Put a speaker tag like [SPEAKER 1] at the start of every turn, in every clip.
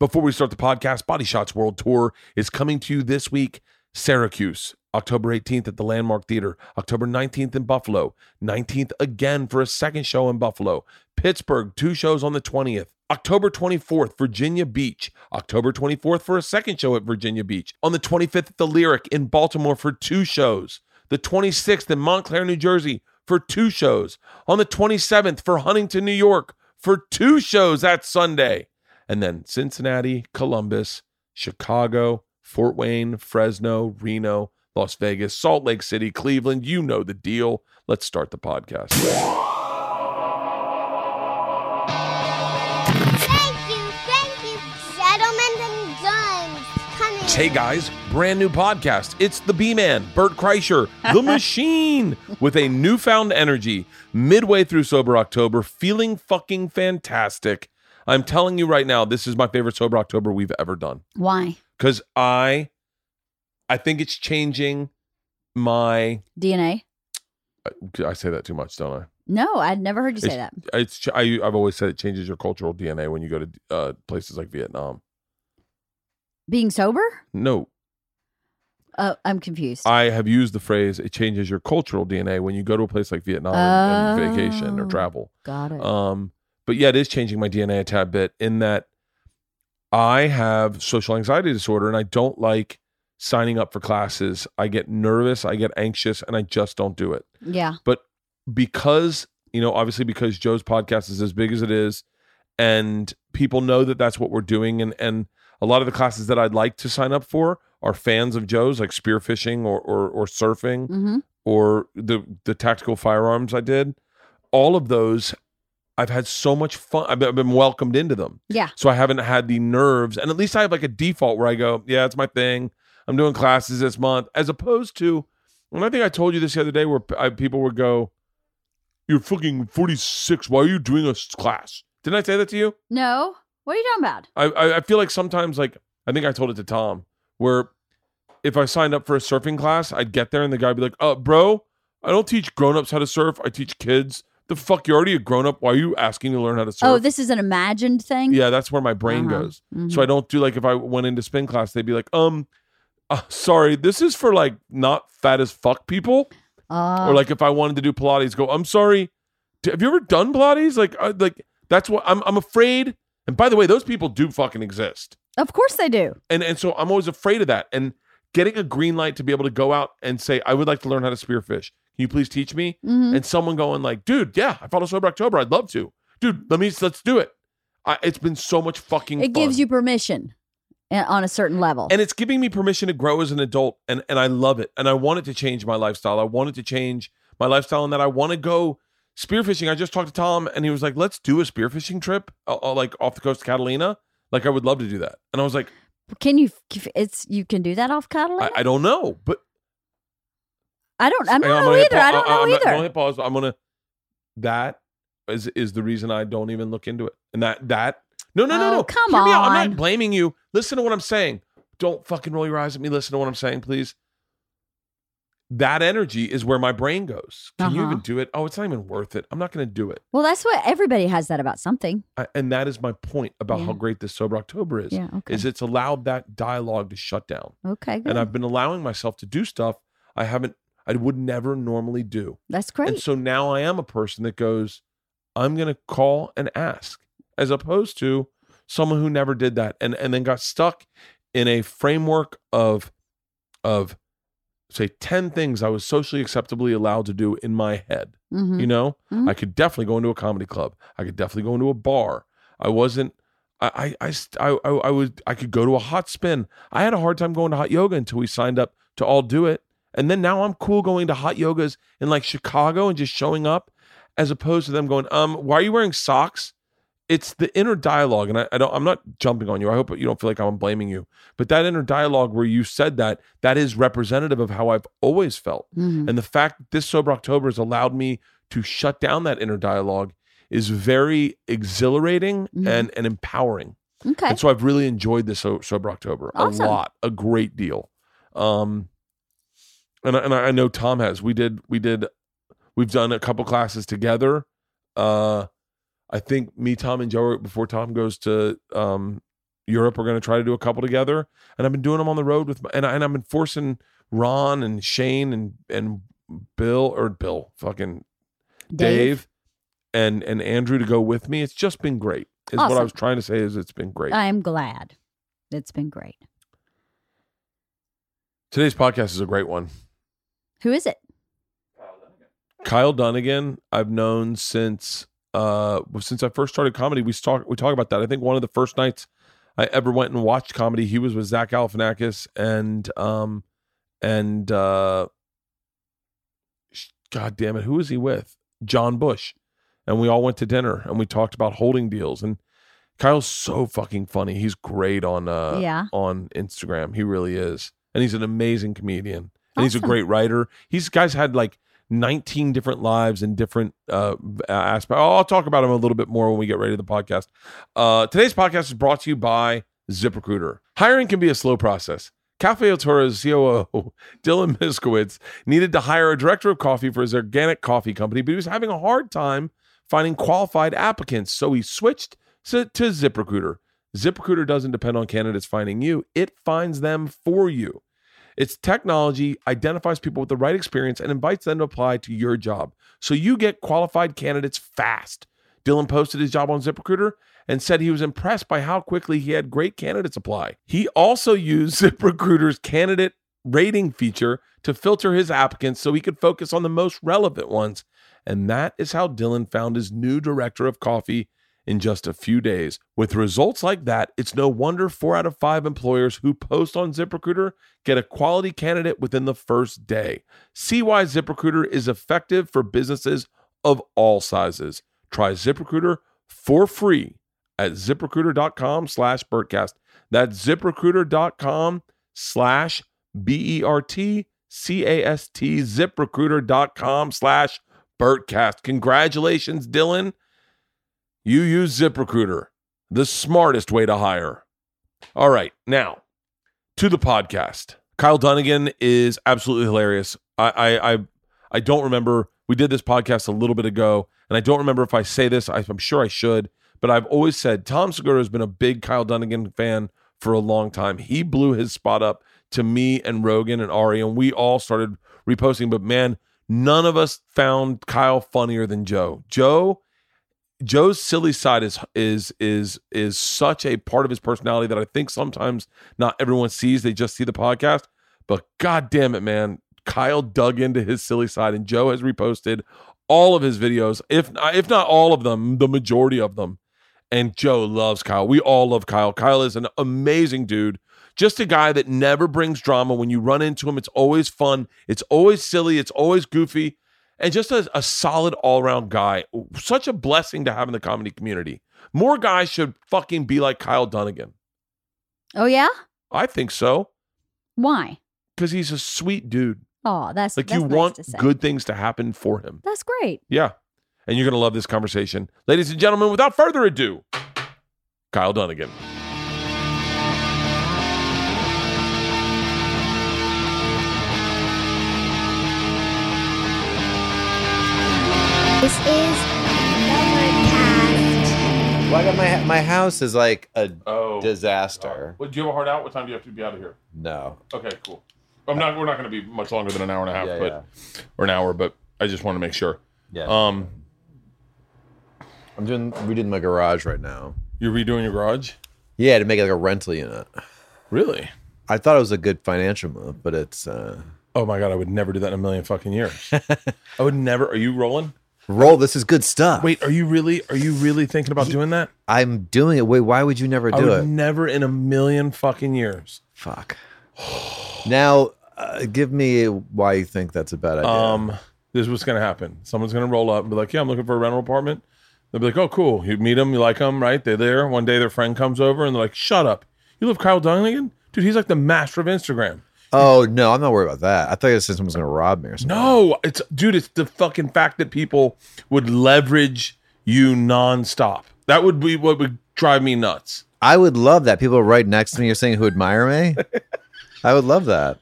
[SPEAKER 1] Before we start the podcast, Body Shots World Tour is coming to you this week. Syracuse, October 18th at the Landmark Theater, October 19th in Buffalo, 19th again for a second show in Buffalo, Pittsburgh, two shows on the 20th, October 24th, Virginia Beach, October 24th for a second show at Virginia Beach, on the 25th at the Lyric in Baltimore for two shows, the 26th in Montclair, New Jersey for two shows, on the 27th for Huntington, New York for two shows that Sunday and then Cincinnati, Columbus, Chicago, Fort Wayne, Fresno, Reno, Las Vegas, Salt Lake City, Cleveland. You know the deal. Let's start the podcast.
[SPEAKER 2] Thank you, thank you, gentlemen and guns. Coming.
[SPEAKER 1] Hey guys, brand new podcast. It's the B Man, Bert Kreischer, the machine, with a newfound energy, midway through Sober October, feeling fucking fantastic. I'm telling you right now, this is my favorite Sober October we've ever done.
[SPEAKER 3] Why?
[SPEAKER 1] because I, I think it's changing my.
[SPEAKER 3] DNA?
[SPEAKER 1] I say that too much, don't
[SPEAKER 3] No, I'd never heard you say that.
[SPEAKER 1] I? It's ch- I, I've always said it changes your cultural DNA when you go to uh, places like Vietnam.
[SPEAKER 3] Being sober?
[SPEAKER 1] No,
[SPEAKER 3] Uh, I'm confused.
[SPEAKER 1] I have used the phrase "it changes your cultural DNA" when you go to a place like Vietnam and vacation or
[SPEAKER 3] Oh.
[SPEAKER 1] travel.
[SPEAKER 3] Got it.
[SPEAKER 1] Um, but yeah, it is changing my DNA a tad bit in that I have social anxiety disorder and I don't like signing up for classes. I get nervous, I get anxious, and I just don't do it.
[SPEAKER 3] yeah.
[SPEAKER 1] because you know obviously because joe's podcast is as big as it is and people know that that's what we're doing and and a lot of the classes that i'd like to sign up for are fans of joe's like spearfishing or or, or surfing
[SPEAKER 3] Mm-hmm.
[SPEAKER 1] or the the tactical firearms i did all of those i've had so much fun i've been- I've been welcomed into them
[SPEAKER 3] Yeah.
[SPEAKER 1] so i haven't had the nerves and at least i have like a default where i go yeah it's my thing i'm doing classes this month as opposed to and i think i told you this the other day where p- I, people would go you're fucking 46 why are you doing a s- class didn't i say that to you
[SPEAKER 3] No. What are you talking about?
[SPEAKER 1] I, I i feel like sometimes like i think i told it to tom where if i signed up for a surfing class i'd get there and the guy'd be like uh bro i don't teach grown-ups how to surf i teach kids the fuck you're already a grown-up why are you asking to learn how to surf
[SPEAKER 3] Oh, this is an imagined thing?
[SPEAKER 1] yeah that's where my brain
[SPEAKER 3] Uh-huh.
[SPEAKER 1] goes so I don't do like if I went into spin class, they'd be like, um, uh, sorry, this is for like not fat as fuck people.
[SPEAKER 3] I,
[SPEAKER 1] or like if I wanted to do Pilates, go, I'm sorry, d- have you ever done Pilates? Like, uh, like that's what I'm. I'm afraid. And by the way, those people do fucking exist.
[SPEAKER 3] of course they do.
[SPEAKER 1] And and so I'm always afraid of that. And getting a green light to be able to go out and say, I would like to learn how to spearfish. Can you please teach me?
[SPEAKER 3] Mhm.
[SPEAKER 1] and someone going like, "Dude, yeah, I follow Sober October. I'd love to, dude. Let me let's do it." I, it's been so much fucking.
[SPEAKER 3] It gives
[SPEAKER 1] fun.
[SPEAKER 3] you permission uh, on a certain level.
[SPEAKER 1] and it's giving me permission to grow as an adult, and and I love it, and I want it to change my lifestyle. I want it to change my lifestyle, and that I want to go spearfishing. I just talked to Tom, and he was like, "Let's do a spearfishing trip, uh, uh, like off the coast of Catalina." Like I would love to do that, and I was like,
[SPEAKER 3] can you? It's you can do that off Catalina.
[SPEAKER 1] "I,
[SPEAKER 3] I,
[SPEAKER 1] I don't know," but
[SPEAKER 3] don't. I don't
[SPEAKER 1] Hang on,
[SPEAKER 3] know
[SPEAKER 1] I'm gonna hit
[SPEAKER 3] either. I
[SPEAKER 1] pa-
[SPEAKER 3] don't know
[SPEAKER 1] I'm not- I'm gonna
[SPEAKER 3] either.
[SPEAKER 1] hit pause. I'm gonna. That is is the reason I don't even look into it, and that that no no no
[SPEAKER 3] Oh,
[SPEAKER 1] no.
[SPEAKER 3] come
[SPEAKER 1] Hear me out. I'm
[SPEAKER 3] on.
[SPEAKER 1] not blaming you. Listen to what I'm saying. Don't fucking roll your eyes at me. Listen to what I'm saying, please. That energy is where my brain goes. Can you
[SPEAKER 3] Uh-huh.
[SPEAKER 1] even do it? Oh, it's not even worth it. I'm not going to do it.
[SPEAKER 3] Well, that's what everybody has that about something.
[SPEAKER 1] I, and that is my point about how
[SPEAKER 3] Yeah.
[SPEAKER 1] great this sober October is.
[SPEAKER 3] Yeah. Okay.
[SPEAKER 1] Is it's allowed that dialogue to shut down,
[SPEAKER 3] okay. Good.
[SPEAKER 1] and I've been allowing myself to do stuff I haven't, I would never normally do.
[SPEAKER 3] that's great.
[SPEAKER 1] And so now I am a person that goes, I'm going to call and ask, as opposed to someone who never did that and and then got stuck in a framework of of say 10 things I was socially acceptably allowed to do in my head.
[SPEAKER 3] Mhm.
[SPEAKER 1] You know,
[SPEAKER 3] Mhm.
[SPEAKER 1] I could definitely go into a comedy club. I could definitely go into a bar. I wasn't. I I I st- I, I, I would. I could go to a hot spin. I had a hard time going to hot yoga until we signed up to all do it. And then now I'm cool going to hot yogas in like Chicago and just showing up, as opposed to them going, um, why are you wearing socks? it's the inner dialogue, and I, I don't. I'm not jumping on you. I hope you don't feel like I'm blaming you. But that inner dialogue where you said that that is representative of how I've always felt.
[SPEAKER 3] Mhm.
[SPEAKER 1] And the fact that this sober October has allowed me to shut down that inner dialogue is very exhilarating
[SPEAKER 3] Mhm.
[SPEAKER 1] and and empowering.
[SPEAKER 3] Okay.
[SPEAKER 1] And so I've really enjoyed this so- sober October
[SPEAKER 3] Awesome.
[SPEAKER 1] a lot, a great deal. Um, and I, and I I know Tom has. We did we did we've done a couple classes together. Uh, I think me, Tom, and Joe before Tom goes to um Europe, we're going to try to do a couple together. And I've been doing them on the road with my, and I, and I've been forcing Ron and Shane and and Bill or Bill fucking Dave, and and Andrew to go with me. It's just been great. Is what I
[SPEAKER 3] Awesome.
[SPEAKER 1] was trying to say. Is it's been great.
[SPEAKER 3] I'm glad. It's been great.
[SPEAKER 1] Today's podcast is a great one.
[SPEAKER 3] Who is it?
[SPEAKER 1] Kyle Dunnigan, I've known since uh well, since I first started comedy. We talk we talk about that. I think one of the first nights I ever went and watched comedy, he was with Zach Galifianakis and um and uh sh- God damn it, who was he with? John Bush. And we all went to dinner and we talked about holding deals. And Kyle's so fucking funny. He's great on uh
[SPEAKER 3] yeah.
[SPEAKER 1] on Instagram. He really is. And he's an amazing comedian. And he's a
[SPEAKER 3] Awesome.
[SPEAKER 1] great writer. He's guys had like 19 different lives and different uh aspects. I'll talk about him a little bit more when we get ready to the podcast. Uh today's podcast is brought to you by ZipRecruiter. Hiring can be a slow process. Cafe Altura's COO, Dylan Miskowitz, needed to hire a director of coffee for his organic coffee company, but he was having a hard time finding qualified applicants. So he switched to, to ZipRecruiter. ZipRecruiter doesn't depend on candidates finding you, it finds them for you. Its technology identifies people with the right experience and invites them to apply to your job. So you get qualified candidates fast. Dylan posted his job on ZipRecruiter and said he was impressed by how quickly he had great candidates apply. He also used ZipRecruiter's candidate rating feature to filter his applicants so he could focus on the most relevant ones. And that is how Dylan found his new director of coffee in just a few days. With results like that, it's no wonder four out of five employers who post on ZipRecruiter get a quality candidate within the first day. See why ZipRecruiter is effective for businesses of all sizes. Try ZipRecruiter for free at ziprecruiter.com slash BERTCAST. That's ziprecruiter.com slash B E R T C A S T, ziprecruiter.com slash BERTCAST. Congratulations, Dylan. You use ZipRecruiter, the smartest way to hire. All right, now to the podcast. Kyle Dunnigan is absolutely hilarious. I, I, I, I don't remember. We did this podcast a little bit ago, and I don't remember if I say this. I, I'm sure I should, but I've always said Tom Segura has been a big Kyle Dunnigan fan for a long time. He blew his spot up to me and Rogan and Ari, and we all started reposting. But man, none of us found Kyle funnier than Joe. Joe Joe's silly side is is is is such a part of his personality that I think sometimes not everyone sees. They just see the podcast. But god damn it, man. Kyle dug into his silly side and Joe has reposted all of his videos, if if not all of them, the majority of them. And Joe loves Kyle. We all love Kyle. Kyle is an amazing dude. Just a guy that never brings drama. When you run into him, it's always fun. It's always silly. It's always goofy and just a, a solid all around guy. Such a blessing to have in the comedy community. More guys should fucking be like Kyle Dunnigan.
[SPEAKER 3] Oh yeah.
[SPEAKER 1] I think so
[SPEAKER 3] Why?
[SPEAKER 1] because he's a sweet dude.
[SPEAKER 3] Oh, that's
[SPEAKER 1] Like
[SPEAKER 3] that's
[SPEAKER 1] you
[SPEAKER 3] nice
[SPEAKER 1] want
[SPEAKER 3] to say.
[SPEAKER 1] good things to happen for him.
[SPEAKER 3] That's great.
[SPEAKER 1] Yeah. And you're going to love this conversation. Ladies and gentlemen, without further ado, Kyle Dunnigan.
[SPEAKER 2] This is the
[SPEAKER 4] Well, I got my my house is like a
[SPEAKER 1] Oh.
[SPEAKER 4] disaster.
[SPEAKER 1] Well, do you have a hard out? What time do you have to be out of here?
[SPEAKER 4] No.
[SPEAKER 1] Okay, cool. I'm not. We're not going to be much longer than an hour and a half,
[SPEAKER 4] Yeah,
[SPEAKER 1] but
[SPEAKER 4] yeah.
[SPEAKER 1] or an hour. But I just want to make sure.
[SPEAKER 4] Yeah.
[SPEAKER 1] Um,
[SPEAKER 4] I'm doing redoing my garage right now.
[SPEAKER 1] you're redoing your garage.
[SPEAKER 4] Yeah, to make it like a rental unit.
[SPEAKER 1] Really?
[SPEAKER 4] I thought it was a good financial move, but it's uh
[SPEAKER 1] Oh my god, I would never do that in a million fucking years. I would never. Are you rolling?
[SPEAKER 4] roll. This is good stuff.
[SPEAKER 1] Wait, are you really? Are you really thinking about doing that?
[SPEAKER 4] I'm doing it. Wait, why would you never
[SPEAKER 1] I
[SPEAKER 4] do
[SPEAKER 1] would
[SPEAKER 4] it?
[SPEAKER 1] never in a million fucking years.
[SPEAKER 4] Fuck. now, uh, give me why you think that's a bad idea.
[SPEAKER 1] Um, this is what's gonna happen. Someone's gonna roll up and be like, "Yeah, I'm looking for a rental apartment." They'll be like, oh, cool. You meet them, you like them, right? They're there. One day their friend comes over and they're like, shut up. You love Kyle Dunnigan? Dude, he's like the master of Instagram.
[SPEAKER 4] Oh no, I'm not worried about that. I thought you said someone was going to rob me or something.
[SPEAKER 1] No, it's, dude, it's the fucking fact that people would leverage you nonstop. That would be what would drive me nuts.
[SPEAKER 4] I would love that. People right next to me are saying who admire me. I would love that.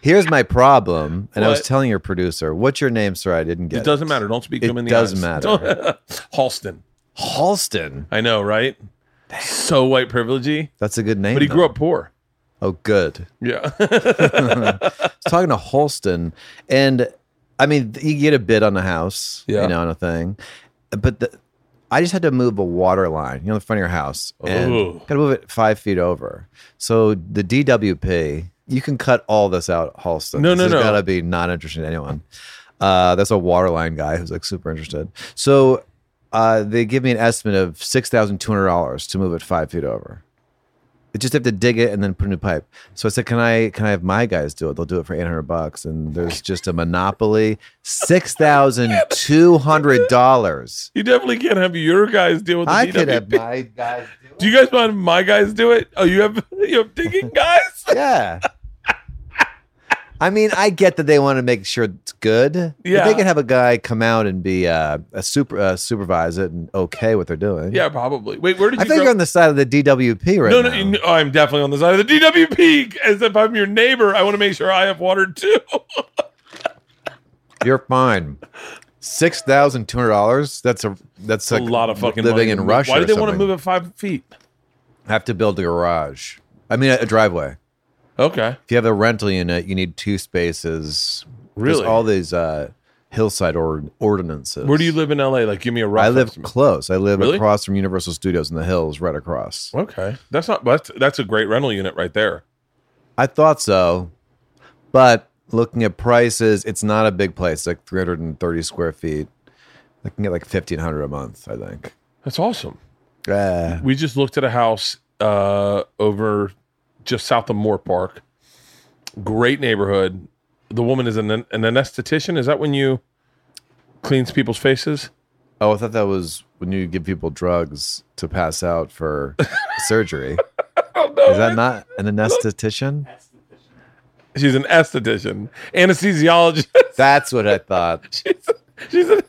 [SPEAKER 4] Here's my problem, and I was
[SPEAKER 1] What?
[SPEAKER 4] telling your producer, "What's your name, sir? I didn't get it."
[SPEAKER 1] It doesn't matter. Don't speak
[SPEAKER 4] It
[SPEAKER 1] to him in the
[SPEAKER 4] doesn't
[SPEAKER 1] eyes.
[SPEAKER 4] matter.
[SPEAKER 1] Halston.
[SPEAKER 4] Halston.
[SPEAKER 1] I know, right? So white privilege
[SPEAKER 4] That's a good name.
[SPEAKER 1] But he grew
[SPEAKER 4] though.
[SPEAKER 1] up poor.
[SPEAKER 4] Oh, good.
[SPEAKER 1] Yeah.
[SPEAKER 4] I was talking to Holston, and I mean, you get a bid on a house,
[SPEAKER 1] Yeah.
[SPEAKER 4] you know, on a thing, but the, I just had to move a water line, you know, in front of your house, and
[SPEAKER 1] Ooh.
[SPEAKER 4] got to move it five feet over. So the DWP, you can cut all this out, Halston.
[SPEAKER 1] No,
[SPEAKER 4] This
[SPEAKER 1] no,
[SPEAKER 4] has
[SPEAKER 1] no.
[SPEAKER 4] Gotta be not interesting to anyone. Uh, that's a water line guy who's like super interested. So uh, they give me an estimate of six thousand two hundred dollars to move it five feet over. They just have to dig it and then put a new pipe. So I said, "Can I? Can I have my guys do it? They'll do it for eight hundred bucks." And there's just a monopoly six thousand two hundred dollars.
[SPEAKER 1] you definitely can't have your guys deal with the
[SPEAKER 4] I could have
[SPEAKER 1] DWP.
[SPEAKER 4] my guys do it.
[SPEAKER 1] Do you guys mind if my guys do it? Oh, you have you have digging guys?
[SPEAKER 4] Yeah. I mean, I get that they want to make sure it's good. but
[SPEAKER 1] Yeah.
[SPEAKER 4] they can have a guy come out and be uh, a super uh, supervise it and okay what they're doing.
[SPEAKER 1] yeah, probably. Wait, where did
[SPEAKER 4] I
[SPEAKER 1] you
[SPEAKER 4] think
[SPEAKER 1] grow-
[SPEAKER 4] you're on the side of the DWP right
[SPEAKER 1] no,
[SPEAKER 4] now.
[SPEAKER 1] no, you- oh, I'm definitely on the side of the DWP. As if I'm your neighbor, I want to make sure I have water too.
[SPEAKER 4] You're fine. Six thousand two hundred dollars. That's a that's
[SPEAKER 1] a
[SPEAKER 4] like
[SPEAKER 1] lot of fucking
[SPEAKER 4] living
[SPEAKER 1] money.
[SPEAKER 4] in Russia.
[SPEAKER 1] Why
[SPEAKER 4] or
[SPEAKER 1] did they want to
[SPEAKER 4] something.
[SPEAKER 1] move it five feet?
[SPEAKER 4] Have to build a garage. I mean, a, a driveway.
[SPEAKER 1] Okay,
[SPEAKER 4] If you have a rental unit, you need two spaces. There's
[SPEAKER 1] really?
[SPEAKER 4] all these uh, hillside or- ordinances.
[SPEAKER 1] where do you live in LA? Like, give me a rough.
[SPEAKER 4] I live
[SPEAKER 1] estimate.
[SPEAKER 4] close. I live
[SPEAKER 1] Really?
[SPEAKER 4] across from Universal Studios in the hills, right across.
[SPEAKER 1] Okay, that's not. That's that's a great rental unit right there.
[SPEAKER 4] I thought so, but looking at prices, it's not a big place. Like 330 square feet. I can get like 1500 a month. I think.
[SPEAKER 1] That's awesome.
[SPEAKER 4] Yeah.
[SPEAKER 1] We just looked at a house uh, over just south of Moore Park. Great neighborhood. The woman is an, an anesthetician. Is that when you cleans people's faces?
[SPEAKER 4] Oh, I thought that was when you give people drugs to pass out for surgery.
[SPEAKER 1] Oh no!
[SPEAKER 4] Is that not an anesthetician?
[SPEAKER 1] She's an esthetician, anesthesiologist.
[SPEAKER 4] That's what I thought.
[SPEAKER 1] she's, she's an,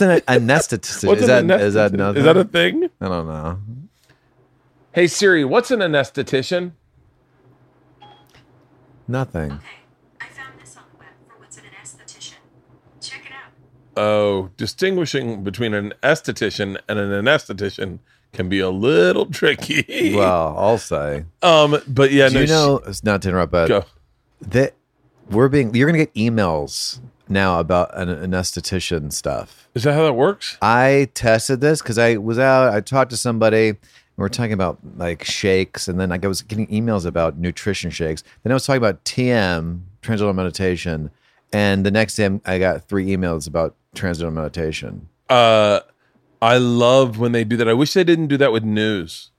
[SPEAKER 4] an anesthetician?
[SPEAKER 1] what's
[SPEAKER 4] is,
[SPEAKER 1] an
[SPEAKER 4] that, is that
[SPEAKER 1] anesthetist-
[SPEAKER 4] another?
[SPEAKER 1] Is that a thing?
[SPEAKER 4] I don't know.
[SPEAKER 1] Hey Siri, what's an anesthetician?
[SPEAKER 4] Nothing.
[SPEAKER 5] I found this on the web for what's an esthetician. Check it out.
[SPEAKER 1] Oh, distinguishing between an esthetician and an anesthetician can be a little tricky.
[SPEAKER 4] Well, I'll say.
[SPEAKER 1] um, but yeah,
[SPEAKER 4] Do
[SPEAKER 1] no,
[SPEAKER 4] you
[SPEAKER 1] she-
[SPEAKER 4] know? Not to interrupt, but
[SPEAKER 1] go.
[SPEAKER 4] that we're being. You're gonna get emails now about an anesthetician stuff.
[SPEAKER 1] Is that how that works?
[SPEAKER 4] I tested this because I was out. I talked to somebody. And we were talking about like shakes, and then like I was getting emails about nutrition shakes. Then I was talking about TM, transcendental meditation, and the next day I got three emails about transcendental meditation.
[SPEAKER 1] uh i love when they do that i wish they didn't do that with news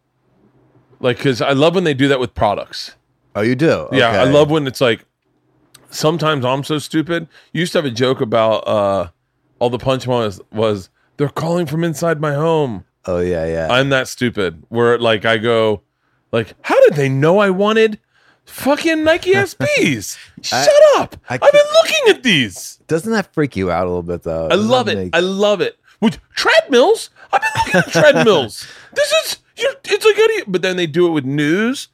[SPEAKER 1] like because i love when they do that with products
[SPEAKER 4] Oh, you do?
[SPEAKER 1] yeah i
[SPEAKER 4] Okay.
[SPEAKER 1] love when it's like sometimes i'm so stupid you used to have a joke about uh all the punchline was, was they're calling from inside my home
[SPEAKER 4] Oh yeah, yeah.
[SPEAKER 1] i'm that stupid where like i go like how did they know i wanted fucking nike sps shut up I,
[SPEAKER 4] I
[SPEAKER 1] have been
[SPEAKER 4] can't-
[SPEAKER 1] looking at these
[SPEAKER 4] Doesn't that freak you out a little bit though?
[SPEAKER 1] I love it. I love it. With treadmills, I've been looking at treadmills. This is you're, it's like idiot. But then they do it with news,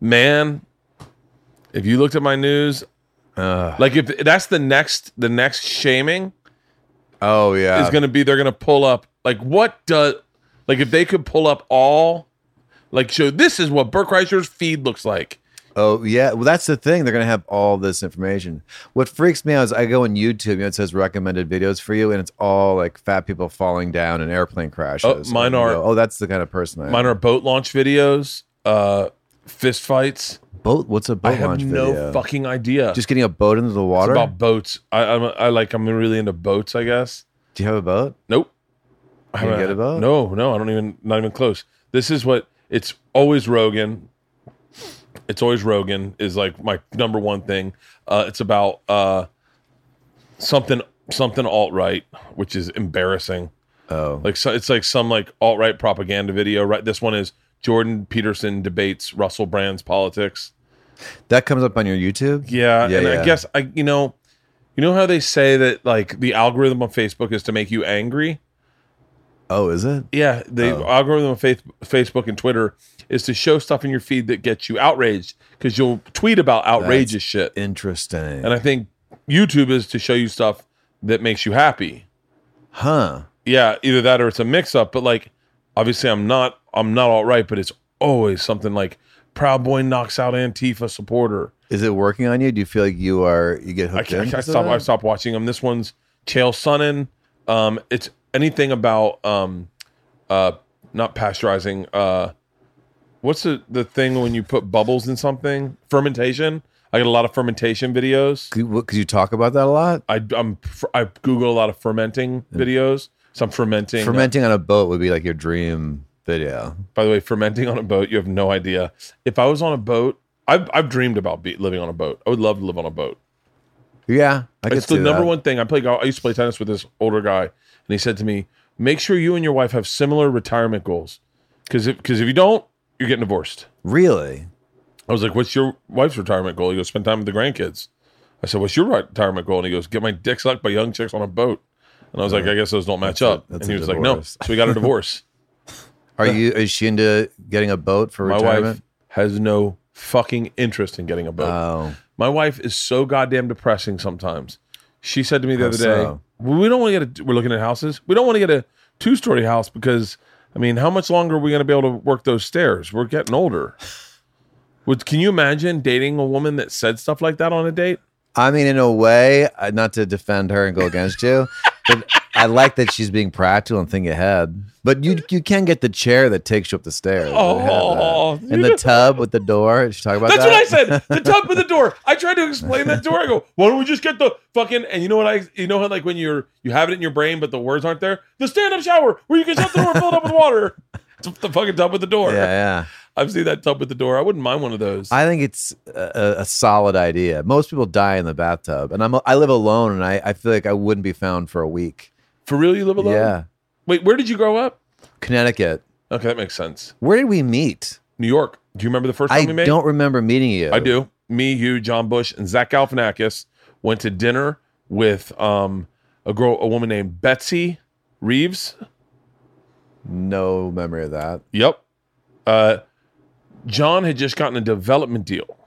[SPEAKER 1] man. If you looked at my news, like if that's the next the next shaming
[SPEAKER 4] oh yeah.
[SPEAKER 1] is going to be they're going to pull up like what does like if they could pull up all like show this is what Burke Reicher's feed looks like.
[SPEAKER 4] Oh yeah, well that's the thing. They're gonna have all this information. What freaks me out is I go on YouTube, you know, it says recommended videos for you, and it's all like fat people falling down and airplane crashes.
[SPEAKER 1] mine
[SPEAKER 4] And you
[SPEAKER 1] are-
[SPEAKER 4] go, oh, that's the kind of person I am.
[SPEAKER 1] Mine are boat launch videos, uh, fist fights.
[SPEAKER 4] boat. What's a boat
[SPEAKER 1] I have
[SPEAKER 4] launch
[SPEAKER 1] no
[SPEAKER 4] video?
[SPEAKER 1] fucking idea.
[SPEAKER 4] Just getting a boat into the water.
[SPEAKER 1] It's about boats. I, I'm I like I'm really into boats. I guess.
[SPEAKER 4] Do you have a boat?
[SPEAKER 1] Nope. I
[SPEAKER 4] You
[SPEAKER 1] haven't-
[SPEAKER 4] get a boat?
[SPEAKER 1] No, no. I don't even. Not even close. This is what it's always Rogan. It's always Rogan is like my number one thing. Uh, it's about uh, something something alt right, which is embarrassing.
[SPEAKER 4] Oh,
[SPEAKER 1] Like so, it's like some like alt right propaganda video. Right, this one is Jordan Peterson debates Russell Brand's politics.
[SPEAKER 4] that comes up on your YouTube.
[SPEAKER 1] Yeah,
[SPEAKER 4] Yeah,
[SPEAKER 1] and I
[SPEAKER 4] yeah.
[SPEAKER 1] guess I you know, you know how they say that like the algorithm on Facebook is to make you angry.
[SPEAKER 4] Oh, is it?
[SPEAKER 1] Yeah, the
[SPEAKER 4] Oh.
[SPEAKER 1] algorithm on faith, Facebook and Twitter is to show stuff in your feed that gets you outraged because you'll tweet about outrageous shit.
[SPEAKER 4] Interesting.
[SPEAKER 1] And I think YouTube is to show you stuff that makes you happy.
[SPEAKER 4] huh.
[SPEAKER 1] yeah, either that or it's a mix up. But like, obviously, I'm not I'm not all right. But it's always something like Proud Boy knocks out Antifa supporter.
[SPEAKER 4] Is it working on you? Do you feel like you are you get
[SPEAKER 1] I,
[SPEAKER 4] hooked
[SPEAKER 1] I,
[SPEAKER 4] in?
[SPEAKER 1] I stop I stop watching them. This one's Chael Sonnen. Um, it's anything about um, uh, not pasteurizing. Uh, what's the the thing when you put bubbles in something? Fermentation. I get a lot of fermentation videos.
[SPEAKER 4] Could, what- could you talk about that a lot?
[SPEAKER 1] I I'm I Google a lot of fermenting videos. So I'm fermenting. uh,
[SPEAKER 4] Fermenting on a boat would be like your dream video.
[SPEAKER 1] By the way, fermenting on a boat, you have no idea. If I was on a boat, I've, I've dreamed about be, living on a boat. I would love to live on a boat.
[SPEAKER 4] Yeah, I could
[SPEAKER 1] it's the
[SPEAKER 4] see
[SPEAKER 1] number
[SPEAKER 4] that.
[SPEAKER 1] one thing. I play. I used to play tennis with this older guy, and he said to me, "Make sure you and your wife have similar retirement goals, because if because if you don't, you're getting divorced."
[SPEAKER 4] Really?
[SPEAKER 1] I was like, "What's your wife's retirement goal?" He goes, "Spend time with the grandkids." I said, "What's your retirement goal?" And he goes, "Get my dick sucked by young chicks on a boat." And I was like, "I guess those don't match
[SPEAKER 4] a-
[SPEAKER 1] up."
[SPEAKER 4] that's
[SPEAKER 1] and
[SPEAKER 4] a
[SPEAKER 1] he was like, "No."
[SPEAKER 4] divorce.
[SPEAKER 1] So we got a divorce.
[SPEAKER 4] Are you? Is she into getting a boat for
[SPEAKER 1] my wife
[SPEAKER 4] retirement?
[SPEAKER 1] has no fucking interest in getting a boat.
[SPEAKER 4] Oh,
[SPEAKER 1] My wife is so goddamn depressing sometimes. She said to me the
[SPEAKER 4] How
[SPEAKER 1] other day,
[SPEAKER 4] so?
[SPEAKER 1] "Well, "We don't want to get a. We're looking at houses. We don't want to get a two-story house because, I mean, how much longer are we going to be able to work those stairs? We're getting older." Would can you imagine dating a woman that said stuff like that on a date?
[SPEAKER 4] I mean, in a way, I- not to defend her and go against you, but I like that she's being practical and thinking ahead. But you you can get the chair that takes you up the stairs. I had
[SPEAKER 1] Oh,
[SPEAKER 4] that. and the tub with the door. Did you talk about
[SPEAKER 1] That's
[SPEAKER 4] that?
[SPEAKER 1] what I said. The top of the door. I tried to explain that to her. I go, why don't we just get the fucking and you know what I you know how like when you're you have it in your brain but the words aren't there? The stand-up shower where you can shut the door filled up with water. It's the fucking tub with the door.
[SPEAKER 4] Yeah, yeah.
[SPEAKER 1] I've seen that tub with the door. I wouldn't mind one of those.
[SPEAKER 4] I think it's a, a solid idea. Most people die in the bathtub, and I'm I live alone, and I, I feel like I wouldn't be found for a week.
[SPEAKER 1] For real, you live alone?
[SPEAKER 4] Yeah,
[SPEAKER 1] Wait, where did you grow up?
[SPEAKER 4] Connecticut.
[SPEAKER 1] Okay, that makes sense.
[SPEAKER 4] Where did we meet?
[SPEAKER 1] New York. Do you remember the first time
[SPEAKER 4] I
[SPEAKER 1] we made?
[SPEAKER 4] don't remember meeting you.
[SPEAKER 1] I do. Me, you, John Bush, and Zach Galifianakis went to dinner with um a girl, a woman named Betsy Reeves.
[SPEAKER 4] No memory of that.
[SPEAKER 1] Yep. Uh, John had just gotten a development deal.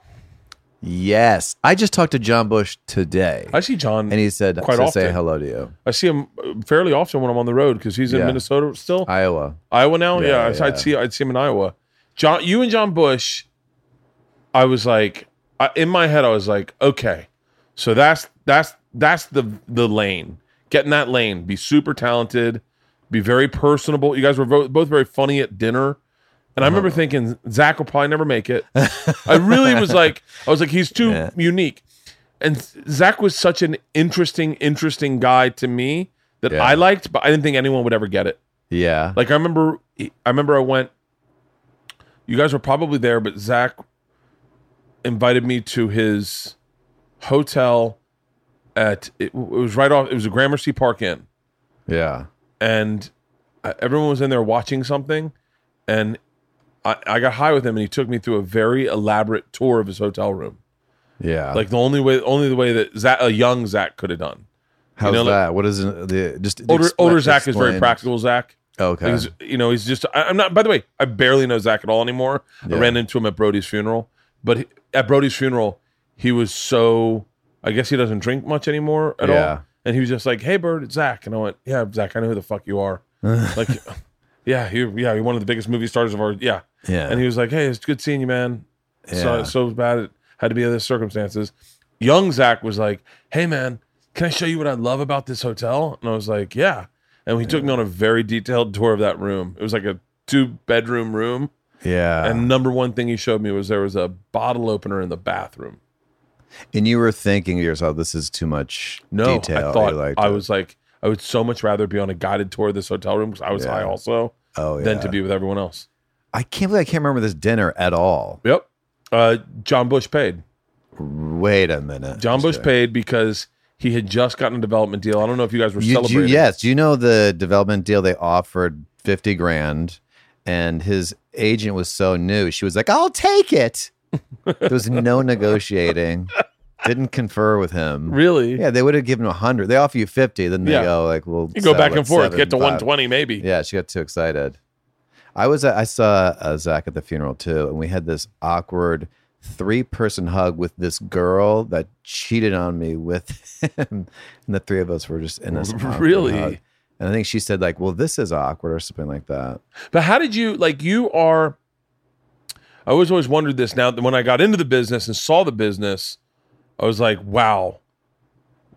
[SPEAKER 4] Yes, I just talked to John Bush today,
[SPEAKER 1] I see John,
[SPEAKER 4] and he said
[SPEAKER 1] Quite
[SPEAKER 4] to say
[SPEAKER 1] often.
[SPEAKER 4] hello to you,
[SPEAKER 1] I see him uh, fairly often when I'm on the road because he's in
[SPEAKER 4] Yeah.
[SPEAKER 1] Minnesota still,
[SPEAKER 4] Iowa.
[SPEAKER 1] Iowa now. Yeah,
[SPEAKER 4] Yeah,
[SPEAKER 1] I'd-
[SPEAKER 4] yeah.
[SPEAKER 1] I'd see, I'd see him in Iowa. John, you and John Bush, I was like, I, in my head, I was like, okay, so that's that's that's the the lane. Get in that lane. Be super talented. Be very personable. You guys were both, both very funny at dinner. And I
[SPEAKER 4] Uh-huh.
[SPEAKER 1] remember thinking Zach will probably never make it. I really was like, I was like, he's too
[SPEAKER 4] Yeah.
[SPEAKER 1] unique. And Zach was such an interesting, interesting guy to me that
[SPEAKER 4] Yeah.
[SPEAKER 1] I liked, but I didn't think anyone would ever get it.
[SPEAKER 4] Yeah,
[SPEAKER 1] Like I remember, I remember I went. You guys were probably there, but Zach invited me to his hotel at it, it was right off. It was a Gramercy Park Inn,
[SPEAKER 4] yeah.
[SPEAKER 1] and uh, everyone was in there watching something, and I, I got high with him, and he took me through a very elaborate tour of his hotel room.
[SPEAKER 4] Yeah,
[SPEAKER 1] Like the only way, only the way that Zach, a young Zach could have done.
[SPEAKER 4] how's
[SPEAKER 1] know, like-
[SPEAKER 4] that? What is it- the just
[SPEAKER 1] Older,
[SPEAKER 4] expla-
[SPEAKER 1] older Zach is very
[SPEAKER 4] explain.
[SPEAKER 1] practical. Zach,
[SPEAKER 4] Okay,
[SPEAKER 1] Because you know he's just I, I'm not. By the way, I barely know Zach at all anymore.
[SPEAKER 4] Yeah.
[SPEAKER 1] I ran into him at Brody's funeral, but he- at Brody's funeral, he was so. I guess he doesn't drink much anymore at
[SPEAKER 4] Yeah.
[SPEAKER 1] all, and he was just like, "Hey, Bird, it's Zach," and I went, "Yeah, Zach, I know who the fuck you are." like, yeah, you, yeah, you're one of the biggest movie stars of our yeah.
[SPEAKER 4] yeah,
[SPEAKER 1] And he was like, "Hey, it's good seeing you, man. So
[SPEAKER 4] Yeah.
[SPEAKER 1] so bad it had to be other circumstances." Young Zach was like, "Hey, man, can I show you what I love about this hotel?" And I was like, "Yeah." And he took me on a very detailed tour of that room. It was like a two bedroom room,
[SPEAKER 4] yeah.
[SPEAKER 1] and
[SPEAKER 4] And,
[SPEAKER 1] number one thing he showed me was there was a bottle opener in the bathroom.
[SPEAKER 4] you were thinking to yourself, "This is too much
[SPEAKER 1] No,
[SPEAKER 4] detail."
[SPEAKER 1] I
[SPEAKER 4] You
[SPEAKER 1] thought
[SPEAKER 4] liked
[SPEAKER 1] I
[SPEAKER 4] it.
[SPEAKER 1] was like, I would so much rather be on a guided tour of this hotel room because I was
[SPEAKER 4] Yeah.
[SPEAKER 1] high also
[SPEAKER 4] Oh yeah.
[SPEAKER 1] than to be with everyone else.
[SPEAKER 4] I can't believe I can't remember this dinner at all.
[SPEAKER 1] Yep. Uh, John Bush paid.
[SPEAKER 4] Wait a minute.
[SPEAKER 1] John
[SPEAKER 4] Just
[SPEAKER 1] Bush
[SPEAKER 4] kidding.
[SPEAKER 1] paid because He had just gotten a development deal. I don't know if you guys were
[SPEAKER 4] You, do you,
[SPEAKER 1] celebrating.
[SPEAKER 4] yes. Do you know the development deal they offered fifty grand, and his agent was so new, she was like, "I'll take it." there was no negotiating. Didn't confer with him.
[SPEAKER 1] Really?
[SPEAKER 4] Yeah, they would have given him hundred. They offer you fifty, then they
[SPEAKER 1] Yeah.
[SPEAKER 4] go like, "Well,
[SPEAKER 1] You go back
[SPEAKER 4] settle
[SPEAKER 1] and
[SPEAKER 4] at
[SPEAKER 1] forth,
[SPEAKER 4] seven,
[SPEAKER 1] get to
[SPEAKER 4] five."
[SPEAKER 1] 120 maybe.
[SPEAKER 4] Yeah, she got too excited. I was I saw uh, Zach at the funeral too, and we had this awkward three person hug with this girl that cheated on me with him, and the three of us were just in this awkward
[SPEAKER 1] Really?
[SPEAKER 4] hug. And I think she said like, "Well, this is awkward" or something like that.
[SPEAKER 1] But how did you like you are I always always wondered this now that when I got into the business and saw the business, I was like, wow.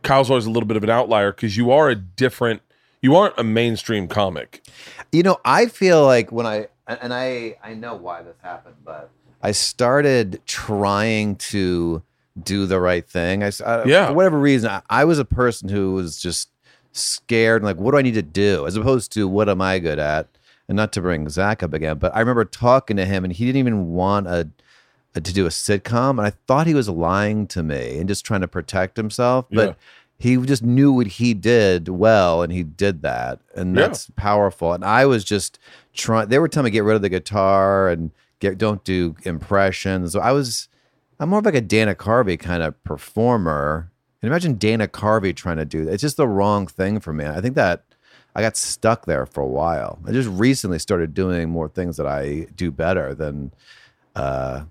[SPEAKER 1] Kyle's always a little bit of an outlier because you are a different you aren't a mainstream comic.
[SPEAKER 4] You know, I feel like when I and and I I know why this happened, but I started trying to do the right thing. I, s- I-
[SPEAKER 1] Yeah.
[SPEAKER 4] for whatever reason, I, I was a person who was just scared and like, what do I need to do, as opposed to what am I good at. And not to bring Zach up again, but I remember talking to him, and he didn't even want a, a to do a sitcom, and I thought he was lying to me and just trying to protect himself, but.
[SPEAKER 1] Yeah.
[SPEAKER 4] He just knew what he did well, and he did that. And
[SPEAKER 1] Yeah.
[SPEAKER 4] that's powerful. And I was just trying. They were telling me get rid of the guitar and get don't do impressions. So I was, I'm more of like a Dana Carvey kind of performer. And imagine Dana Carvey trying to do that. It's just the wrong thing for me. I think that I got stuck there for a while. I just recently started doing more things that I do better than. uh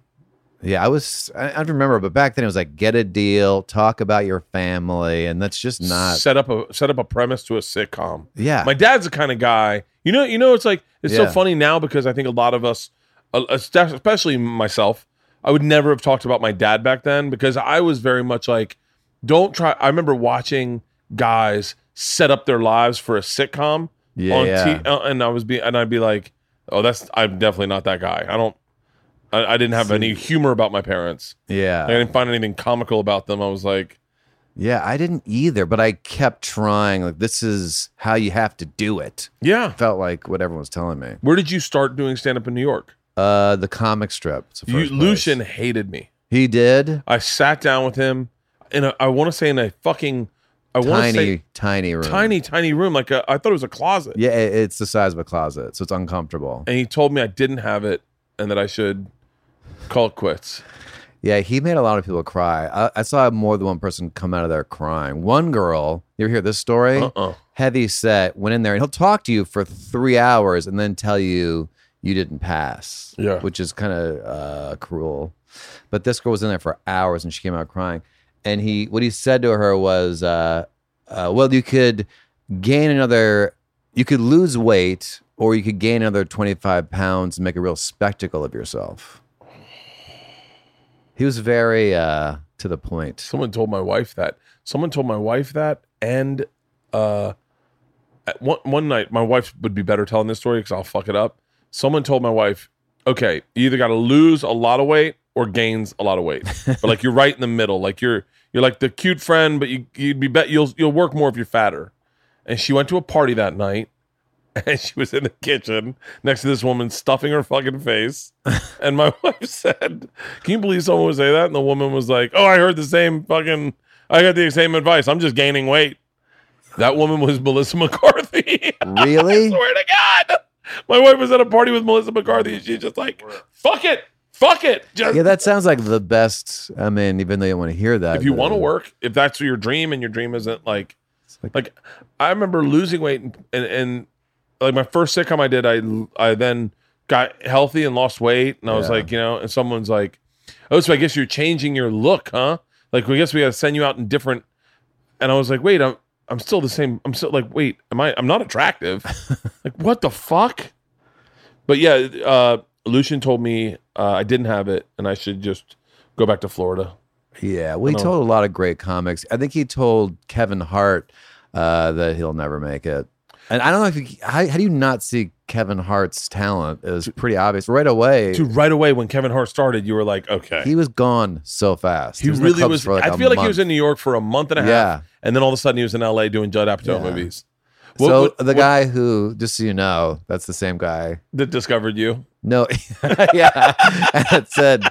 [SPEAKER 4] yeah, I was. I, I don't remember, but back then it was like get a deal, talk about your family, and that's just not.
[SPEAKER 1] set up a set up a premise to a sitcom.
[SPEAKER 4] yeah,
[SPEAKER 1] My dad's the kind of guy. You know, you know, it's like it's
[SPEAKER 4] Yeah.
[SPEAKER 1] so funny now because I think a lot of us, uh, especially myself, I would never have talked about my dad back then because I was very much like, don't try. I remember watching guys set up their lives for a sitcom
[SPEAKER 4] yeah,
[SPEAKER 1] on
[SPEAKER 4] yeah.
[SPEAKER 1] T- uh, and I was be and I'd be like, oh, that's I'm definitely not that guy. I don't. I, I didn't have any humor about my parents.
[SPEAKER 4] yeah.
[SPEAKER 1] I didn't find anything comical about them. I was like,
[SPEAKER 4] Yeah, I didn't either, but I kept trying. Like, this is how you have to do it.
[SPEAKER 1] yeah.
[SPEAKER 4] Felt like what everyone was telling me.
[SPEAKER 1] Where did you start doing stand up in New York?
[SPEAKER 4] Uh, the comic strip. It's the
[SPEAKER 1] You,
[SPEAKER 4] first place.
[SPEAKER 1] Lucian hated me.
[SPEAKER 4] He did.
[SPEAKER 1] I sat down with him, and I want to say in a fucking, I want to
[SPEAKER 4] Tiny,
[SPEAKER 1] say
[SPEAKER 4] tiny room.
[SPEAKER 1] tiny, tiny room. Like a, I thought it was a closet.
[SPEAKER 4] Yeah, it- it's the size of a closet, so it's uncomfortable.
[SPEAKER 1] And he told me I didn't have it, and that I should call it quits.
[SPEAKER 4] Yeah, he made a lot of people cry. I, I saw more than one person come out of there crying. One girl, you ever hear this story?
[SPEAKER 1] Uh-uh.
[SPEAKER 4] Heavy set went in there, and he'll talk to you for three hours and then tell you you didn't pass.
[SPEAKER 1] Yeah.
[SPEAKER 4] which is kind of uh, cruel. But this girl was in there for hours, and she came out crying. And he, what he said to her was, uh, uh, "Well, you could gain another, you could lose weight, or you could gain another twenty-five pounds and make a real spectacle of yourself." He was very uh, to the point.
[SPEAKER 1] Someone told my wife that. Someone told my wife that, and uh, at one one night, my wife would be better telling this story because I'll fuck it up. Someone told my wife, "Okay, you either got to lose a lot of weight or gains a lot of weight, but like you're right in the middle. Like you're you're like the cute friend, but you you'd be bet you'll you'll work more if you're fatter." And she went to a party that night, and she was in the kitchen next to this woman stuffing her fucking face. And my wife said, "Can you believe someone would say that?" And the woman was like, "Oh, I heard the same fucking. I got the same advice. I'm just gaining weight." That woman was Melissa McCarthy. I
[SPEAKER 4] Really?
[SPEAKER 1] swear to God, my wife was at a party with Melissa McCarthy, and she's just like, "Fuck it, fuck it." Just
[SPEAKER 4] yeah, that sounds like the best. I mean, even though you don't want to hear that,
[SPEAKER 1] if you want to
[SPEAKER 4] uh,
[SPEAKER 1] work, if that's your dream, and your dream isn't like
[SPEAKER 4] it's like-
[SPEAKER 1] like I remember losing weight and, and, and like my first sitcom I did, I I then got healthy and lost weight, and I was
[SPEAKER 4] Yeah.
[SPEAKER 1] like, you know, and someone's like, oh, so I guess you're changing your look, huh? Like, we guess we got to send you out in different. And I was like, wait, I'm I'm still the same. I'm still like, wait, am I? I'm not attractive. like, what the fuck? But yeah, uh, Lucian told me uh, I didn't have it, and I should just go back to Florida.
[SPEAKER 4] Yeah, well, he
[SPEAKER 1] I know.
[SPEAKER 4] told a lot of great comics. I think he told Kevin Hart uh, that he'll never make it. And I don't know if you, how, how do you not see Kevin Hart's talent? It was pretty obvious right away.
[SPEAKER 1] Dude, right away when Kevin Hart started, you were like, okay.
[SPEAKER 4] He was gone so fast.
[SPEAKER 1] He
[SPEAKER 4] was in the
[SPEAKER 1] really
[SPEAKER 4] clubs
[SPEAKER 1] was.
[SPEAKER 4] for like
[SPEAKER 1] I
[SPEAKER 4] a
[SPEAKER 1] feel like he was in
[SPEAKER 4] month.
[SPEAKER 1] New York for a month and a half,
[SPEAKER 4] Yeah.
[SPEAKER 1] and then all of a sudden he was in L.A. doing Judd Apatow
[SPEAKER 4] Yeah.
[SPEAKER 1] movies.
[SPEAKER 4] so
[SPEAKER 1] What-
[SPEAKER 4] the
[SPEAKER 1] what-
[SPEAKER 4] guy who, just so you know, that's the same guy.
[SPEAKER 1] that discovered you.
[SPEAKER 4] No, yeah, and it said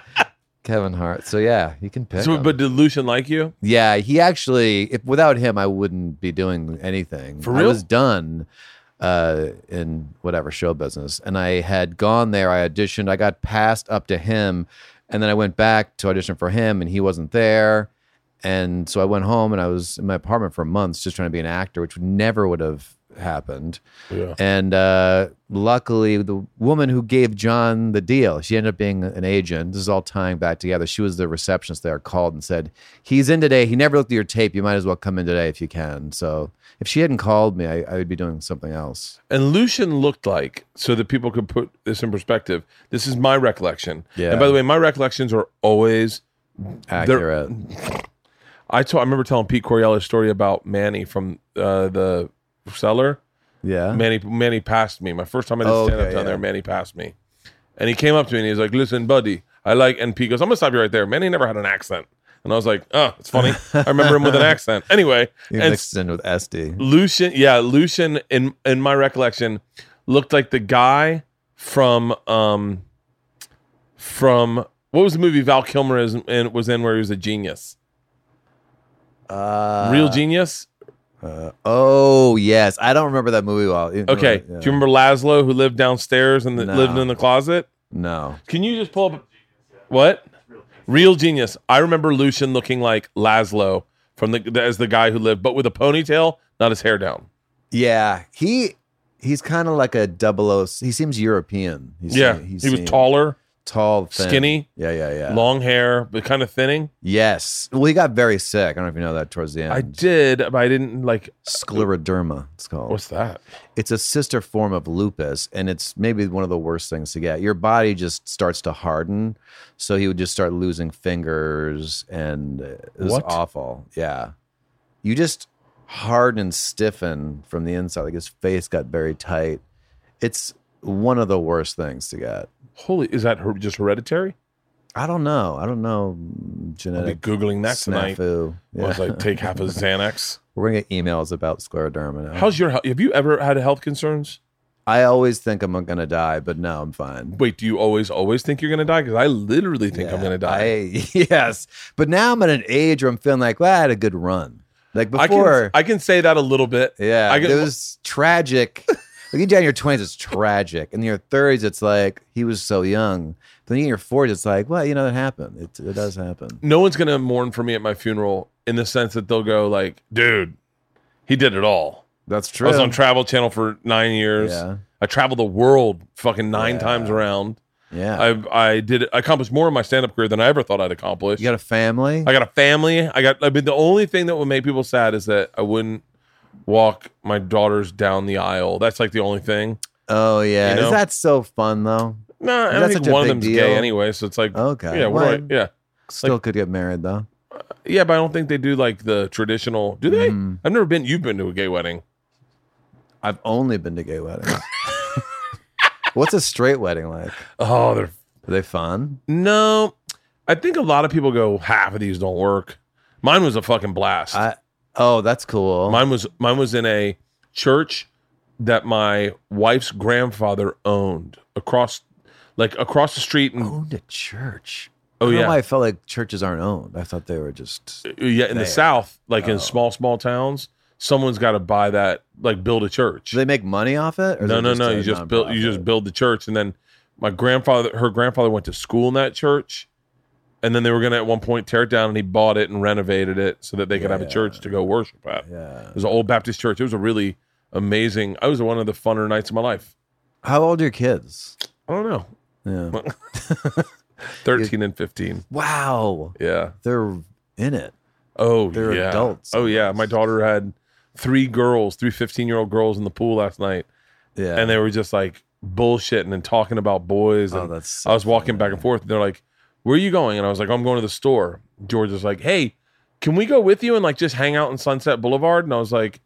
[SPEAKER 4] Kevin Hart. So yeah, you can pick.
[SPEAKER 1] So,
[SPEAKER 4] him.
[SPEAKER 1] but did Lucian like you?
[SPEAKER 4] yeah, he actually. If without him, I wouldn't be doing anything.
[SPEAKER 1] For
[SPEAKER 4] I
[SPEAKER 1] real?
[SPEAKER 4] was done uh, in whatever show business, and I had gone there. I auditioned. I got passed up to him, and then I went back to audition for him, and he wasn't there. And so I went home, and I was in my apartment for months, just trying to be an actor, which never would have happened.
[SPEAKER 1] Yeah.
[SPEAKER 4] And uh, luckily, the woman who gave John the deal, she ended up being an agent. This is all tying back together. She was the receptionist there, called and said, He's in today. He never looked at your tape. You might as well come in today if you can. So if she hadn't called me, I, I would be doing something else.
[SPEAKER 1] And Lucian looked like, so that people could put this in perspective. This is my recollection.
[SPEAKER 4] Yeah.
[SPEAKER 1] And by the way, my recollections are always
[SPEAKER 4] Accurate.
[SPEAKER 1] I told I remember telling Pete Coriella's story about Manny from uh, the cellar.
[SPEAKER 4] yeah.
[SPEAKER 1] Manny Manny passed me. My first time I did
[SPEAKER 4] Oh,
[SPEAKER 1] stand up
[SPEAKER 4] okay,
[SPEAKER 1] down there,
[SPEAKER 4] yeah.
[SPEAKER 1] Manny passed me. And he came up to me and he was like, Listen, buddy, I like and Pete goes, I'm gonna stop you right there. Manny never had an accent. And I was like, oh, it's funny. I remember him with an accent. Anyway,
[SPEAKER 4] You
[SPEAKER 1] and
[SPEAKER 4] mixed in with
[SPEAKER 1] Mm.
[SPEAKER 4] SD.
[SPEAKER 1] Lucian, yeah, Lucian in in my recollection looked like the guy from um from what was the movie Val Kilmer is in, was in where he was a genius?
[SPEAKER 4] Uh,
[SPEAKER 1] Real genius?
[SPEAKER 4] uh, oh, yes. I don't remember that movie well.
[SPEAKER 1] Okay.
[SPEAKER 4] Yeah.
[SPEAKER 1] Do you remember Laszlo who lived downstairs and the,
[SPEAKER 4] No.
[SPEAKER 1] lived in the closet?
[SPEAKER 4] No.
[SPEAKER 1] Can you just pull up what? Real genius. I remember Lucian looking like Laszlo from the as the guy who lived, but with a ponytail, not his hair down.
[SPEAKER 4] Yeah. He. He's kind of like a double O. He seems European. He's
[SPEAKER 1] yeah, he was taller,
[SPEAKER 4] tall, thin.
[SPEAKER 1] skinny,
[SPEAKER 4] Yeah, yeah, yeah.
[SPEAKER 1] long hair, but kind of thinning.
[SPEAKER 4] Yes. Well, he got very sick. I don't know if you know that towards the end.
[SPEAKER 1] I did, but I didn't like.
[SPEAKER 4] Scleroderma, it's called.
[SPEAKER 1] What's that?
[SPEAKER 4] It's a sister form of lupus, and it's maybe one of the worst things to get. Your body just starts to harden. So he would just start losing fingers, and it was
[SPEAKER 1] What?
[SPEAKER 4] awful. Yeah. You just harden and stiffen from the inside. Like his face got very tight. It's one of the worst things to get.
[SPEAKER 1] Holy, is that her, just hereditary?
[SPEAKER 4] I don't know. I don't know
[SPEAKER 1] I'll be
[SPEAKER 4] genetic
[SPEAKER 1] googling that tonight.
[SPEAKER 4] snafu.
[SPEAKER 1] I was like, take half a Xanax.
[SPEAKER 4] We're gonna get emails about scleroderma. Now.
[SPEAKER 1] How's your? health? Have you ever had health concerns?
[SPEAKER 4] I always think I'm gonna die, but no, I'm fine.
[SPEAKER 1] Wait, do you always always think you're gonna die? Because I literally think I'm
[SPEAKER 4] Yeah,
[SPEAKER 1] gonna die.
[SPEAKER 4] I- yes, but now I'm at an age where I'm feeling like, well, I had a good run. Like
[SPEAKER 1] I
[SPEAKER 4] before,
[SPEAKER 1] can I can say that a little bit.
[SPEAKER 4] yeah,
[SPEAKER 1] I can-
[SPEAKER 4] it was tragic. like you get in your 20s, it's tragic. In your 30s, it's like he was so young. But then you get in your 40s, it's like, well, you know, that happened. It, it does happen.
[SPEAKER 1] no one's gonna mourn for me at my funeral in the sense that they'll go like, dude, he did it all.
[SPEAKER 4] That's
[SPEAKER 1] I
[SPEAKER 4] true.
[SPEAKER 1] was on Travel Channel for nine years.
[SPEAKER 4] Yeah,
[SPEAKER 1] I traveled the world fucking nine
[SPEAKER 4] Yeah.
[SPEAKER 1] times around.
[SPEAKER 4] yeah.
[SPEAKER 1] I I did I accomplished more in my stand up career than I ever thought I'd accomplish.
[SPEAKER 4] you got a family.
[SPEAKER 1] I got a family. I got. I mean, the only thing that would make people sad is that I wouldn't walk my daughters down the aisle. That's like the only thing.
[SPEAKER 4] oh yeah,
[SPEAKER 1] You know?
[SPEAKER 4] is that so fun though?
[SPEAKER 1] No, I
[SPEAKER 4] That's
[SPEAKER 1] think
[SPEAKER 4] such a
[SPEAKER 1] one of
[SPEAKER 4] big
[SPEAKER 1] them's
[SPEAKER 4] deal.
[SPEAKER 1] gay anyway, so it's like
[SPEAKER 4] Okay,
[SPEAKER 1] yeah, what do I-
[SPEAKER 4] well,
[SPEAKER 1] yeah,
[SPEAKER 4] Still could get married though.
[SPEAKER 1] yeah. But I don't think they do like the traditional. Do they?
[SPEAKER 4] Mm.
[SPEAKER 1] I've never been. You've been to a gay wedding.
[SPEAKER 4] I've only been to gay weddings. What's a straight wedding like?
[SPEAKER 1] Oh, they're
[SPEAKER 4] Are they fun?
[SPEAKER 1] no. I think a lot of people go. Half of these don't work. Mine was a fucking blast.
[SPEAKER 4] I oh, that's cool.
[SPEAKER 1] Mine was mine was in a church that my wife's grandfather owned across like across the street and
[SPEAKER 4] owned a church.
[SPEAKER 1] Oh,
[SPEAKER 4] I don't
[SPEAKER 1] yeah.
[SPEAKER 4] know why I felt like churches aren't owned. I thought they were just
[SPEAKER 1] yeah in the
[SPEAKER 4] There.
[SPEAKER 1] south like
[SPEAKER 4] Oh.
[SPEAKER 1] in small small towns someone's got to buy that like build a church
[SPEAKER 4] do they make money off it? Or is
[SPEAKER 1] no
[SPEAKER 4] it
[SPEAKER 1] no no
[SPEAKER 4] a
[SPEAKER 1] you just build you just
[SPEAKER 4] nonprofit?
[SPEAKER 1] build the church and then my grandfather her grandfather went to school in that church and then they were going to at one point tear it down and he bought it and renovated it so that they could
[SPEAKER 4] Yeah,
[SPEAKER 1] have a
[SPEAKER 4] yeah.
[SPEAKER 1] church to go worship at
[SPEAKER 4] Yeah.
[SPEAKER 1] it was an old baptist church it was a really amazing i was one of the funner nights of my life
[SPEAKER 4] How old are your kids?
[SPEAKER 1] i don't know
[SPEAKER 4] Yeah.
[SPEAKER 1] 13 and 15
[SPEAKER 4] Wow.
[SPEAKER 1] yeah
[SPEAKER 4] They're in it.
[SPEAKER 1] oh
[SPEAKER 4] They're
[SPEAKER 1] yeah
[SPEAKER 4] adults
[SPEAKER 1] oh yeah
[SPEAKER 4] almost.
[SPEAKER 1] my daughter had three girls three 15 year old girls in the pool last night
[SPEAKER 4] Yeah.
[SPEAKER 1] and they were just like bullshitting and talking about boys.
[SPEAKER 4] Oh,
[SPEAKER 1] and
[SPEAKER 4] that's so
[SPEAKER 1] I was walking
[SPEAKER 4] funny.
[SPEAKER 1] back and forth. And they're like, "Where are you going?" And I was like, "I'm going to the store." George was like, "Hey, can we go with you and like just hang out in Sunset Boulevard?" And I was like,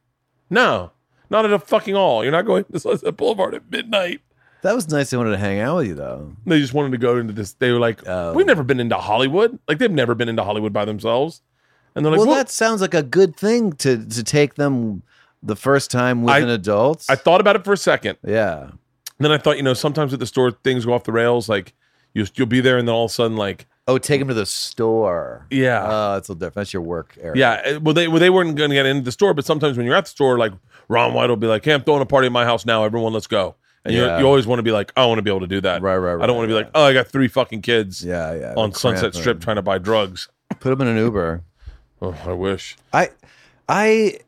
[SPEAKER 1] "No, not at a fucking all. You're not going to Sunset Boulevard at midnight."
[SPEAKER 4] that was nice they wanted to hang out with you though.
[SPEAKER 1] They just wanted to go into this. They were like,
[SPEAKER 4] Oh.
[SPEAKER 1] "We've never been into Hollywood. Like they've never been into Hollywood by themselves." And they're like,
[SPEAKER 4] well,
[SPEAKER 1] "Well,
[SPEAKER 4] that sounds like a good thing to to take them the first time with
[SPEAKER 1] I-
[SPEAKER 4] an adult.
[SPEAKER 1] I thought about it for a second.
[SPEAKER 4] yeah.
[SPEAKER 1] And then I thought, you know, sometimes at the store things go off the rails. Like you, you'll be there, and then all of a sudden, like
[SPEAKER 4] Oh, take him to the store.
[SPEAKER 1] Yeah.
[SPEAKER 4] Oh, that's a little different. That's your work area.
[SPEAKER 1] Yeah, uh, well, they well, they weren't going to get into the store, but sometimes when you're at the store, like Ron White will be like, "Hey, I'm throwing a party at my house now. Everyone, let's go." And you-
[SPEAKER 4] Yeah.
[SPEAKER 1] you always want to be like, "I want to be able to do that."
[SPEAKER 4] Right, right, right.
[SPEAKER 1] I don't want to be like, "Oh, I got three fucking kids
[SPEAKER 4] Yeah, yeah.
[SPEAKER 1] on
[SPEAKER 4] they're
[SPEAKER 1] Sunset
[SPEAKER 4] cramping.
[SPEAKER 1] Strip trying to buy drugs."
[SPEAKER 4] Put him in an Uber.
[SPEAKER 1] Oh, I wish.
[SPEAKER 4] I, I,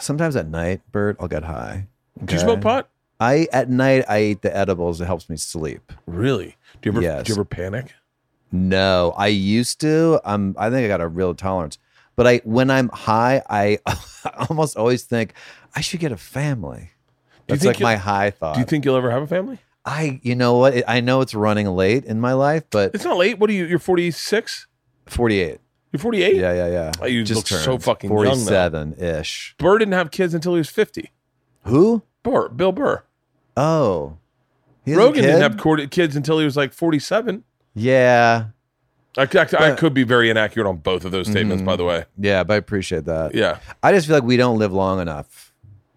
[SPEAKER 4] sometimes at night, Bert, I'll get high.
[SPEAKER 1] Do you
[SPEAKER 4] Okay?
[SPEAKER 1] smoke pot?
[SPEAKER 4] I at night I eat the edibles. It helps me sleep.
[SPEAKER 1] Really? Do you ever
[SPEAKER 4] Yes.
[SPEAKER 1] do you ever panic?
[SPEAKER 4] No, I used to. I'm. I think I got a real tolerance. But I, when I'm high, I almost always think I should get a family.
[SPEAKER 1] Do you
[SPEAKER 4] That's
[SPEAKER 1] think
[SPEAKER 4] like my
[SPEAKER 1] you'll-
[SPEAKER 4] high thought.
[SPEAKER 1] Do you think you'll ever have a family?
[SPEAKER 4] I? You know what? I know it's running late in my life, but
[SPEAKER 1] It's not late. What are you? You're 46.
[SPEAKER 4] 48.
[SPEAKER 1] You're 48.
[SPEAKER 4] Yeah, yeah, yeah.
[SPEAKER 1] Oh, you look so
[SPEAKER 4] turned
[SPEAKER 1] fucking young, though.
[SPEAKER 4] 47 ish.
[SPEAKER 1] Burr didn't have kids until he was 50.
[SPEAKER 4] Who?
[SPEAKER 1] Burr, Bill Burr.
[SPEAKER 4] Oh, He has a
[SPEAKER 1] Rogan
[SPEAKER 4] kid?
[SPEAKER 1] didn't have cord- kids until he was like 47.
[SPEAKER 4] Yeah,
[SPEAKER 1] I, c- I c- I could be very inaccurate on both of those statements, by the way.
[SPEAKER 4] yeah, but I appreciate that.
[SPEAKER 1] Yeah.
[SPEAKER 4] I just feel like we don't live long enough.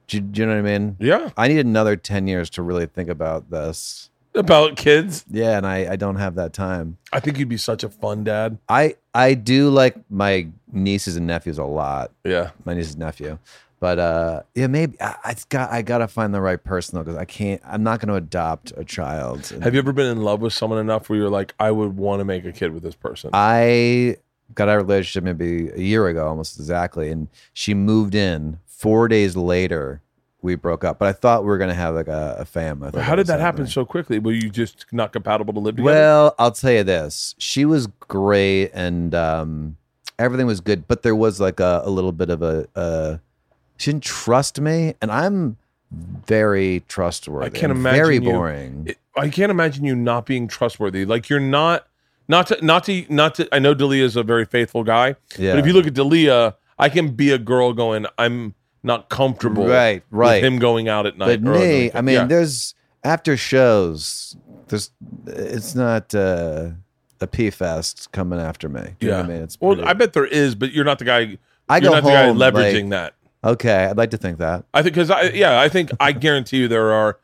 [SPEAKER 4] Do, do you know what I mean?
[SPEAKER 1] Yeah.
[SPEAKER 4] I need another 10 years to really think about this.
[SPEAKER 1] About kids.
[SPEAKER 4] Yeah, and I, I don't have that time.
[SPEAKER 1] I think you'd be such a fun dad.
[SPEAKER 4] I I do like my nieces and nephews a lot.
[SPEAKER 1] Yeah.
[SPEAKER 4] My niece's nephew. But uh yeah, maybe I, I got I gotta find the right person though, because I can't I'm not gonna adopt a child.
[SPEAKER 1] Have you ever been in love with someone enough where you're like, I would want to make a kid with this person?
[SPEAKER 4] I got out of a relationship maybe a year ago, almost exactly, and she moved in. Four days later, we broke up. But I thought we were gonna have like a, a family. I thought
[SPEAKER 1] How did
[SPEAKER 4] was
[SPEAKER 1] that happen
[SPEAKER 4] happening.
[SPEAKER 1] so quickly? Were you just not compatible to live together?
[SPEAKER 4] Well, I'll tell you this: she was great, and um, everything was good. But there was like a, a little bit of a, a she didn't trust me, and I'm very trustworthy.
[SPEAKER 1] I can't
[SPEAKER 4] and
[SPEAKER 1] imagine
[SPEAKER 4] Very
[SPEAKER 1] you-
[SPEAKER 4] boring.
[SPEAKER 1] It- I can't imagine you not being trustworthy. Like you're not, not to, not to, not to. I know Dalia is a very faithful guy,
[SPEAKER 4] Yeah.
[SPEAKER 1] but if you look at Dalia, I can be a girl going, I'm not comfortable,
[SPEAKER 4] Right, right.
[SPEAKER 1] with him going out at night.
[SPEAKER 4] but
[SPEAKER 1] or on the
[SPEAKER 4] me, I
[SPEAKER 1] weekend.
[SPEAKER 4] mean,
[SPEAKER 1] Yeah.
[SPEAKER 4] there's after shows. There's it's not uh, a P fest coming after me. Do you know what I mean, it's
[SPEAKER 1] well,
[SPEAKER 4] pretty-
[SPEAKER 1] I bet there is, but you're not the guy.
[SPEAKER 4] I
[SPEAKER 1] you're
[SPEAKER 4] go
[SPEAKER 1] not the guy
[SPEAKER 4] home,
[SPEAKER 1] leveraging that.
[SPEAKER 4] like- okay. I'd like to think that.
[SPEAKER 1] I think because I yeah, I think I guarantee you there are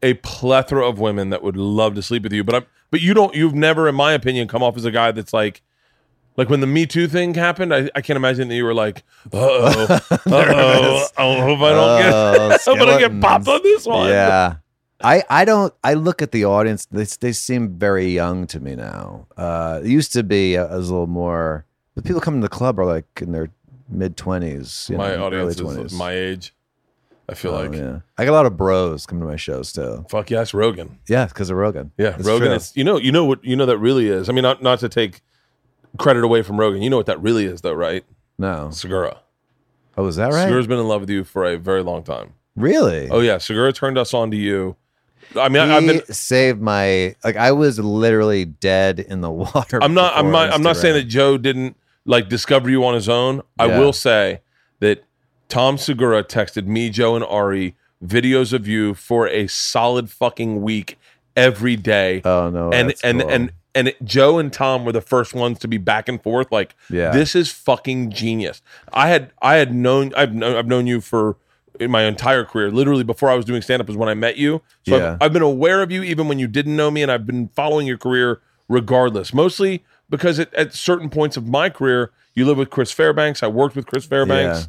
[SPEAKER 1] a plethora of women that would love to sleep with you, but I'm but you don't. You've never, in my opinion, come off as a guy that's like. Like when the Me Too thing happened, I, I can't imagine that you were like, uh oh, uh oh, I hope I don't get,
[SPEAKER 4] Oh,
[SPEAKER 1] I hope I don't get popped
[SPEAKER 4] skeletons.
[SPEAKER 1] on this one.
[SPEAKER 4] Yeah. I, I don't I look at the audience they, they seem very young to me now. Uh, it used to be I was a little more the people coming to the club are like in their mid 20s, you
[SPEAKER 1] my
[SPEAKER 4] know, early
[SPEAKER 1] audience
[SPEAKER 4] 20s.
[SPEAKER 1] is my age. I feel
[SPEAKER 4] Oh,
[SPEAKER 1] like,
[SPEAKER 4] yeah. I got a lot of bros coming to my shows too.
[SPEAKER 1] fuck yes, Rogan.
[SPEAKER 4] Yeah, cuz of Rogan.
[SPEAKER 1] Yeah,
[SPEAKER 4] It's
[SPEAKER 1] Rogan.
[SPEAKER 4] true.
[SPEAKER 1] It's you know, you know what you know that really is. I mean, not not to take credit away from Rogan. You know what that really is, though, right?
[SPEAKER 4] No.
[SPEAKER 1] Segura.
[SPEAKER 4] Oh, is that right?
[SPEAKER 1] Segura's been in love with you for a very long time.
[SPEAKER 4] Really?
[SPEAKER 1] Oh yeah, Segura turned us on to you. I mean, I, I've
[SPEAKER 4] he
[SPEAKER 1] been.
[SPEAKER 4] saved my like I was literally dead in the water.
[SPEAKER 1] I'm not. I'm
[SPEAKER 4] before
[SPEAKER 1] not. I'm not saying
[SPEAKER 4] Instagram.
[SPEAKER 1] that Joe didn't like discover you on his own. I
[SPEAKER 4] Yeah.
[SPEAKER 1] will say that Tom Segura texted me, Joe, and Ari videos of you for a solid fucking week every day.
[SPEAKER 4] Oh no.
[SPEAKER 1] and
[SPEAKER 4] that's
[SPEAKER 1] and
[SPEAKER 4] cool.
[SPEAKER 1] and and it- Joe and Tom were the first ones to be back and forth. Like,
[SPEAKER 4] Yeah.
[SPEAKER 1] this is fucking genius. I had I had known I've known I've known you for in my entire career. Literally before I was doing stand up is when I met you. So
[SPEAKER 4] Yeah.
[SPEAKER 1] I've, I've been aware of you even when you didn't know me, and I've been following your career regardless. Mostly because at, at certain points of my career, you live with Chris Fairbanks. I worked with Chris Fairbanks.
[SPEAKER 4] Yeah.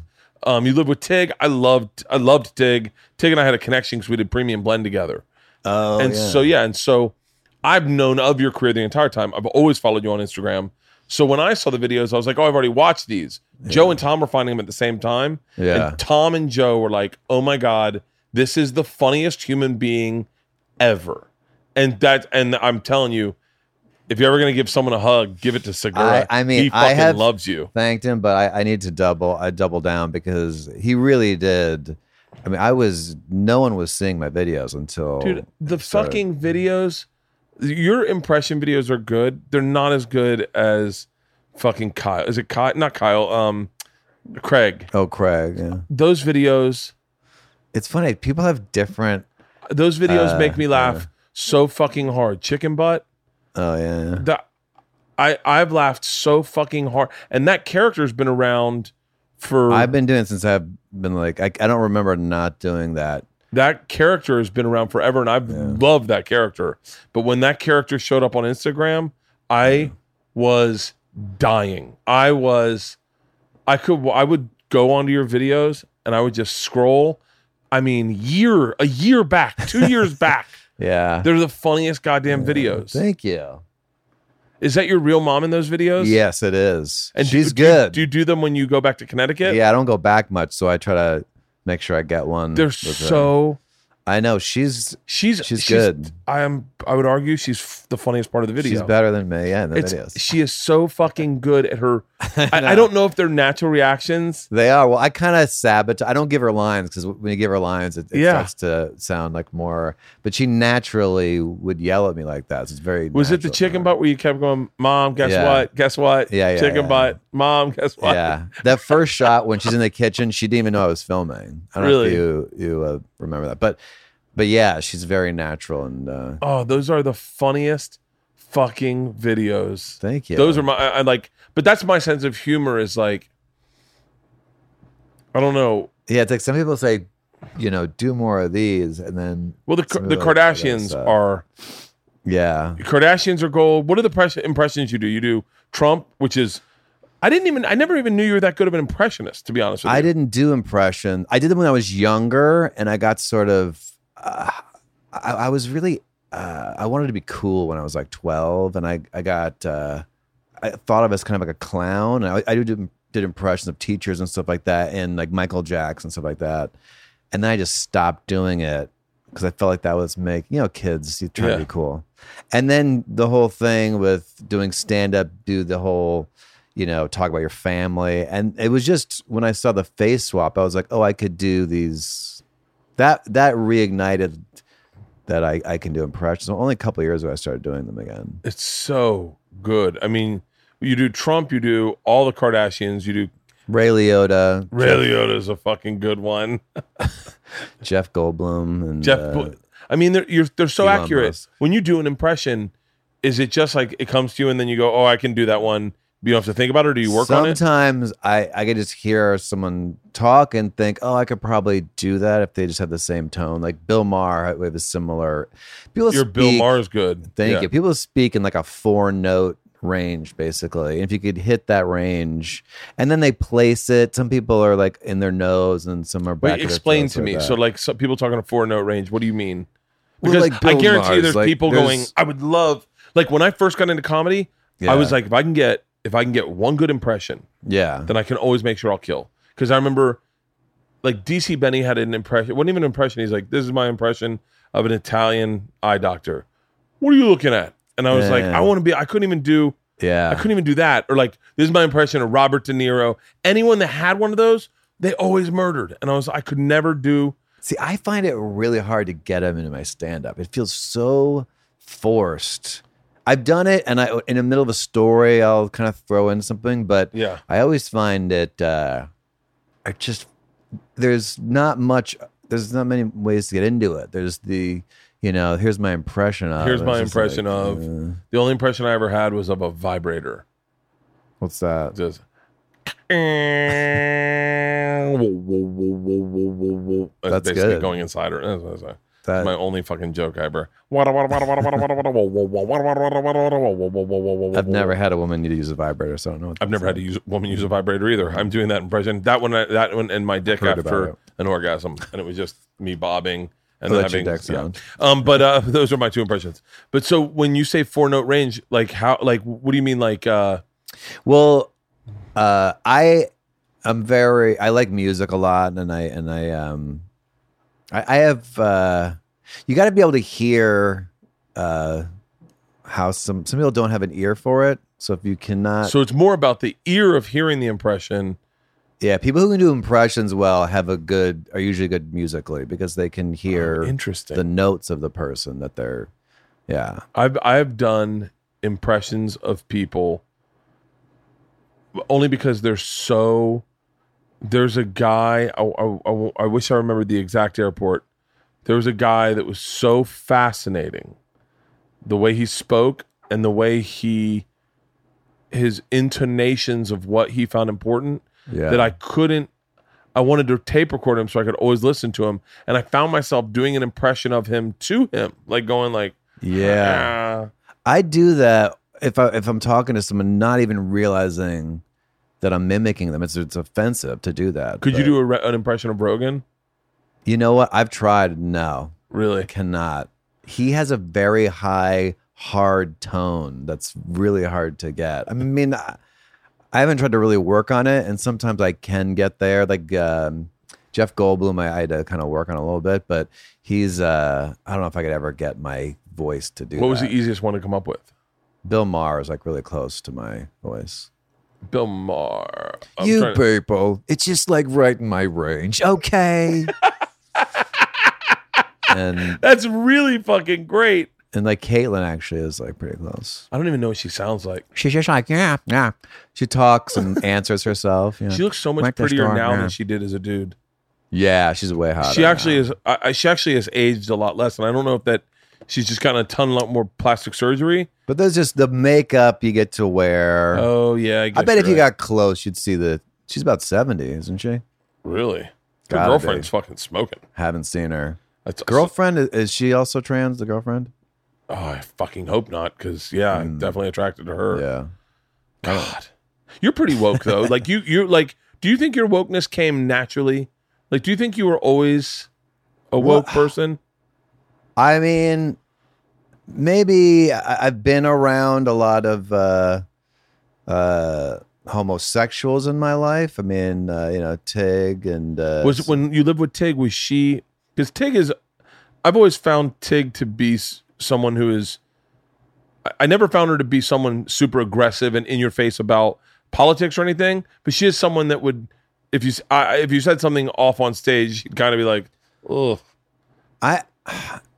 [SPEAKER 1] Um, you live with Tig. I loved I loved Tig. Tig and I had a connection because we did Premium Blend together
[SPEAKER 4] oh,
[SPEAKER 1] and
[SPEAKER 4] yeah.
[SPEAKER 1] so yeah, and so I've known of your career the entire time. I've always followed you on Instagram. So when I saw the videos, I was like, "Oh, I've already watched these." Joe and Tom were finding them at the same time.
[SPEAKER 4] Yeah.
[SPEAKER 1] and Tom and Joe were like, "Oh my god, this is the funniest human being ever." And that, and I'm telling you, if you're ever gonna give someone a hug, give it to Segura.
[SPEAKER 4] I- I mean,
[SPEAKER 1] he fucking
[SPEAKER 4] I have-
[SPEAKER 1] loves you.
[SPEAKER 4] thanked him, but I, I need to double. I double down because he really did. I mean, I was no one was seeing my videos until
[SPEAKER 1] Dude, the
[SPEAKER 4] it started.
[SPEAKER 1] fucking videos, your impression videos are good. They're not as good as fucking Kyle. Is it Kyle? Not Kyle. Um, Craig.
[SPEAKER 4] Oh, Craig. Yeah.
[SPEAKER 1] Those videos,
[SPEAKER 4] It's funny. People have different.
[SPEAKER 1] those videos
[SPEAKER 4] Uh,
[SPEAKER 1] make me laugh so fucking hard. Chicken butt.
[SPEAKER 4] Oh yeah. yeah.
[SPEAKER 1] That I I've laughed so fucking hard, and that character's been around for.
[SPEAKER 4] I've been doing it since I've been like I, I don't remember not doing that.
[SPEAKER 1] that character has been around forever and I've loved that character. But when that character showed up on Instagram, I was dying. I was, I could, I would go onto your videos and I would just scroll. I mean, year, a year back, two years back.
[SPEAKER 4] Yeah.
[SPEAKER 1] They're the funniest goddamn videos.
[SPEAKER 4] Thank you.
[SPEAKER 1] Is that your real mom in those videos?
[SPEAKER 4] Yes, it is.
[SPEAKER 1] And
[SPEAKER 4] And
[SPEAKER 1] do-
[SPEAKER 4] she's
[SPEAKER 1] do, you-
[SPEAKER 4] good.
[SPEAKER 1] Do you do them when you go back to Connecticut?
[SPEAKER 4] yeah, I don't go back much, so I try to make sure I get one.
[SPEAKER 1] They're
[SPEAKER 4] with her.
[SPEAKER 1] so
[SPEAKER 4] I know she's
[SPEAKER 1] she's
[SPEAKER 4] She's good.
[SPEAKER 1] I am. I would argue she's f- the funniest part of the video.
[SPEAKER 4] she's better than me. Yeah, in the
[SPEAKER 1] It's-
[SPEAKER 4] videos.
[SPEAKER 1] She is so fucking good at her. I, I
[SPEAKER 4] know.
[SPEAKER 1] don't know if they're natural reactions.
[SPEAKER 4] They are. Well, I kind of sabotage. I don't give her lines because when you give her lines, it, it
[SPEAKER 1] Yeah.
[SPEAKER 4] starts to sound like more. But she naturally would yell at me like that. So it's very.
[SPEAKER 1] Was it the
[SPEAKER 4] natural for
[SPEAKER 1] chicken
[SPEAKER 4] her.
[SPEAKER 1] butt where you kept going, Mom, guess
[SPEAKER 4] Yeah.
[SPEAKER 1] what? Guess what?
[SPEAKER 4] Yeah, yeah,
[SPEAKER 1] Chicken
[SPEAKER 4] yeah.
[SPEAKER 1] butt. Mom, guess what?
[SPEAKER 4] Yeah, that first shot when she's in the kitchen, she didn't even know I was filming. I don't
[SPEAKER 1] Really?
[SPEAKER 4] know if you you uh, remember that, but but yeah, she's very natural and uh,
[SPEAKER 1] Oh, those are the funniest fucking videos.
[SPEAKER 4] thank you.
[SPEAKER 1] Those are my, I, I like, but that's my sense of humor is like, I don't know.
[SPEAKER 4] yeah. It's like some people say, you know, do more of these, and then
[SPEAKER 1] Well, the,
[SPEAKER 4] Some of
[SPEAKER 1] the
[SPEAKER 4] those- those,
[SPEAKER 1] Kardashians
[SPEAKER 4] uh,
[SPEAKER 1] are,
[SPEAKER 4] yeah,
[SPEAKER 1] Kardashians are gold. What are the press, impressions you do? You do Trump, which is, I didn't even, I never even knew you were that good of an impressionist, to be honest with you.
[SPEAKER 4] I didn't do impression. I did them when I was younger, and I got sort of. Uh, I, I was really. Uh, I wanted to be cool when I was like twelve, and I I got. Uh, I thought of as kind of like a clown, and I, I did did impressions of teachers and stuff like that, and like Michael Jackson and stuff like that, and then I just stopped doing it because I felt like that was make you know kids you try
[SPEAKER 1] Yeah.
[SPEAKER 4] to be cool, and then the whole thing with doing stand up, do the whole you know, talk about your family. And it was just when I saw the face swap, I was like, oh, I could do these. That that reignited that I, I can do impressions. Only a couple of years ago, I started doing them again.
[SPEAKER 1] It's so good. I mean, you do Trump, you do all the Kardashians, you do
[SPEAKER 4] Ray Liotta,
[SPEAKER 1] Ray Liotta's a fucking good one.
[SPEAKER 4] Jeff Goldblum, and
[SPEAKER 1] Jeff,
[SPEAKER 4] uh,
[SPEAKER 1] Bl- I mean, they're you're, they're so
[SPEAKER 4] Elon
[SPEAKER 1] accurate.
[SPEAKER 4] Musk.
[SPEAKER 1] When you do an impression, is it just like it comes to you and then you go, "Oh, I can do that one." You don't have to think about it. Or do you work on it?
[SPEAKER 4] Sometimes I I could just hear someone talk and think, oh, I could probably do that if they just have the same tone. Like Bill Maher, we have a similar. People
[SPEAKER 1] Your Bill
[SPEAKER 4] speak-
[SPEAKER 1] Maher's good.
[SPEAKER 4] Thank
[SPEAKER 1] Yeah.
[SPEAKER 4] you. People speak in like a four note range, basically. And if you could hit that range and then they place it, some people are like in their nose and some are back.
[SPEAKER 1] Wait,
[SPEAKER 4] of their
[SPEAKER 1] explain
[SPEAKER 4] throats
[SPEAKER 1] to
[SPEAKER 4] like
[SPEAKER 1] me.
[SPEAKER 4] that.
[SPEAKER 1] So, like, so people talking a four note range. What do you mean?
[SPEAKER 4] Well,
[SPEAKER 1] Because
[SPEAKER 4] like
[SPEAKER 1] I
[SPEAKER 4] Bill
[SPEAKER 1] guarantee
[SPEAKER 4] Maher's,
[SPEAKER 1] there's
[SPEAKER 4] like,
[SPEAKER 1] people
[SPEAKER 4] there's-
[SPEAKER 1] going. I would love like when I first got into comedy,
[SPEAKER 4] Yeah.
[SPEAKER 1] I was like, if I can get if I can get one good impression,
[SPEAKER 4] yeah.
[SPEAKER 1] then I can always make sure I'll kill. Because I remember, like DC Benny had an impression. It wasn't even an impression. He's like, "This is my impression of an Italian eye doctor." What are you looking at? And I was like,
[SPEAKER 4] Yeah.
[SPEAKER 1] "I want to be." I couldn't even do. I
[SPEAKER 4] Yeah.
[SPEAKER 1] couldn't even do that. Or like, this is my impression of Robert De Niro. Anyone that had one of those, they always murdered. And I was, I could never do.
[SPEAKER 4] See, I find it really hard to get them into my stand up. It feels so forced. I've done it and I in the middle of a story, I'll kind of throw in something, but
[SPEAKER 1] Yeah.
[SPEAKER 4] I always find it uh I just there's not much there's not many ways to get into it. There's the you know, here's my impression of
[SPEAKER 1] Here's
[SPEAKER 4] it's
[SPEAKER 1] my
[SPEAKER 4] just
[SPEAKER 1] impression
[SPEAKER 4] like,
[SPEAKER 1] of-
[SPEAKER 4] uh,
[SPEAKER 1] The only impression I ever had was of a vibrator.
[SPEAKER 4] what's that?
[SPEAKER 1] Just. "Eh, That's,
[SPEAKER 4] That's
[SPEAKER 1] basically
[SPEAKER 4] good.
[SPEAKER 1] going inside her. That's what I was like.
[SPEAKER 4] That
[SPEAKER 1] my only fucking joke ever.
[SPEAKER 4] I've
[SPEAKER 1] I've
[SPEAKER 4] never had a woman use a vibrator, so I don't know. What
[SPEAKER 1] I've never had to use woman use a vibrator either. I'm doing that impression. That one, that one, and my dick
[SPEAKER 4] Heard about
[SPEAKER 1] after
[SPEAKER 4] it.
[SPEAKER 1] an orgasm, and it was just me bobbing and
[SPEAKER 4] Oh,
[SPEAKER 1] then
[SPEAKER 4] that's your
[SPEAKER 1] having.
[SPEAKER 4] dick
[SPEAKER 1] Yeah.
[SPEAKER 4] sound.
[SPEAKER 1] Um, but uh, those are my two impressions. But so when you say four note range, like how, like what do you mean, like uh,
[SPEAKER 4] Well, uh, I am very. I like music a lot, and I and I um, I, I have. Uh, you got to be able to hear uh, how some some people don't have an ear for it. So if you cannot,
[SPEAKER 1] so it's more about the ear of hearing the impression.
[SPEAKER 4] yeah, people who can do impressions well have a good are usually good musically because they can hear
[SPEAKER 1] Oh, Interesting.
[SPEAKER 4] the notes of the person that they're. Yeah,
[SPEAKER 1] I've I've done impressions of people only because they're so. There's a guy. I, I, I, I wish I remembered the exact airport. There was a guy that was so fascinating, the way he spoke and the way he, his intonations of what he found important
[SPEAKER 4] yeah.
[SPEAKER 1] that I couldn't. I wanted to tape record him so I could always listen to him, and I found myself doing an impression of him to him, like going like,
[SPEAKER 4] yeah.
[SPEAKER 1] "Ah."
[SPEAKER 4] I do that if I if I'm talking to someone not even realizing that I'm mimicking them, it's it's offensive to do that.
[SPEAKER 1] Could you
[SPEAKER 4] but-
[SPEAKER 1] do a, re- an impression of Rogan?
[SPEAKER 4] You know what? I've tried. No,
[SPEAKER 1] Really?
[SPEAKER 4] cannot. He has a very high, hard tone that's really hard to get. I mean, I, I haven't tried to really work on it, and sometimes I can get there. Like um, Jeff Goldblum, I, I had to kind of work on a little bit, but he's, uh, I don't know if I could ever get my voice to do
[SPEAKER 1] What was the
[SPEAKER 4] that.
[SPEAKER 1] easiest one to come up with?
[SPEAKER 4] Bill Maher is like really close to my voice.
[SPEAKER 1] Bill Maher. I'm
[SPEAKER 4] you
[SPEAKER 1] trying to-
[SPEAKER 4] people, it's just like right in my range. Okay. and
[SPEAKER 1] that's really fucking great.
[SPEAKER 4] And like Caitlyn actually is like pretty close.
[SPEAKER 1] I don't even know what she sounds like.
[SPEAKER 4] She's just like, yeah, yeah. She talks and answers herself. you know.
[SPEAKER 1] She looks so much
[SPEAKER 4] Like this
[SPEAKER 1] prettier
[SPEAKER 4] dog,
[SPEAKER 1] now
[SPEAKER 4] yeah.
[SPEAKER 1] than she did as a dude.
[SPEAKER 4] yeah, she's way hotter.
[SPEAKER 1] She actually
[SPEAKER 4] now.
[SPEAKER 1] is. I, I- she actually has aged a lot less, and I don't know if that she's just gotten a ton lot more plastic surgery.
[SPEAKER 4] But there's just the makeup you get to wear.
[SPEAKER 1] Oh yeah, I,
[SPEAKER 4] I
[SPEAKER 1] guess
[SPEAKER 4] bet if
[SPEAKER 1] you're
[SPEAKER 4] you
[SPEAKER 1] right.
[SPEAKER 4] got close, you'd see the. She's about 70, isn't she?
[SPEAKER 1] really, her
[SPEAKER 4] Gotta
[SPEAKER 1] girlfriend's
[SPEAKER 4] be.
[SPEAKER 1] fucking smoking.
[SPEAKER 4] Haven't seen her.
[SPEAKER 1] That's
[SPEAKER 4] Girlfriend, is- is she also trans, the girlfriend?
[SPEAKER 1] Oh, I fucking hope not, because yeah, I'm definitely attracted to her.
[SPEAKER 4] Mm. Yeah.
[SPEAKER 1] God, you're pretty woke though. like you, you're like. Do you think your wokeness came naturally? Like, do you think you were always a woke
[SPEAKER 4] Well,
[SPEAKER 1] person?
[SPEAKER 4] I mean, maybe I, I've been around a lot of uh, uh, homosexuals in my life. I mean, uh, you know, Tig and uh,
[SPEAKER 1] was when you lived with Tig, was she? Because Tig is, I've always found Tig to be s- someone who is. I- I never found her to be someone super aggressive and in your face about politics or anything, but she is someone that would, if you s- I, I- if you said something off on stage, she'd kind of be like, "Ugh."
[SPEAKER 4] I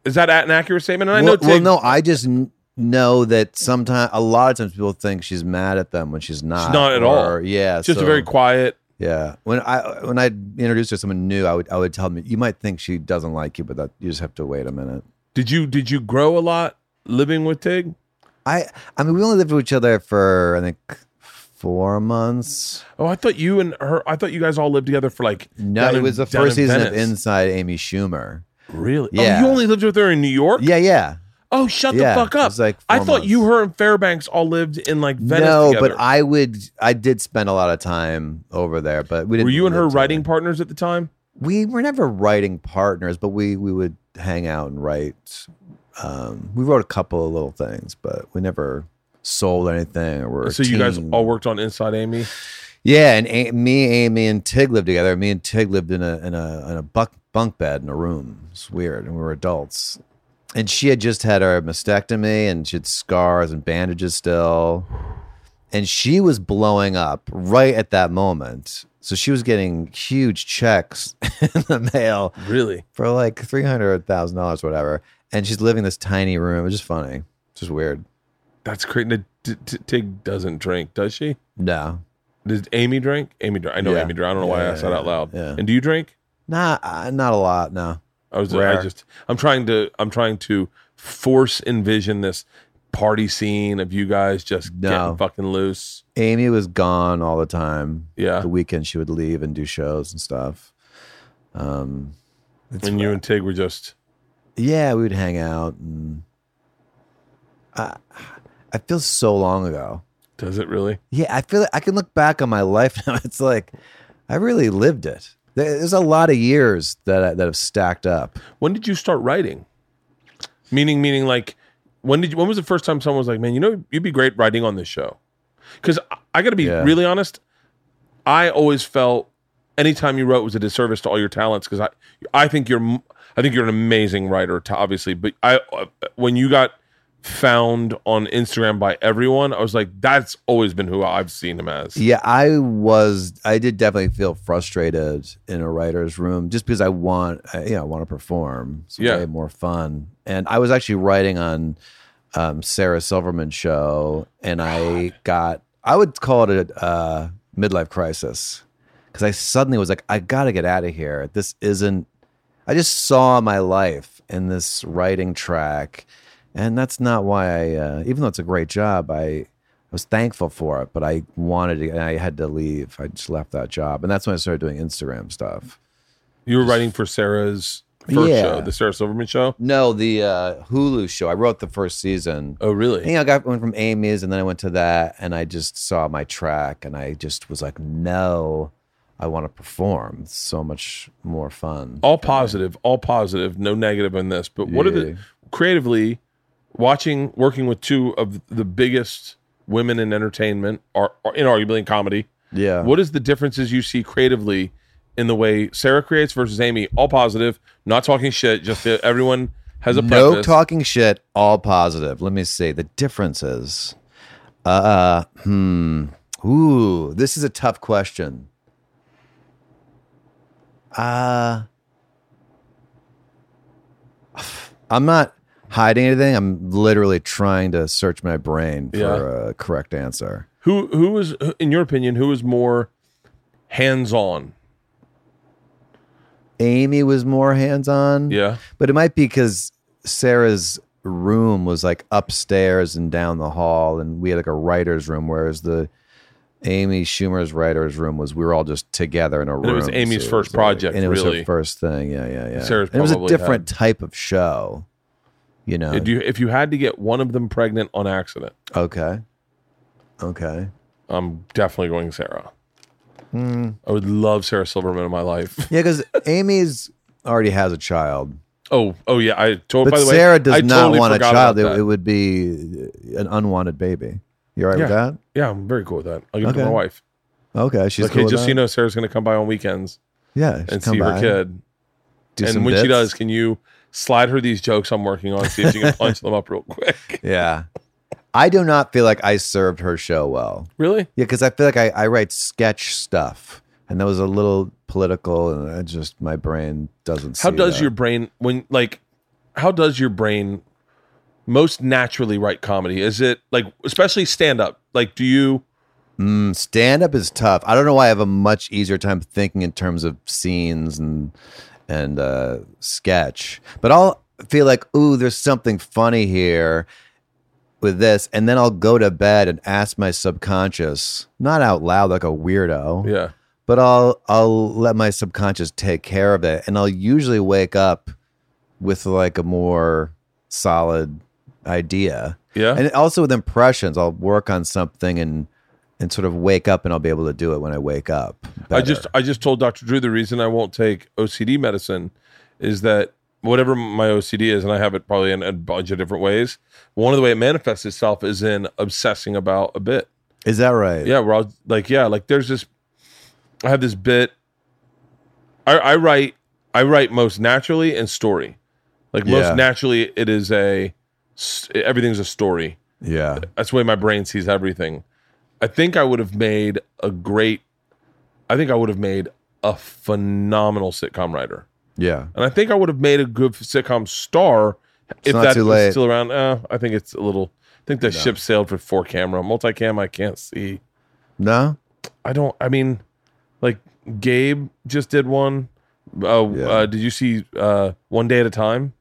[SPEAKER 1] Is that an accurate statement? And I
[SPEAKER 4] well,
[SPEAKER 1] know Tig.
[SPEAKER 4] well, no, I just kn- know that sometimes a lot of times people think she's mad at them when she's not.
[SPEAKER 1] not at all.
[SPEAKER 4] or- Yeah,
[SPEAKER 1] just
[SPEAKER 4] so-
[SPEAKER 1] a very quiet.
[SPEAKER 4] Yeah, when I when I introduced her to someone new, I would I would tell them you might think she doesn't like you, but that you just have to wait a minute.
[SPEAKER 1] Did you did you grow a lot living with Tig?
[SPEAKER 4] I I mean, we only lived with each other for I think four months.
[SPEAKER 1] Oh, I thought you and her. I thought you guys all lived together for like.
[SPEAKER 4] No,
[SPEAKER 1] down
[SPEAKER 4] it
[SPEAKER 1] in-
[SPEAKER 4] was the
[SPEAKER 1] down
[SPEAKER 4] first
[SPEAKER 1] in
[SPEAKER 4] season of
[SPEAKER 1] Venice.
[SPEAKER 4] Inside Amy Schumer.
[SPEAKER 1] Really?
[SPEAKER 4] Yeah.
[SPEAKER 1] Oh, you only lived with her in New York.
[SPEAKER 4] Yeah, yeah.
[SPEAKER 1] Oh, shut
[SPEAKER 4] Yeah,
[SPEAKER 1] the fuck
[SPEAKER 4] it
[SPEAKER 1] up!
[SPEAKER 4] was like
[SPEAKER 1] I
[SPEAKER 4] four
[SPEAKER 1] thought you,
[SPEAKER 4] months.
[SPEAKER 1] her, and Fairbanks all lived in like Venice.
[SPEAKER 4] no,
[SPEAKER 1] together.
[SPEAKER 4] but I would. I did spend a lot of time over there, but we didn't.
[SPEAKER 1] were you and
[SPEAKER 4] live
[SPEAKER 1] her
[SPEAKER 4] together.
[SPEAKER 1] writing partners at the time?
[SPEAKER 4] We were never writing partners, but we we would hang out and write. Um, we wrote a couple of little things, but we never sold anything or were. a
[SPEAKER 1] so you guys
[SPEAKER 4] team.
[SPEAKER 1] all worked on Inside Amy.
[SPEAKER 4] Yeah, and a- me, Amy, and Tig lived together. Me and Tig lived in a in a in a buck, bunk bed in a room. It's weird, and we were adults. And she had just had her mastectomy, and she had scars and bandages still. And she was blowing up right at that moment. So she was getting huge checks in the mail
[SPEAKER 1] Really?
[SPEAKER 4] for like three hundred thousand dollars, whatever. And she's living in this tiny room. It was just funny. It's just weird.
[SPEAKER 1] That's crazy. T- t- Tig doesn't drink, does she?
[SPEAKER 4] No,
[SPEAKER 1] Does Amy drink? Amy, dr- I know
[SPEAKER 4] Yeah.
[SPEAKER 1] Amy drink. I don't know why I
[SPEAKER 4] Yeah,
[SPEAKER 1] asked that out loud.
[SPEAKER 4] yeah.
[SPEAKER 1] And do you drink?
[SPEAKER 4] not uh, not a lot. No.
[SPEAKER 1] I was. I
[SPEAKER 4] Rare.
[SPEAKER 1] just. I'm trying to. I'm trying to force envision this party scene of you guys just
[SPEAKER 4] No.
[SPEAKER 1] getting fucking loose.
[SPEAKER 4] Amy was gone all the time.
[SPEAKER 1] Yeah.
[SPEAKER 4] The weekend she would leave and do shows and stuff. Um, it's-
[SPEAKER 1] and you and Tig were just.
[SPEAKER 4] yeah, we would hang out. And I, I feel so long ago.
[SPEAKER 1] Does it really?
[SPEAKER 4] Yeah, I feel like I can look back on my life now. It's like I really lived it. There- There's a lot of years that I, that have stacked up.
[SPEAKER 1] when did you start writing meaning meaning like when did you, when was the first time someone was like man you know you'd be great writing on this show because I, I gotta be
[SPEAKER 4] Yeah.
[SPEAKER 1] really honest i always felt anytime you wrote was a disservice to all your talents because i i think you're m- i think you're an amazing writer to obviously but i uh, when you got found on instagram by everyone i was like that's always been who i've seen him as
[SPEAKER 4] Yeah, I was. I did definitely feel frustrated in a writer's room just because I want, I, you know, I want to perform. It's
[SPEAKER 1] Yeah.
[SPEAKER 4] way more fun. And I was actually writing on um, Sarah Silverman's show, and I got. I would call it a uh, midlife crisis because I suddenly was like, I got to get out of here. This isn't. I just saw my life in this writing track, and that's not why I. Uh, even though it's a great job, I I was thankful for it, but I wanted to, and I had to leave. I just left that job, and that's when I started doing Instagram stuff.
[SPEAKER 1] you were writing for sarah's First
[SPEAKER 4] Yeah.
[SPEAKER 1] show, the Sarah Silverman show.
[SPEAKER 4] No, the uh, Hulu show. I wrote the first season.
[SPEAKER 1] Oh, really?
[SPEAKER 4] You know, I got went from Amy's and then I went to that, and I just saw my track, and I just was like, no, I want to perform. It's so much more fun.
[SPEAKER 1] All positive, all positive, no negative on this. But what are
[SPEAKER 4] Yeah.
[SPEAKER 1] the creatively watching, working with two of the biggest women in entertainment, are, are inarguably in comedy?
[SPEAKER 4] yeah.
[SPEAKER 1] What is the differences you see creatively in the way Sarah creates versus Amy? All positive, not talking shit. Just that everyone has a
[SPEAKER 4] no
[SPEAKER 1] preface.
[SPEAKER 4] talking shit, all positive. Let me see the differences. Uh, hmm. Ooh, this is a tough question. Uh, I'm not hiding anything. I'm literally trying to search my brain for
[SPEAKER 1] Yeah.
[SPEAKER 4] a correct answer.
[SPEAKER 1] Who who is in your opinion who is more hands on?
[SPEAKER 4] Amy was more hands on.
[SPEAKER 1] Yeah,
[SPEAKER 4] But it might be because Sarah's room was like upstairs and down the hall, and we had like a writer's room, whereas the Amy Schumer's writer's room was we were all just together in a room.
[SPEAKER 1] it was Amy's
[SPEAKER 4] it
[SPEAKER 1] first
[SPEAKER 4] was like-
[SPEAKER 1] project,
[SPEAKER 4] and it was
[SPEAKER 1] really.
[SPEAKER 4] her first thing. Yeah, yeah, yeah.
[SPEAKER 1] Sarah's
[SPEAKER 4] and it was a
[SPEAKER 1] probably
[SPEAKER 4] different type of show. You know.
[SPEAKER 1] if you, if you had to get one of them pregnant on accident,
[SPEAKER 4] okay. Okay.
[SPEAKER 1] I'm definitely going Sarah. I would love Sarah Silverman in my life.
[SPEAKER 4] Yeah, because Amy's already has a child.
[SPEAKER 1] Oh, oh yeah. I told.
[SPEAKER 4] But
[SPEAKER 1] by the way,
[SPEAKER 4] Sarah does
[SPEAKER 1] I
[SPEAKER 4] not
[SPEAKER 1] totally
[SPEAKER 4] want a
[SPEAKER 1] forgot
[SPEAKER 4] child.
[SPEAKER 1] about
[SPEAKER 4] It, it
[SPEAKER 1] that.
[SPEAKER 4] would be an unwanted baby. You all right
[SPEAKER 1] Yeah.
[SPEAKER 4] with
[SPEAKER 1] yeah, I'm very cool with that. I'll give it to
[SPEAKER 4] Okay.
[SPEAKER 1] my wife.
[SPEAKER 4] that? Okay, she's
[SPEAKER 1] okay,
[SPEAKER 4] cool with
[SPEAKER 1] just so you
[SPEAKER 4] that?
[SPEAKER 1] know, Sarah's going to come by on weekends
[SPEAKER 4] Yeah, she'll
[SPEAKER 1] and
[SPEAKER 4] come
[SPEAKER 1] see
[SPEAKER 4] by.
[SPEAKER 1] her kid.
[SPEAKER 4] do
[SPEAKER 1] and
[SPEAKER 4] some
[SPEAKER 1] when she
[SPEAKER 4] bits.
[SPEAKER 1] does, can you slide her these jokes I'm working on? See if she can punch them up real quick.
[SPEAKER 4] yeah. I do not feel like I served her show well.
[SPEAKER 1] Really?
[SPEAKER 4] Yeah, because I feel like I, I write sketch stuff, and that was a little political, and I just my brain doesn't.
[SPEAKER 1] How
[SPEAKER 4] see uh,
[SPEAKER 1] does
[SPEAKER 4] that.
[SPEAKER 1] your brain when like how does your brain most naturally write comedy? Is it like especially stand up? Like do you
[SPEAKER 4] mm, stand up is tough? I don't know why I have a much easier time thinking in terms of scenes and and uh, sketch, but I'll feel like ooh, there's something funny here with this, and then I'll go to bed and ask my subconscious, not out loud like a weirdo,
[SPEAKER 1] Yeah.
[SPEAKER 4] but I'll I'll let my subconscious take care of it, and I'll usually wake up with like a more solid idea.
[SPEAKER 1] Yeah.
[SPEAKER 4] And also with impressions, I'll work on something and and sort of wake up, and I'll be able to do it when I wake up.
[SPEAKER 1] I just I just told Dr. Drew the reason I won't take OCD medicine is that whatever my OCD is, and I have it probably in a bunch of different ways. One of the way it manifests itself is in obsessing about a bit.
[SPEAKER 4] better. is that right?
[SPEAKER 1] Yeah, where I'll like, yeah, like there's this. I have this bit. I, I write, I write most naturally in story. Like
[SPEAKER 4] Yeah.
[SPEAKER 1] most naturally, it is a s- everything's a story.
[SPEAKER 4] yeah,
[SPEAKER 1] That's the way my brain sees everything. I think I would have made a great. I think I would have made a phenomenal sitcom writer,
[SPEAKER 4] yeah.
[SPEAKER 1] and I think I would have made a good sitcom star if
[SPEAKER 4] not
[SPEAKER 1] that
[SPEAKER 4] too
[SPEAKER 1] was
[SPEAKER 4] late.
[SPEAKER 1] still around. Uh, I think it's a little. I think the ship sailed for four camera multicam. I can't see.
[SPEAKER 4] No,
[SPEAKER 1] I don't. I mean, like Gabe just did one. Uh,
[SPEAKER 4] Yeah.
[SPEAKER 1] uh, did you see uh, one day at a time?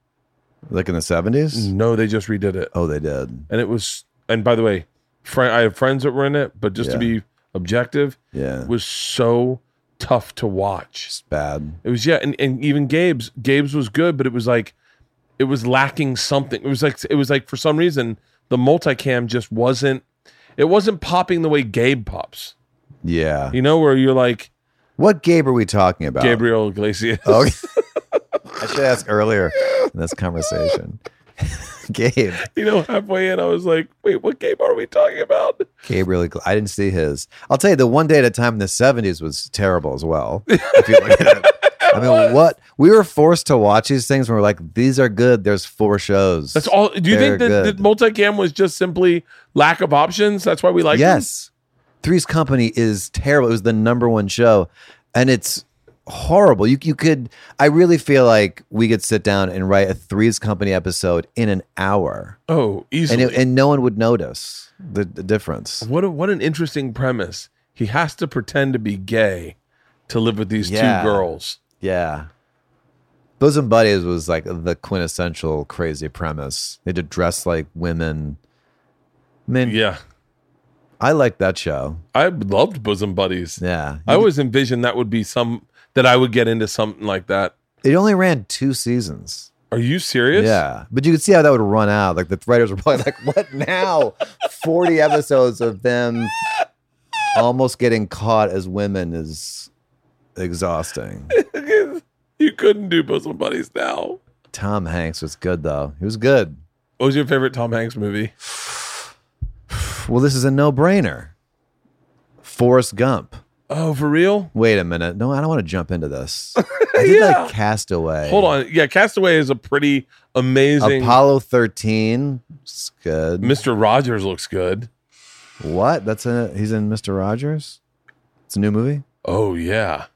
[SPEAKER 4] like in the seventies.
[SPEAKER 1] No, they just redid it,
[SPEAKER 4] Oh, they did.
[SPEAKER 1] and it was. And by the way, fri I have friends that were in it, but just to
[SPEAKER 4] Yeah.
[SPEAKER 1] be objective,
[SPEAKER 4] Yeah,
[SPEAKER 1] it was so tough to watch.
[SPEAKER 4] it's bad.
[SPEAKER 1] It was yeah, and, and even Gabe's Gabe's was good, but it was like it was lacking something. It was like it was like for some reason the multicam just wasn't. It wasn't popping the way Gabe pops.
[SPEAKER 4] Yeah.
[SPEAKER 1] You know where you're like
[SPEAKER 4] What Gabe are we talking about?
[SPEAKER 1] Gabriel Iglesias.
[SPEAKER 4] Oh, I should ask earlier in this conversation. Gabe,
[SPEAKER 1] you know, halfway in, I was like, wait, what game are we talking about?
[SPEAKER 4] Gabe really. Gl- I didn't see his. I'll tell you, the one day at a time in the '70s was terrible as well. If you look at it. I mean, what we were forced to watch these things. When we're like, these are good. There's four shows.
[SPEAKER 1] That's all. Do you think
[SPEAKER 4] They're
[SPEAKER 1] that, that
[SPEAKER 4] good.
[SPEAKER 1] multicam was just simply lack of options? That's why we like them?
[SPEAKER 4] yes, Three's Company is terrible. It was the number one show, and it's horrible. You you could. I really feel like we could sit down and write a Three's Company episode in an hour.
[SPEAKER 1] Oh,
[SPEAKER 4] and
[SPEAKER 1] easily.
[SPEAKER 4] it, and no one would notice the, the difference.
[SPEAKER 1] what a, what an interesting premise. He has to pretend to be gay to live with these
[SPEAKER 4] Yeah.
[SPEAKER 1] two girls.
[SPEAKER 4] Yeah, bosom buddies was like the quintessential crazy premise. They had to dress like women. I mean,
[SPEAKER 1] Yeah,
[SPEAKER 4] I liked that show.
[SPEAKER 1] I loved bosom buddies.
[SPEAKER 4] Yeah,
[SPEAKER 1] I always envisioned that would be some that I would get into something like that.
[SPEAKER 4] It only ran two seasons.
[SPEAKER 1] Are you serious?
[SPEAKER 4] Yeah, but you could see how that would run out. Like the writers were probably like, "What now? Forty episodes of them almost getting caught as women is exhausting."
[SPEAKER 1] you couldn't do bosom buddies now.
[SPEAKER 4] Tom Hanks was good though. He was good.
[SPEAKER 1] What was your favorite Tom Hanks movie?
[SPEAKER 4] Well, this is a no-brainer. Forrest Gump.
[SPEAKER 1] Oh, for real?
[SPEAKER 4] Wait a minute. No, I don't want to jump into this. I did
[SPEAKER 1] Yeah.
[SPEAKER 4] like Castaway.
[SPEAKER 1] Hold on. Yeah, Castaway is a pretty amazing.
[SPEAKER 4] Apollo 13. It's good.
[SPEAKER 1] Mr. Rogers looks good.
[SPEAKER 4] What? That's in it. He's in Mr. Rogers. It's a new movie.
[SPEAKER 1] Oh yeah,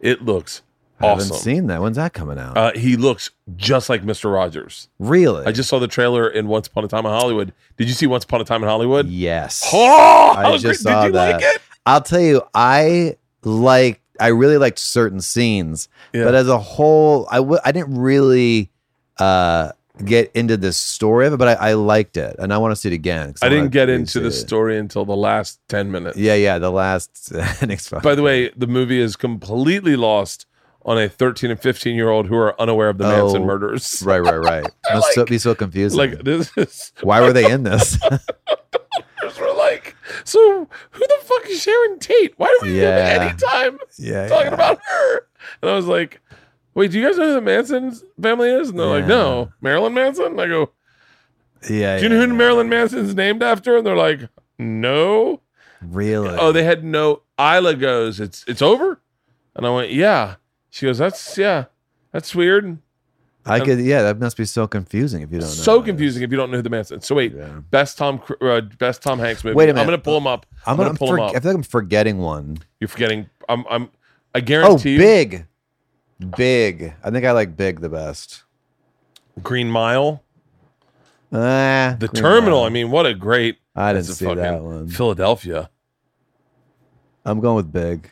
[SPEAKER 1] it looks
[SPEAKER 4] I
[SPEAKER 1] awesome.
[SPEAKER 4] haven't seen that. When's that coming out?
[SPEAKER 1] uh, he looks just like Mr. Rogers.
[SPEAKER 4] really?
[SPEAKER 1] I just saw the trailer in Once Upon a Time in Hollywood. Did you see Once Upon a Time in Hollywood?
[SPEAKER 4] yes.
[SPEAKER 1] Oh,
[SPEAKER 4] I
[SPEAKER 1] how
[SPEAKER 4] just
[SPEAKER 1] great-
[SPEAKER 4] saw
[SPEAKER 1] did you
[SPEAKER 4] that.
[SPEAKER 1] like it?
[SPEAKER 4] I'll tell you, I like. I really liked certain scenes,
[SPEAKER 1] Yeah.
[SPEAKER 4] but as a whole, I w- I didn't really uh, get into the story of it. But I, I liked it, and I want to see it again. 'cause
[SPEAKER 1] I
[SPEAKER 4] wanna
[SPEAKER 1] didn't get into
[SPEAKER 4] re-see
[SPEAKER 1] the
[SPEAKER 4] it.
[SPEAKER 1] story until the last ten minutes.
[SPEAKER 4] Yeah, yeah. The last next.
[SPEAKER 1] By the way, the movie is completely lost on a 13 and 15 year old who are unaware of the Manson
[SPEAKER 4] Oh,
[SPEAKER 1] murders.
[SPEAKER 4] Right, right, right. Must so,
[SPEAKER 1] like-
[SPEAKER 4] be so confusing.
[SPEAKER 1] Like this is
[SPEAKER 4] why were they in this?
[SPEAKER 1] we're like, so who the fuck is Sharon Tate? Why do we
[SPEAKER 4] Yeah.
[SPEAKER 1] have any time
[SPEAKER 4] yeah,
[SPEAKER 1] talking
[SPEAKER 4] yeah.
[SPEAKER 1] about her? And I was like, wait, do you guys know who the Manson family is? And they're like,
[SPEAKER 4] Yeah.
[SPEAKER 1] no, Marilyn Manson. And I go,
[SPEAKER 4] Yeah,
[SPEAKER 1] do you know who Marilyn Manson's named after? And they're like, no.
[SPEAKER 4] Really?
[SPEAKER 1] Oh, they had no. Isla goes, it's it's over, and I went, yeah. She goes, that's yeah, that's weird.
[SPEAKER 4] I could. Yeah, that must be so confusing if you don't. know.
[SPEAKER 1] so
[SPEAKER 4] that.
[SPEAKER 1] confusing if you don't know who the man is. So wait,
[SPEAKER 4] Yeah.
[SPEAKER 1] best Tom Cru- uh, best Tom Hanks movie.
[SPEAKER 4] Wait a minute.
[SPEAKER 1] I'm gonna pull him up.
[SPEAKER 4] I'm, gonna. I'm
[SPEAKER 1] pull
[SPEAKER 4] for,
[SPEAKER 1] him
[SPEAKER 4] I
[SPEAKER 1] up.
[SPEAKER 4] feel like I'm forgetting one.
[SPEAKER 1] You're forgetting. I'm I'm I
[SPEAKER 4] Oh,
[SPEAKER 1] guarantee. you,
[SPEAKER 4] big, big. I think I like big the best.
[SPEAKER 1] Green Mile,
[SPEAKER 4] Ah,
[SPEAKER 1] The
[SPEAKER 4] Green
[SPEAKER 1] Terminal.
[SPEAKER 4] Mile.
[SPEAKER 1] I mean, what a great.
[SPEAKER 4] I didn't
[SPEAKER 1] that's a
[SPEAKER 4] see
[SPEAKER 1] fucking
[SPEAKER 4] that one.
[SPEAKER 1] Philadelphia.
[SPEAKER 4] I'm going with big.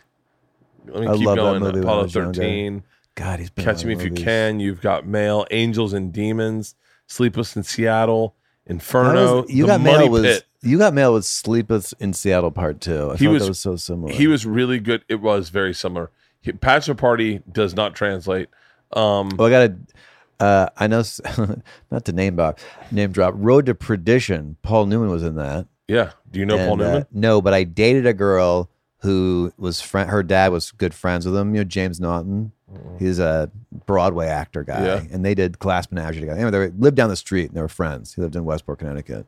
[SPEAKER 1] Let me
[SPEAKER 4] I
[SPEAKER 1] keep
[SPEAKER 4] love that
[SPEAKER 1] going.
[SPEAKER 4] movie when I
[SPEAKER 1] Apollo
[SPEAKER 4] was younger.
[SPEAKER 1] 13.
[SPEAKER 4] God, he's been in a
[SPEAKER 1] Catch
[SPEAKER 4] lot
[SPEAKER 1] Me
[SPEAKER 4] of
[SPEAKER 1] If You
[SPEAKER 4] movies.
[SPEAKER 1] Can. You've got Mail, Angels and Demons, Sleepless in Seattle,
[SPEAKER 4] That
[SPEAKER 1] Inferno.
[SPEAKER 4] was- you
[SPEAKER 1] the
[SPEAKER 4] got
[SPEAKER 1] Money
[SPEAKER 4] mail was
[SPEAKER 1] Pit.
[SPEAKER 4] you got mail with Sleepless in Seattle Part Two. I
[SPEAKER 1] He
[SPEAKER 4] thought
[SPEAKER 1] was-
[SPEAKER 4] that was so similar.
[SPEAKER 1] He was really good. It was very similar. He, Bachelor Party does not translate. Um,
[SPEAKER 4] Well, I got to. Uh, I know, s- not to name drop, name drop. Road to Perdition. Paul Newman was in that.
[SPEAKER 1] yeah. Do you know Paul
[SPEAKER 4] And, uh,
[SPEAKER 1] Newman?
[SPEAKER 4] no, but I dated a girl who was friend. Her dad was good friends with him. You know, James Naughton. He's a Broadway actor guy,
[SPEAKER 1] Mm-hmm. Yeah.
[SPEAKER 4] and they did Glass Menagerie together. Anyway, they were- lived down the street and they were friends. He lived in Westport, Connecticut,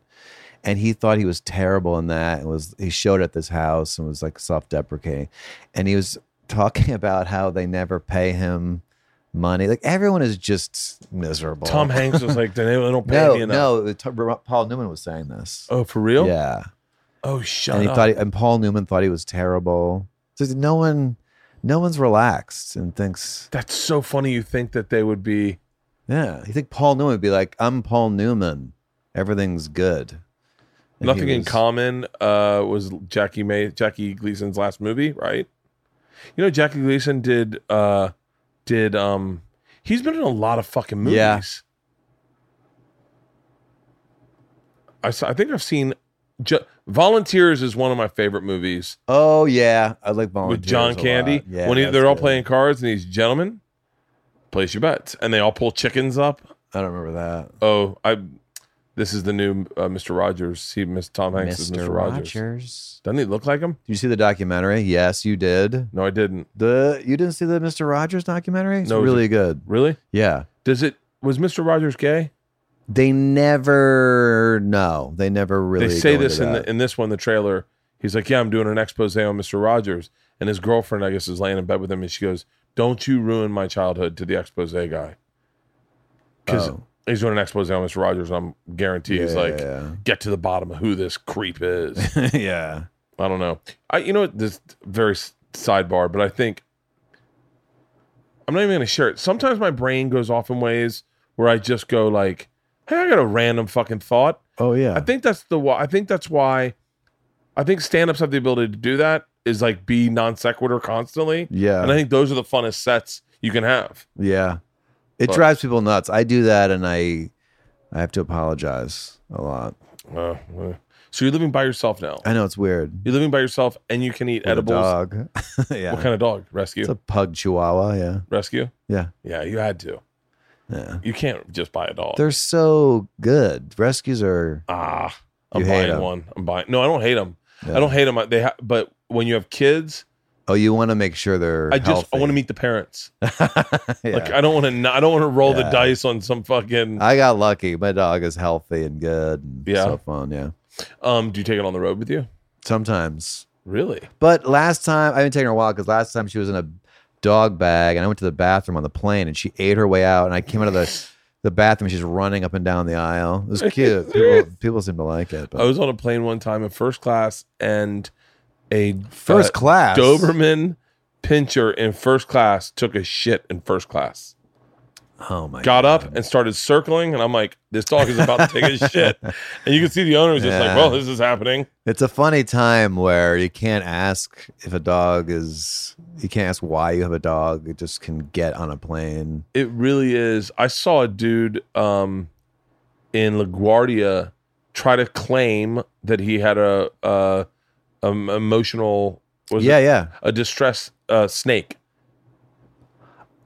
[SPEAKER 4] and he thought he was terrible in that. And was he showed at this house and was like self-deprecating, and he was talking about how they never pay him money. Like everyone is just miserable.
[SPEAKER 1] Tom Hanks was like, they don't pay
[SPEAKER 4] no,
[SPEAKER 1] me enough.
[SPEAKER 4] no. it- Paul Newman was saying this.
[SPEAKER 1] Oh, for real?
[SPEAKER 4] Yeah
[SPEAKER 1] Oh, shut
[SPEAKER 4] and he
[SPEAKER 1] up.
[SPEAKER 4] thought, he, and Paul Newman thought he was terrible. So no one, no one's relaxed and thinks,
[SPEAKER 1] That's so funny. You think that they would be?
[SPEAKER 4] yeah. You think Paul Newman would be like, I'm Paul Newman, everything's good. And
[SPEAKER 1] Nothing
[SPEAKER 4] he
[SPEAKER 1] in
[SPEAKER 4] was-
[SPEAKER 1] common uh, was Jackie May Jackie Gleason's last movie, right? You know, Jackie Gleason did uh, did um, he's been in a lot of fucking movies.
[SPEAKER 4] Yeah.
[SPEAKER 1] I saw, I think I've seen ju- Volunteers is one of my favorite movies
[SPEAKER 4] Oh yeah, I like volunteers
[SPEAKER 1] with John
[SPEAKER 4] a lot.
[SPEAKER 1] Candy.
[SPEAKER 4] Yeah,
[SPEAKER 1] when he,
[SPEAKER 4] that's
[SPEAKER 1] they're all
[SPEAKER 4] good.
[SPEAKER 1] playing cards and he's gentlemen, place your bets, and they all pull chickens up.
[SPEAKER 4] I don't remember that.
[SPEAKER 1] Oh, I. This is the new uh, Mr. Rogers. He, Miss Tom Hanks is Mr. Rogers. Doesn't he look like him?
[SPEAKER 4] Did you see the documentary? Yes, you did.
[SPEAKER 1] No, I didn't.
[SPEAKER 4] The you didn't see the Mr. Rogers documentary? It's
[SPEAKER 1] No, is
[SPEAKER 4] really good.
[SPEAKER 1] Really?
[SPEAKER 4] Yeah.
[SPEAKER 1] Does it? Was Mr. Rogers gay?
[SPEAKER 4] They never no, they never really
[SPEAKER 1] they say
[SPEAKER 4] go into
[SPEAKER 1] this in
[SPEAKER 4] that.
[SPEAKER 1] the, in this one, the trailer. He's like, "Yeah, I'm doing an expose on Mr. Rogers," and his girlfriend, I guess, is laying in bed with him, and she goes, "Don't you ruin my childhood to the expose guy?" Because
[SPEAKER 4] Oh.
[SPEAKER 1] he's doing an expose on Mr. Rogers. and I'm guaranteed he's
[SPEAKER 4] Yeah,
[SPEAKER 1] like,
[SPEAKER 4] yeah,
[SPEAKER 1] "Get to the bottom of who this creep is."
[SPEAKER 4] yeah. yeah.
[SPEAKER 1] I don't know. I you know what this very s- sidebar, but I think I'm not even going to share it. Sometimes my brain goes off in ways where I just go like, "Hey, I got a random fucking thought."
[SPEAKER 4] Oh yeah.
[SPEAKER 1] I think that's the why. I think that's why. I think stand-ups have the ability to do that. Is like be non sequitur constantly,
[SPEAKER 4] yeah.
[SPEAKER 1] and I think those are the funnest sets you can have.
[SPEAKER 4] Yeah. It
[SPEAKER 1] But-
[SPEAKER 4] drives people nuts. I do that and I I have to apologize a lot.
[SPEAKER 1] Uh, uh, So you're living by yourself now.
[SPEAKER 4] I know it's weird.
[SPEAKER 1] You're living by yourself and you can eat
[SPEAKER 4] With a
[SPEAKER 1] edibles.
[SPEAKER 4] dog. yeah.
[SPEAKER 1] What kind of dog? Rescue?
[SPEAKER 4] It's a pug chihuahua. Yeah.
[SPEAKER 1] Rescue?
[SPEAKER 4] Yeah.
[SPEAKER 1] Yeah, you had to.
[SPEAKER 4] Yeah.
[SPEAKER 1] You can't just buy a dog.
[SPEAKER 4] They're so good. Rescues are.
[SPEAKER 1] ah, I'm
[SPEAKER 4] You hate
[SPEAKER 1] buying
[SPEAKER 4] 'em.
[SPEAKER 1] one. I'm buying. No, I don't hate them.
[SPEAKER 4] Yeah.
[SPEAKER 1] I don't hate them. They ha- but when you have kids,
[SPEAKER 4] Oh, you want to make sure they're.
[SPEAKER 1] I just I want to meet the parents.
[SPEAKER 4] to. yeah.
[SPEAKER 1] Like I don't want to. I don't want to roll the
[SPEAKER 4] Yeah.
[SPEAKER 1] dice on some fucking.
[SPEAKER 4] I got lucky. My dog is healthy and good. And
[SPEAKER 1] Yeah.
[SPEAKER 4] So fun. Yeah.
[SPEAKER 1] um, do you take it on the road with you?
[SPEAKER 4] Sometimes.
[SPEAKER 1] Really?
[SPEAKER 4] But last time, I've been taking her a while because last time she was in a dog bag and I went to the bathroom on the plane and she ate her way out and I came out of the, the bathroom. She's running up and down the aisle. It was cute. people, people seem to like it. But.
[SPEAKER 1] I was on a plane one time in first class, and a
[SPEAKER 4] First
[SPEAKER 1] uh,
[SPEAKER 4] class.
[SPEAKER 1] Doberman pincher in first class took a shit in first class.
[SPEAKER 4] Oh my
[SPEAKER 1] Got up and started circling, and I'm like, "This dog is about to take a shit," and you can see the owner was just like,
[SPEAKER 4] Yeah.
[SPEAKER 1] "Well, this is happening."
[SPEAKER 4] It's a funny time where you can't ask if a dog is. You can't ask why you have a dog. It just can get on a plane.
[SPEAKER 1] It really is. I saw a dude um, in LaGuardia try to claim that he had a, a, um emotional was
[SPEAKER 4] yeah,
[SPEAKER 1] it
[SPEAKER 4] yeah.
[SPEAKER 1] a distress uh, snake.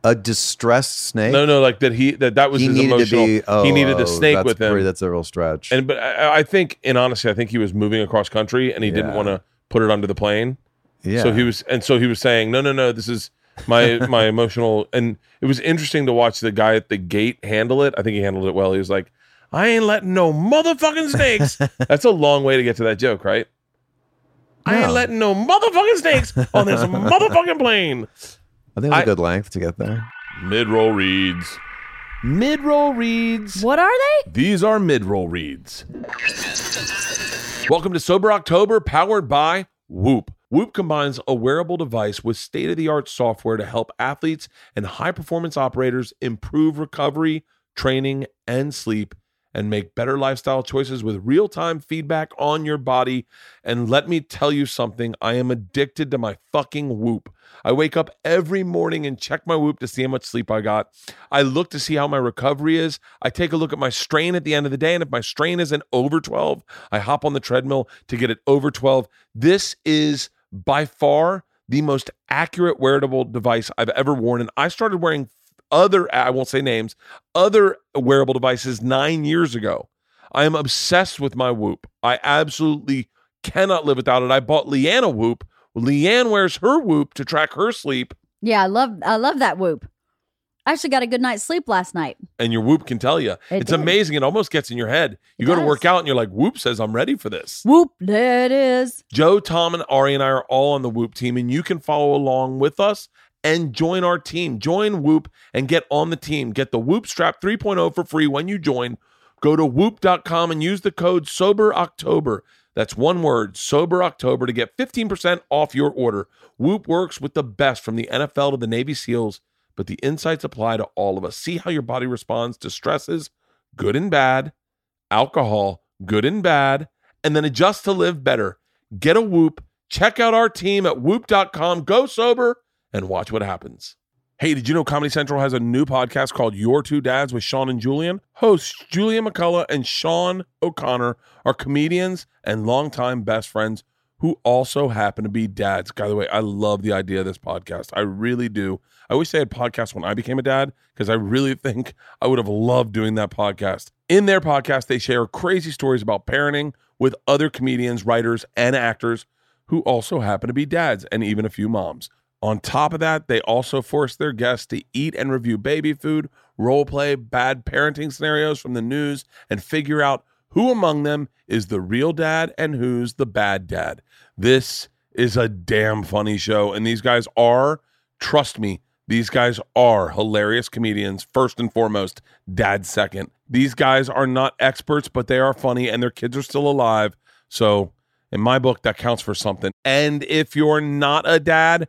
[SPEAKER 4] A distressed snake.
[SPEAKER 1] No, no, like that he that that was
[SPEAKER 4] he
[SPEAKER 1] his
[SPEAKER 4] needed
[SPEAKER 1] emotional.
[SPEAKER 4] to be. Oh,
[SPEAKER 1] he needed a
[SPEAKER 4] oh,
[SPEAKER 1] snake
[SPEAKER 4] that's
[SPEAKER 1] with
[SPEAKER 4] pretty-
[SPEAKER 1] him.
[SPEAKER 4] that's a real stretch.
[SPEAKER 1] And but I, I think, in honesty, I think he was moving across country and he didn't
[SPEAKER 4] Yeah.
[SPEAKER 1] want to put it under the plane.
[SPEAKER 4] yeah.
[SPEAKER 1] So he was, and so he was saying, no, no, no, this is my my emotional. And it was interesting to watch the guy at the gate handle it. I think he handled it well. He was like, I ain't letting no motherfucking snakes. That's a long way to get to that joke, right? I ain't
[SPEAKER 4] No.
[SPEAKER 1] letting no motherfucking snakes on this motherfucking plane.
[SPEAKER 4] I think it was a
[SPEAKER 1] I-
[SPEAKER 4] good length to get there.
[SPEAKER 1] Mid roll reads. Mid roll reads.
[SPEAKER 3] What are they?
[SPEAKER 1] These are mid roll reads. Welcome to Sober October, powered by Whoop. Whoop combines a wearable device with state of the art software to help athletes and high performance operators improve recovery, training, and sleep, and make better lifestyle choices with real time feedback on your body. And let me tell you something I am addicted to my fucking Whoop. I wake up every morning and check my Whoop to see how much sleep I got. I look to see how my recovery is. I take a look at my strain at the end of the day. And if my strain isn't over 12, I hop on the treadmill to get it over 12. This is by far the most accurate wearable device I've ever worn. And I started wearing other, I won't say names, other wearable devices nine years ago. I am obsessed with my Whoop. I absolutely cannot live without it. I bought Leanne a Whoop. Leanne wears her Whoop to track her sleep,
[SPEAKER 3] Yeah, I love I love that whoop. I actually got a good night's sleep last night.
[SPEAKER 1] and your Whoop can tell you.
[SPEAKER 3] It
[SPEAKER 1] it's
[SPEAKER 3] did.
[SPEAKER 1] amazing. It almost gets in your head. You
[SPEAKER 3] It
[SPEAKER 1] go to
[SPEAKER 3] does.
[SPEAKER 1] work out and you're like, Whoop says I'm ready for this.
[SPEAKER 3] Whoop, there it is.
[SPEAKER 1] Joe, Tom, and Ari and I are all on the Whoop team, and you can follow along with us and join our team. Join Whoop and get on the team. Get the Whoop Strap 3.0 for free when you join. Go to whoop.com and use the code SOBEROCTOBER. That's one word, Sober October, to get 15% off your order. Whoop works with the best from the NFL to the Navy SEALs, but the insights apply to all of us. See how your body responds to stresses, good and bad, alcohol, good and bad, and then adjust to live better. Get a whoop. Check out our team at whoop.com. Go sober and watch what happens. Hey, did you know Comedy Central has a new podcast called Your Two Dads with Sean and Julian? Hosts Julian McCullough and Sean O'Connor are comedians and longtime best friends who also happen to be dads. By the way, I love the idea of this podcast. I really do. I wish they had podcasts when I became a dad because I really think I would have loved doing that podcast. In their podcast, they share crazy stories about parenting with other comedians, writers, and actors who also happen to be dads and even a few moms. On top of that, they also force their guests to eat and review baby food, role play bad parenting scenarios from the news, and figure out who among them is the real dad and who's the bad dad. This is a damn funny show, and these guys are, trust me, these guys are hilarious comedians, first and foremost, dad second. These guys are not experts, but they are funny, and their kids are still alive. So, in my book, that counts for something. And if you're not a dad,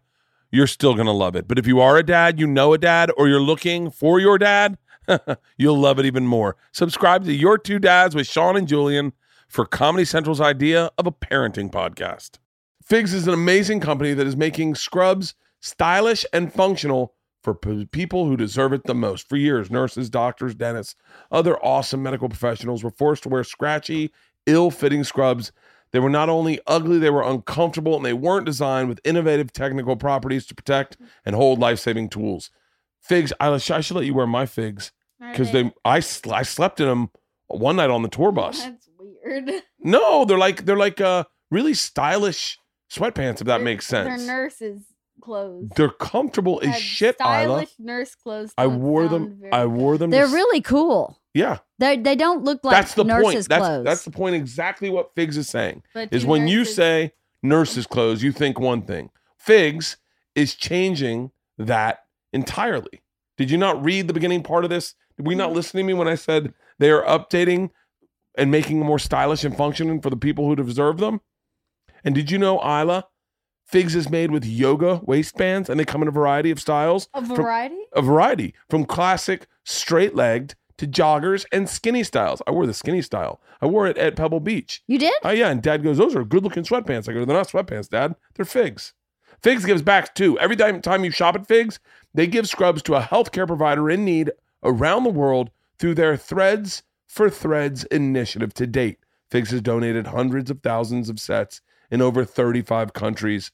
[SPEAKER 1] you're still going to love it. But if you are a dad, you know a dad, or you're looking for your dad, you'll love it even more. Subscribe to Your Two Dads with Sean and Julian for Comedy Central's idea of a parenting podcast. Figs is an amazing company that is making scrubs stylish and functional for p- people who deserve it the most. For years, nurses, doctors, dentists, other awesome medical professionals were forced to wear scratchy, ill fitting scrubs They were not only ugly, they were uncomfortable, and they weren't designed with innovative technical properties to protect and hold life saving tools. Figs, I, sh- I should let you wear my figs because they I, sl- I slept in them one night on the tour bus.
[SPEAKER 6] That's weird.
[SPEAKER 1] No, they're like they're like uh really stylish sweatpants if that
[SPEAKER 6] They're-
[SPEAKER 1] makes
[SPEAKER 6] They're
[SPEAKER 1] sense.
[SPEAKER 6] nurses' clothes.
[SPEAKER 1] They're comfortable as
[SPEAKER 6] Had
[SPEAKER 1] shit, Isla.
[SPEAKER 6] Stylish nurse clothes.
[SPEAKER 1] I
[SPEAKER 6] don't
[SPEAKER 1] wore
[SPEAKER 6] sound
[SPEAKER 1] them.
[SPEAKER 6] very
[SPEAKER 1] I
[SPEAKER 6] good.
[SPEAKER 1] wore them. to
[SPEAKER 3] They're
[SPEAKER 1] s-
[SPEAKER 3] really cool.
[SPEAKER 1] yeah.
[SPEAKER 3] They they don't look like
[SPEAKER 1] that's the
[SPEAKER 3] nurses'
[SPEAKER 1] point. That's
[SPEAKER 3] clothes.
[SPEAKER 1] that's the point. Exactly what Figs is saying
[SPEAKER 6] But
[SPEAKER 1] is
[SPEAKER 6] do
[SPEAKER 1] when you
[SPEAKER 6] nurses-
[SPEAKER 1] say nurses' clothes, you think one thing. Figs is changing that entirely. Did you not read the beginning part of this? Did we not listen to me when I said they are updating and making them more stylish and functioning for the people who deserve them? And did you know, Isla, Figs is made with yoga waistbands and they come in a variety of styles.
[SPEAKER 6] a
[SPEAKER 1] from-
[SPEAKER 6] variety,
[SPEAKER 1] a variety from classic straight legged to joggers and skinny styles. I wore the skinny style. I wore it at Pebble Beach.
[SPEAKER 3] you did?
[SPEAKER 1] Oh yeah, and Dad goes, "Those are good looking sweatpants." I go, "They're not sweatpants, Dad. They're figs." Figs gives back too. Every time time you shop at Figs, they give scrubs to a healthcare provider in need around the world through their Threads for Threads initiative. To date, Figs has donated hundreds of thousands of sets in over 35 countries.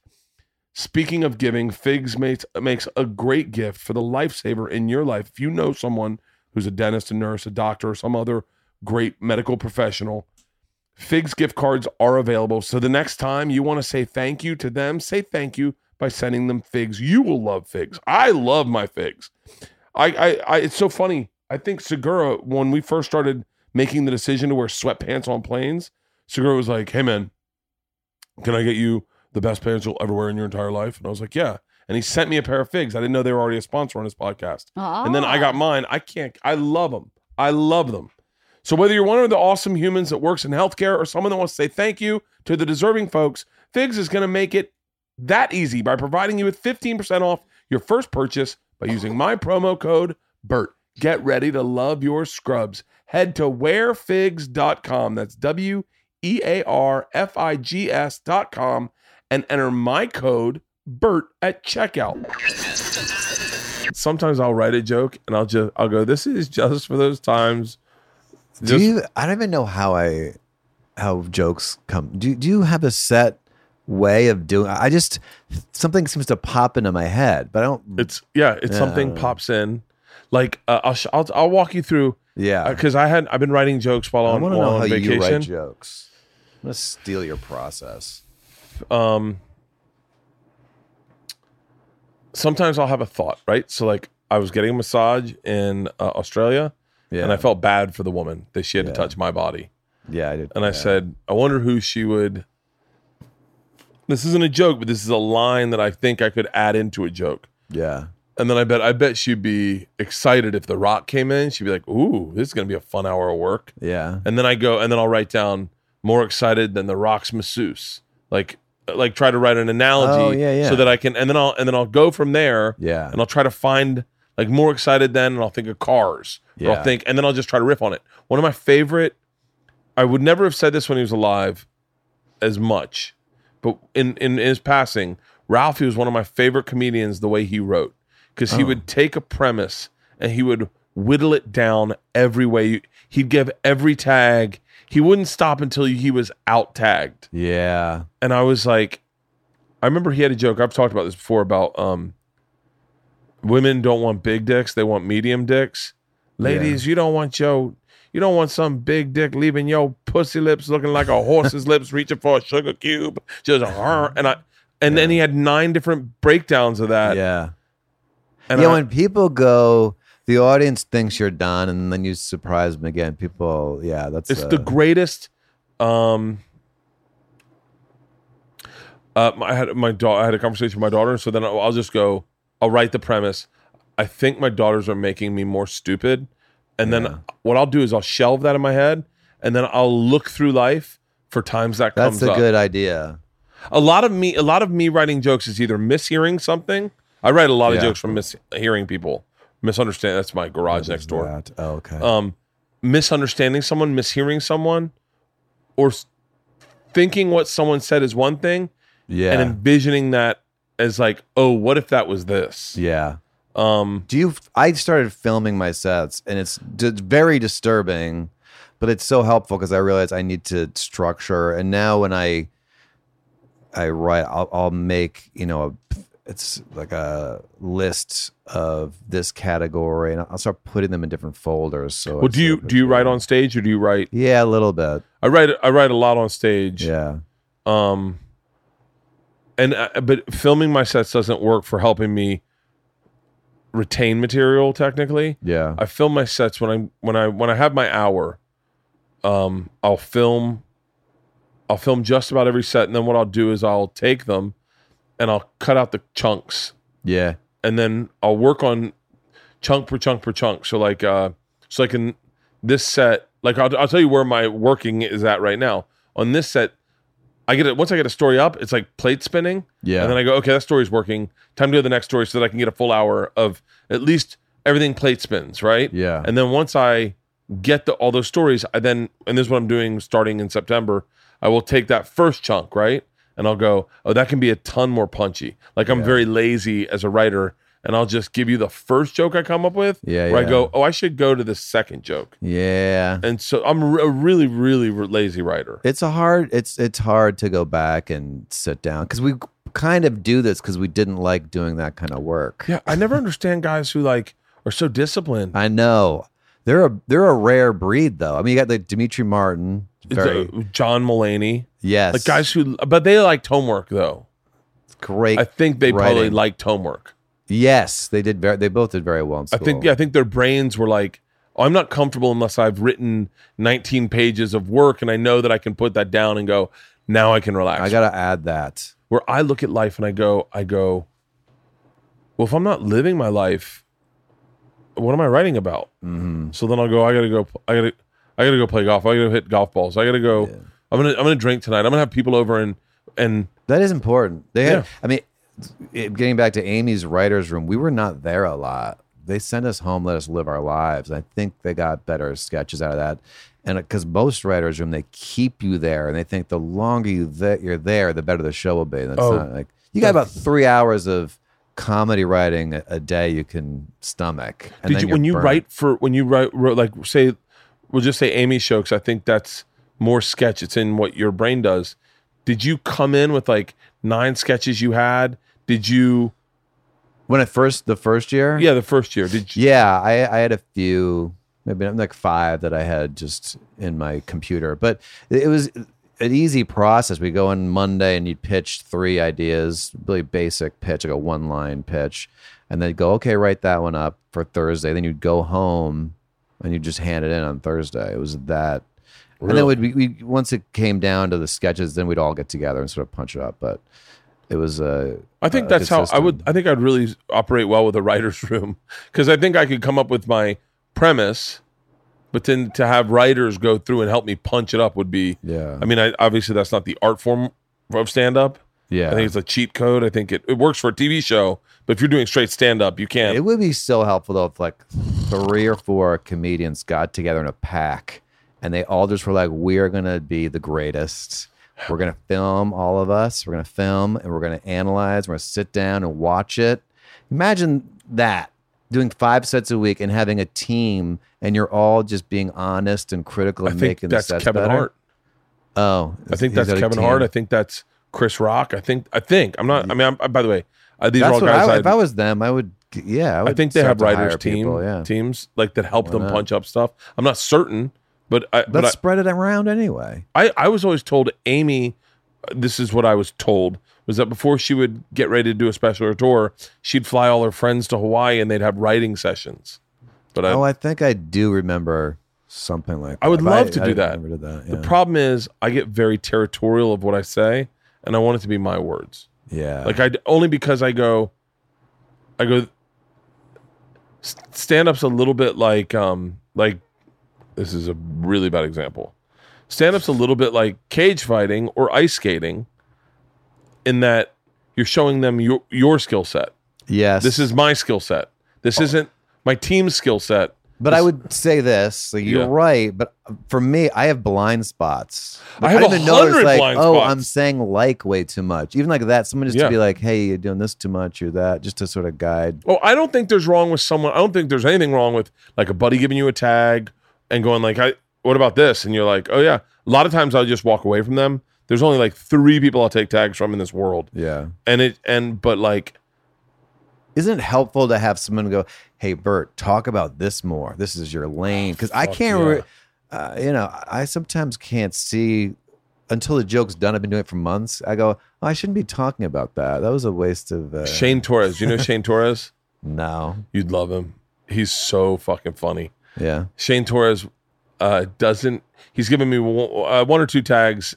[SPEAKER 1] Speaking of giving, Figs makes, makes a great gift for the lifesaver in your life. If you know someone who's a dentist, a nurse, a doctor, or some other great medical professional, Figs gift cards are available. So the next time you want to say thank you to them, say thank you by sending them figs. You will love figs. I love my figs. I, I, I it's so funny. I think Segura, when we first started making the decision to wear sweatpants on planes, Segura was like, Hey man, can I get you the best pants you'll ever wear in your entire life? And I was like, Yeah. And he sent me a pair of figs. I didn't know they were already a sponsor on his podcast.
[SPEAKER 3] Oh.
[SPEAKER 1] And then I got mine. I can't. I love them. I love them. So whether you're one of the awesome humans that works in healthcare or someone that wants to say thank you to the deserving folks, Figs is going to make it that easy by providing you with 15% off your first purchase by using my promo code BERT. Get ready to love your scrubs. Head to wearfigs.com. That's W E A R F I G S.com and enter my code BERT at checkout sometimes I'll write a joke and I'll just I'll go, this is just for those times.
[SPEAKER 4] do
[SPEAKER 1] Just-
[SPEAKER 4] you, I don't even know how I how jokes come. Do do you have a set way of doing? I just something seems to pop into my head, but I don't.
[SPEAKER 1] it's yeah, it's
[SPEAKER 4] Yeah, I
[SPEAKER 1] something
[SPEAKER 4] don't know.
[SPEAKER 1] pops in. Like uh, I'll, sh- I'll I'll walk you through
[SPEAKER 4] yeah,
[SPEAKER 1] because I had I've been writing jokes while
[SPEAKER 4] I
[SPEAKER 1] on,
[SPEAKER 4] want to
[SPEAKER 1] while
[SPEAKER 4] know
[SPEAKER 1] on
[SPEAKER 4] how you write
[SPEAKER 1] vacation.
[SPEAKER 4] jokes. I'm gonna steal your process.
[SPEAKER 1] um, sometimes I'll have a thought, right? So like I was getting a massage in uh, Australia,
[SPEAKER 4] Yeah,
[SPEAKER 1] and I felt bad for the woman that she had
[SPEAKER 4] Yeah.
[SPEAKER 1] to touch my body.
[SPEAKER 4] yeah, I did.
[SPEAKER 1] and I
[SPEAKER 4] yeah.
[SPEAKER 1] said, I wonder who she would. This isn't a joke, but this is a line that I think I could add into a joke.
[SPEAKER 4] yeah,
[SPEAKER 1] And then I bet I bet she'd be excited if The Rock came in. She'd be like, "Ooh, this is gonna be a fun hour of work."
[SPEAKER 4] yeah.
[SPEAKER 1] And then I go, and then I'll write down more excited than The Rock's masseuse, like like try to write an analogy,
[SPEAKER 4] Oh, yeah, yeah.
[SPEAKER 1] so that I can, and then I'll and then I'll go from there,
[SPEAKER 4] Yeah.
[SPEAKER 1] and I'll try to find like more excited than, and I'll think of cars, yeah.
[SPEAKER 4] Yeah.
[SPEAKER 1] I'll think, and then I'll just try to riff on it. One of my favorite, I would never have said this when he was alive, as much, but in in his passing, Ralphie was one of my favorite comedians. The way he wrote, because he would take a premise and he would whittle it down every way. You- He'd give every tag. He wouldn't stop until he was out tagged.
[SPEAKER 4] Yeah.
[SPEAKER 1] And I was like, I remember he had a joke. I've talked about this before about um, women don't want big dicks; they want medium dicks. Ladies, you don't want your you don't want some big dick leaving your pussy lips looking like a horse's lips reaching for a sugar cube. Just a and I and then he had nine different breakdowns of that.
[SPEAKER 4] yeah.
[SPEAKER 1] and
[SPEAKER 4] yeah,
[SPEAKER 1] I-
[SPEAKER 4] when people go, the audience thinks you're done, and then you surprise them again. People, yeah, that's
[SPEAKER 1] It's
[SPEAKER 4] uh,
[SPEAKER 1] the greatest. Um, uh, my- I had my daughter. I had a conversation with my daughter, so then I'll, I'll just go. I'll write the premise. I think my daughters are making me more stupid, and
[SPEAKER 4] Yeah.
[SPEAKER 1] then what I'll do is I'll shelve that in my head, and then I'll look through life for times that
[SPEAKER 4] that's
[SPEAKER 1] comes
[SPEAKER 4] a
[SPEAKER 1] up.
[SPEAKER 4] good idea.
[SPEAKER 1] A lot of me, a lot of me writing jokes is either mishearing something. I write a lot of
[SPEAKER 4] Yeah.
[SPEAKER 1] jokes from mishearing people, misunderstand. That's my garage next door
[SPEAKER 4] That- Oh, okay.
[SPEAKER 1] um, misunderstanding someone, mishearing someone, or s- thinking what someone said is one thing
[SPEAKER 4] yeah.
[SPEAKER 1] and envisioning that as like, oh, what if that was this?
[SPEAKER 4] yeah.
[SPEAKER 1] Um,
[SPEAKER 4] Do you? I started filming my sets, and it's d- very disturbing. but it's so helpful because I realize I need to structure. And now when I I write, I'll, I'll make you know a, it's like a list of this category, and I'll start putting them in different folders. So
[SPEAKER 1] Well,
[SPEAKER 4] it's
[SPEAKER 1] do you
[SPEAKER 4] sort of
[SPEAKER 1] do you write
[SPEAKER 4] visual.
[SPEAKER 1] on stage or do you write?
[SPEAKER 4] Yeah, a little bit.
[SPEAKER 1] I write I write a lot on stage.
[SPEAKER 4] Yeah,
[SPEAKER 1] Um, and uh, but filming my sets doesn't work for helping me retain material. Technically,
[SPEAKER 4] yeah.
[SPEAKER 1] I film my sets when I when I when I have my hour. Um, I'll film. I'll film just about every set, and then what I'll do is I'll take them, and I'll cut out the chunks
[SPEAKER 4] Yeah.
[SPEAKER 1] and then I'll work on chunk per chunk per chunk. So like, uh, so like in this set, like I'll, I'll tell you where my working is at right now. On this set, I get it once I get a story up. It's like plate spinning,
[SPEAKER 4] Yeah.
[SPEAKER 1] and then I go, okay, that story's working. Time to do the next story so that I can get a full hour of at least everything plate spins, right?
[SPEAKER 4] Yeah.
[SPEAKER 1] And then once I get the, all those stories, I then and this is what I'm doing starting in September. I will take that first chunk, right? And I'll go, oh, that can be a ton more punchy. Like I'm
[SPEAKER 4] Yeah.
[SPEAKER 1] very lazy as a writer, and I'll just give you the first joke I come up with.
[SPEAKER 4] Yeah,
[SPEAKER 1] Where I
[SPEAKER 4] yeah.
[SPEAKER 1] go, oh, I should go to the second joke.
[SPEAKER 4] yeah.
[SPEAKER 1] And so I'm a really, really re- lazy writer.
[SPEAKER 4] It's a hard. It's it's hard to go back and sit down because we kind of do this because we didn't like doing that kind of work.
[SPEAKER 1] Yeah, I never understand guys who like are so disciplined.
[SPEAKER 4] I know they're a they're a rare breed though. I mean, you got like Dimitri Martin, very
[SPEAKER 1] The- John Mulaney,
[SPEAKER 4] yes,
[SPEAKER 1] like guys who, but they liked homework though.
[SPEAKER 4] great.
[SPEAKER 1] I think they probably
[SPEAKER 4] writing.
[SPEAKER 1] liked homework.
[SPEAKER 4] yes, they did. Very, they both did very well. In
[SPEAKER 1] I
[SPEAKER 4] school.
[SPEAKER 1] think yeah, I think their brains were like, oh, I'm not comfortable unless I've written 19 pages of work and I know that I can put that down and go, now I can relax.
[SPEAKER 4] I gotta add that.
[SPEAKER 1] Where I look at life and I go, I go, well, if I'm not living my life, what am I writing about?
[SPEAKER 4] hmm
[SPEAKER 1] So then I'll go, I gotta go, I gotta, I gotta go play golf. I gotta hit golf balls. I gotta go.
[SPEAKER 4] Yeah.
[SPEAKER 1] I'm gonna, I'm gonna drink tonight. I'm gonna have people over and and
[SPEAKER 4] That is important. They had,
[SPEAKER 1] Yeah.
[SPEAKER 4] I mean, it, getting back to Amy's writers' room, we were not there a lot. They sent us home, let us live our lives. I think they got better sketches out of that. And because most writers' room, they keep you there, and they think the longer you that you're there, the better the show will be. And that's
[SPEAKER 1] Oh,
[SPEAKER 4] not like you got about three hours of comedy writing a, a day you can stomach. And
[SPEAKER 1] Did
[SPEAKER 4] then
[SPEAKER 1] you
[SPEAKER 4] you're
[SPEAKER 1] when you
[SPEAKER 4] burnt.
[SPEAKER 1] write for when you write wrote, like say we'll just say Amy show because I think that's more sketch. It's in what your brain does. Did you come in with like nine sketches you had? Did you
[SPEAKER 4] when I first the first year?
[SPEAKER 1] yeah the first year? Did you,
[SPEAKER 4] Yeah, I, I had a few, maybe not- like five that I had just in my computer, but it it was an easy process. We go in Monday and you'd pitch three ideas, really basic pitch, like a one line pitch, and then go, okay, write that one up for Thursday. Then you'd go home and you'd just hand it in on Thursday. It was that. And then
[SPEAKER 1] Really?
[SPEAKER 4] we'd, we, we once it came down to the sketches, then we'd all get together and sort of punch it up. But it was uh,
[SPEAKER 1] I think
[SPEAKER 4] uh,
[SPEAKER 1] that's how I would.
[SPEAKER 4] consistent.
[SPEAKER 1] I think I'd really operate well with a writer's room because I think I could come up with my premise, but then to have writers go through and help me punch it up would be.
[SPEAKER 4] yeah
[SPEAKER 1] I mean, I, obviously that's not the art form of stand up.
[SPEAKER 4] yeah.
[SPEAKER 1] I think it's a cheat code. I think it, it works for a TV show, but if you're doing straight stand up, you can't.
[SPEAKER 4] It would be so helpful though if like three or four comedians got together in a pack and they all just were like, we're gonna be the greatest. We're gonna film all of us. We're gonna film and we're gonna analyze. We're gonna sit down and watch it. Imagine that doing five sets a week and having a team and you're all just being honest and critical
[SPEAKER 1] I
[SPEAKER 4] and
[SPEAKER 1] think
[SPEAKER 4] making
[SPEAKER 1] that's
[SPEAKER 4] the sets
[SPEAKER 1] Kevin
[SPEAKER 4] better.
[SPEAKER 1] Hart.
[SPEAKER 4] Oh,
[SPEAKER 1] I think
[SPEAKER 4] he's
[SPEAKER 1] that's
[SPEAKER 4] got a
[SPEAKER 1] Kevin
[SPEAKER 4] team.
[SPEAKER 1] Hart. I think that's Chris Rock. I think. I think. I'm not. I mean, I'm, by the way, uh, these
[SPEAKER 4] that's
[SPEAKER 1] are all
[SPEAKER 4] what
[SPEAKER 1] guys.
[SPEAKER 4] I,
[SPEAKER 1] I,
[SPEAKER 4] if I was them, I would. Yeah, I,
[SPEAKER 1] I
[SPEAKER 4] would
[SPEAKER 1] think they
[SPEAKER 4] start
[SPEAKER 1] have
[SPEAKER 4] to hire
[SPEAKER 1] writers team
[SPEAKER 4] people, yeah,
[SPEAKER 1] teams like that help
[SPEAKER 4] Why
[SPEAKER 1] them
[SPEAKER 4] not?
[SPEAKER 1] punch up stuff. I'm not certain, but I, but
[SPEAKER 4] let's
[SPEAKER 1] I,
[SPEAKER 4] spread it around anyway.
[SPEAKER 1] I, I was always told Amy, uh, this is what I was told, was that before she would get ready to do a special or tour, she'd fly all her friends to Hawaii and they'd have writing sessions. But I,
[SPEAKER 4] oh, I think I do remember something like that.
[SPEAKER 1] I would
[SPEAKER 4] but
[SPEAKER 1] love to do
[SPEAKER 4] didn't
[SPEAKER 1] that.
[SPEAKER 4] remember that,
[SPEAKER 1] the
[SPEAKER 4] yeah.
[SPEAKER 1] problem is I get very territorial of what I say and I want it to be my words.
[SPEAKER 4] yeah.
[SPEAKER 1] Like I only because I go, I go. Stand up's a little bit like um like, this is a really bad example. Stand up's a little bit like cage fighting or ice skating, in that you're showing them your your skill set.
[SPEAKER 4] yes.
[SPEAKER 1] This is my skill set. This isn't my team's skill set.
[SPEAKER 4] but I would say this. Like, you're
[SPEAKER 1] Yeah.
[SPEAKER 4] right. But for me, I have blind spots. Like,
[SPEAKER 1] I have
[SPEAKER 4] don't
[SPEAKER 1] a
[SPEAKER 4] even notice,
[SPEAKER 1] hundred
[SPEAKER 4] like,
[SPEAKER 1] blind
[SPEAKER 4] oh,
[SPEAKER 1] spots.
[SPEAKER 4] I'm saying like way too much. Even like that, someone just
[SPEAKER 1] Yeah.
[SPEAKER 4] to be like, hey, you're doing this too much. You're that, just to sort of guide.
[SPEAKER 1] Oh, I don't think there's wrong with someone. I don't think there's anything wrong with like a buddy giving you a tag and going like I what about this? And you're like, oh yeah. A lot of times I'll just walk away from them. There's only like three people I'll take tags from in this world.
[SPEAKER 4] Yeah.
[SPEAKER 1] And it and but like
[SPEAKER 4] Isn't it helpful to have someone go, "Hey, Bert, talk about this more. This is your lane." Because I
[SPEAKER 1] Fuck
[SPEAKER 4] can't,
[SPEAKER 1] yeah.
[SPEAKER 4] re- uh, you know, I sometimes can't see until the joke's done. I've been doing it for months. I go, oh, "I shouldn't be talking about that. That was a waste of uh,
[SPEAKER 1] Shane Torres, you know Shane Torres?
[SPEAKER 4] No,
[SPEAKER 1] You'd love him. He's so fucking funny.
[SPEAKER 4] yeah,
[SPEAKER 1] Shane Torres uh, doesn't. He's given me one, uh, one or two tags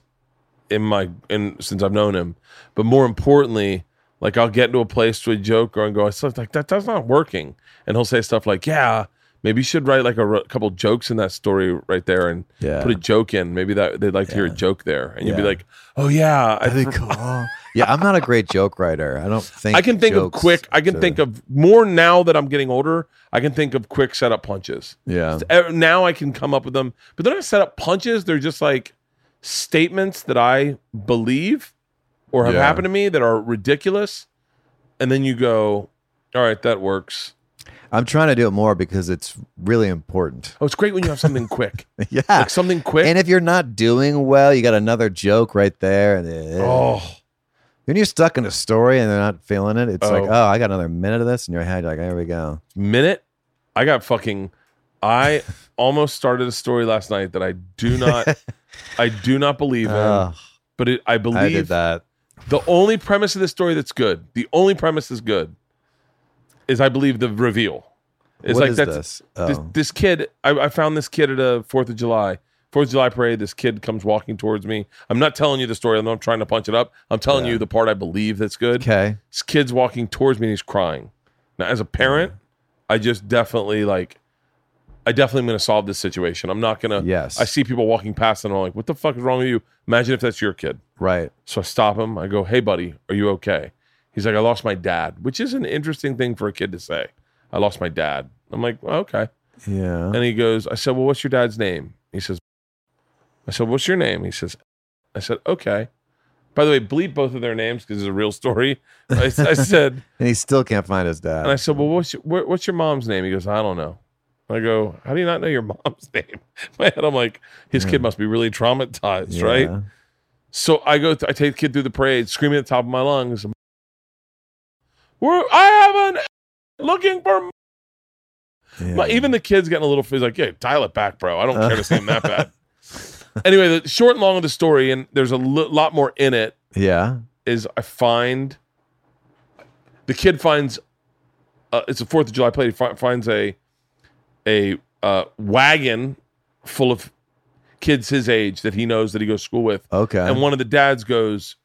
[SPEAKER 1] in my in since I've known him, but more importantly, like I'll get into a place to a joke or and go, it's like that that's not working, and he'll say stuff like, yeah. Maybe you should write like a r- couple jokes in that story right there and
[SPEAKER 4] Yeah.
[SPEAKER 1] put a joke in. Maybe that they'd like to hear a
[SPEAKER 4] Yeah.
[SPEAKER 1] joke there, and you'd be
[SPEAKER 4] Yeah.
[SPEAKER 1] like, "Oh yeah, I, for-
[SPEAKER 4] yeah, I'm not a great joke writer. I don't think
[SPEAKER 1] I can think of
[SPEAKER 4] jokes
[SPEAKER 1] quick. I can
[SPEAKER 4] to-
[SPEAKER 1] think of more now that I'm getting older. I can think of quick setup punches.
[SPEAKER 4] yeah,
[SPEAKER 1] Eh, now I can come up with them, but they're not set up punches. They're just like statements that I believe or have
[SPEAKER 4] Yeah.
[SPEAKER 1] happened to me that are ridiculous. And then you go, all right, that works.
[SPEAKER 4] I'm trying to do it more because it's really important.
[SPEAKER 1] Oh, it's great when you have something quick,
[SPEAKER 4] yeah,
[SPEAKER 1] like something quick.
[SPEAKER 4] and if you're not doing well, you got another joke right there. And eh.
[SPEAKER 1] oh,
[SPEAKER 4] when you're stuck in a story and they're not feeling it, it's like,
[SPEAKER 1] Oh.
[SPEAKER 4] oh, I got another minute of this in your head. You're like, here we go.
[SPEAKER 1] minute. I got fucking, I almost started a story last night that I do not, I do not believe in,
[SPEAKER 4] Ugh,
[SPEAKER 1] but it, I believe
[SPEAKER 4] I did that.
[SPEAKER 1] The only premise of this story that's good, the only premise that's good, is I believe the reveal. It's
[SPEAKER 4] What
[SPEAKER 1] like
[SPEAKER 4] is
[SPEAKER 1] that's
[SPEAKER 4] this?
[SPEAKER 1] this,
[SPEAKER 4] Oh.
[SPEAKER 1] this kid. I, I found this kid at a Fourth of July Fourth of July parade. This kid comes walking towards me. I'm not telling you the story. I'm not trying to punch it up. I'm telling
[SPEAKER 4] Yeah.
[SPEAKER 1] you the part I believe that's good.
[SPEAKER 4] okay.
[SPEAKER 1] This kid's walking towards me and he's crying. Now, as a parent, I just definitely like. I definitely am going to solve this situation. I'm not going to.
[SPEAKER 4] Yes.
[SPEAKER 1] I see people walking past and I'm like, "What the fuck is wrong with you?" Imagine if that's your kid.
[SPEAKER 4] Right.
[SPEAKER 1] So I stop him. I go, "Hey, buddy, are you okay?" He's like, "I lost my dad," which is an interesting thing for a kid to say. I lost my dad. I'm like, well, "Okay."
[SPEAKER 4] Yeah.
[SPEAKER 1] And he goes, "I said, well, what's your dad's name?" He says, "I said, what's your name?" He says, "I said, okay." By the way, bleep both of their names because it's a real story. I, I said,
[SPEAKER 4] And he still can't find his dad.
[SPEAKER 1] and I said, well, what's your, what, what's your mom's name? He goes, I don't know. I go, how do you not know your mom's name? In my head, I'm like, his kid must be really traumatized, right?
[SPEAKER 4] Yeah.
[SPEAKER 1] So I go, th- I take the kid through the parade, screaming at the top of my lungs. We're, I haven't looking for m-"
[SPEAKER 4] Yeah.
[SPEAKER 1] my, even the kid's getting a little. He's like, yeah, dial it back, bro. I don't care to see him that bad. anyway, the short and long of the story, and there's a li- lot more in it.
[SPEAKER 4] Yeah.
[SPEAKER 1] Is I find the kid finds uh, it's a Fourth of July plate. He fi- finds a a uh, wagon full of kids his age that he knows that he goes to school with.
[SPEAKER 4] Okay.
[SPEAKER 1] And one of the dads goes,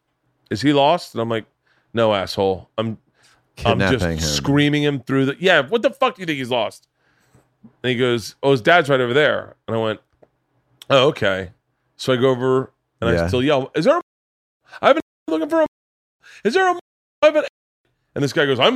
[SPEAKER 1] "Is he lost?" And I'm like, "No, asshole. I'm I'm just
[SPEAKER 4] Kidnapping him.
[SPEAKER 1] screaming him through the yeah. What the fuck do you think he's lost?" And he goes, "Oh, his dad's right over there." And I went, "Oh, okay." So I go over and I
[SPEAKER 4] Yeah.
[SPEAKER 1] still yell, "Is there? A, I've been looking for a. Is there a? I've been." And this guy goes, "I'm."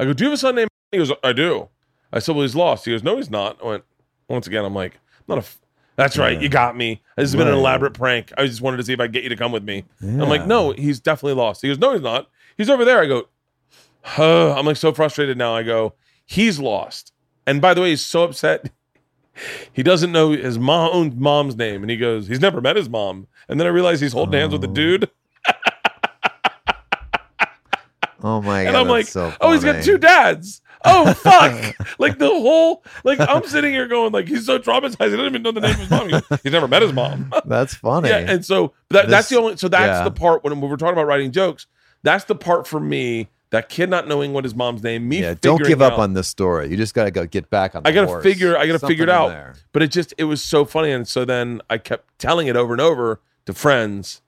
[SPEAKER 1] I go, "Do you have a son named?" He goes, "I do." I said, "Well, he's lost." He goes, "No, he's not." I went once again. I'm like, I'm "Not a." F- That's right.
[SPEAKER 4] Yeah.
[SPEAKER 1] You got me. This has been an
[SPEAKER 4] Right.
[SPEAKER 1] elaborate prank. I just wanted to see if I could get you to come with me.
[SPEAKER 4] Yeah.
[SPEAKER 1] I'm like, no, he's definitely lost. He goes, no, he's not. He's over there. I go, huh. I'm like so frustrated now. I go, he's lost. And by the way, he's so upset. He doesn't know his mom, own mom's name. And he goes, he's never met his mom. And then I realize he's holding hands with the
[SPEAKER 4] Oh.
[SPEAKER 1] dude.
[SPEAKER 4] Oh my god.
[SPEAKER 1] and I'm
[SPEAKER 4] that's
[SPEAKER 1] like,
[SPEAKER 4] so
[SPEAKER 1] oh, he's got
[SPEAKER 4] funny.
[SPEAKER 1] two dads. Oh, fuck. like the whole, like I'm sitting here going, like, he's so traumatized. He doesn't even know the name of his mom. He goes, he's never met his mom.
[SPEAKER 4] That's funny.
[SPEAKER 1] Yeah, and so that, that's
[SPEAKER 4] This-
[SPEAKER 1] the only. So that's
[SPEAKER 4] yeah.
[SPEAKER 1] the part when we were talking about writing jokes. That's the part for me. That kid not knowing what his mom's name. Me.
[SPEAKER 4] yeah, don't
[SPEAKER 1] figuring
[SPEAKER 4] give up
[SPEAKER 1] out-
[SPEAKER 4] on this story. You just gotta go get back on. The
[SPEAKER 1] I gotta
[SPEAKER 4] horse.
[SPEAKER 1] figure- I gotta figure it out.
[SPEAKER 4] Something in there.
[SPEAKER 1] But it just it was so funny, and so then I kept telling it over and over to friends,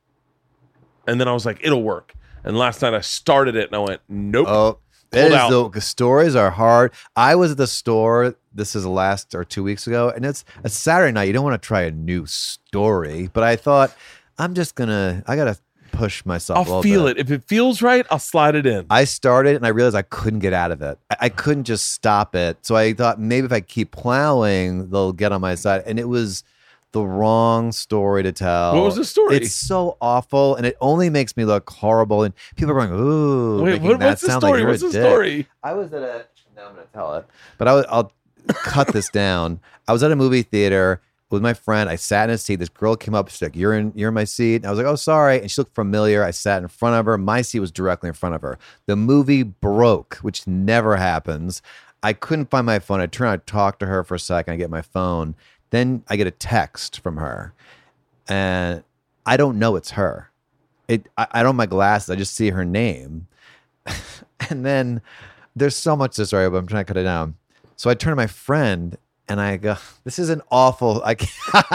[SPEAKER 1] and then I was like, it'll work. And last night I started it, and I went, nope.
[SPEAKER 4] Oh, it
[SPEAKER 1] Pulled out.
[SPEAKER 4] is the, the stories are hard. I was at the store. This is last or two weeks ago, and it's a Saturday night. You don't want to try a new story, but I thought I'm just gonna. I gotta push myself. a
[SPEAKER 1] I'll
[SPEAKER 4] little
[SPEAKER 1] feel
[SPEAKER 4] bit.
[SPEAKER 1] it. If it feels right, I'll slide it in.
[SPEAKER 4] I started and I realized I couldn't get out of it. I, I couldn't just stop it. So I thought maybe if I keep plowing, they'll get on my side. And it was the wrong story to tell.
[SPEAKER 1] What was the story?
[SPEAKER 4] It's so awful, and it only makes me look horrible. And people are going, "Ooh,
[SPEAKER 1] Wait,
[SPEAKER 4] making
[SPEAKER 1] what,
[SPEAKER 4] that
[SPEAKER 1] what's the
[SPEAKER 4] sound
[SPEAKER 1] story?
[SPEAKER 4] Like you're
[SPEAKER 1] what's
[SPEAKER 4] a
[SPEAKER 1] the
[SPEAKER 4] dick.
[SPEAKER 1] story?
[SPEAKER 4] I was at a. Now I'm going to tell it, but I was, I'll cut this down. I was at a movie theater with my friend. I sat in a seat. This girl came up. She's like, "You're in. You're in my seat." And I was like, "Oh, sorry." And she looked familiar. I sat in front of her. My seat was directly in front of her. The movie broke, which never happens. I couldn't find my phone. I turn. I talk to her for a second. I get my phone. Then I get a text from her, and I don't know it's her. It. I, I don't have my glasses. I just see her name, and then there's so much to this story, but I'm trying to cut it down. So I turn to my friend and I go, "This is an awful." I can't-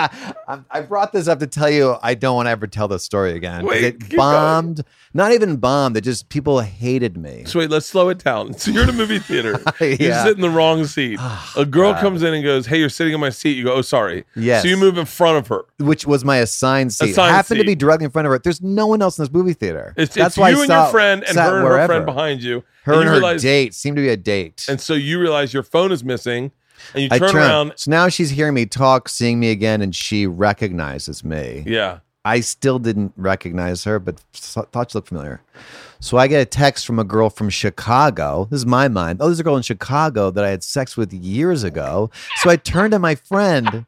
[SPEAKER 4] I'm- I brought this up to tell you I don't want to ever tell this story again. 'Cause
[SPEAKER 1] Wait, keep
[SPEAKER 4] it
[SPEAKER 1] going.
[SPEAKER 4] bombed. Not even bombed. It just people hated me.
[SPEAKER 1] So wait, let's slow it down. So you're in a movie theater. You
[SPEAKER 4] Yeah.
[SPEAKER 1] sit in the wrong seat.
[SPEAKER 4] Ah,
[SPEAKER 1] A girl
[SPEAKER 4] God.
[SPEAKER 1] comes in and goes, "Hey, you're sitting in my seat." You go, "Oh, sorry."
[SPEAKER 4] Yes.
[SPEAKER 1] So you move in front of her.
[SPEAKER 4] Which was my assigned seat.
[SPEAKER 1] Assigned
[SPEAKER 4] Happened to be
[SPEAKER 1] seat.
[SPEAKER 4] directly in front of her. There's no one else in this movie theater.
[SPEAKER 1] It's,
[SPEAKER 4] That's
[SPEAKER 1] it's
[SPEAKER 4] why I
[SPEAKER 1] you and your
[SPEAKER 4] sat-
[SPEAKER 1] friend and
[SPEAKER 4] sat
[SPEAKER 1] her and her
[SPEAKER 4] wherever.
[SPEAKER 1] friend behind you.
[SPEAKER 4] Her
[SPEAKER 1] you
[SPEAKER 4] and, her
[SPEAKER 1] realize-
[SPEAKER 4] date seemed to be a date.
[SPEAKER 1] And so you realize your phone is missing, and you turn, around.
[SPEAKER 4] So now she's hearing me talk, seeing me again, and she recognizes me.
[SPEAKER 1] Yeah.
[SPEAKER 4] I still didn't recognize her, but s- thought she looked familiar. So I get a text from a girl from Chicago. This is my mind. Oh, there's a girl in Chicago that I had sex with years ago. So I turn to my friend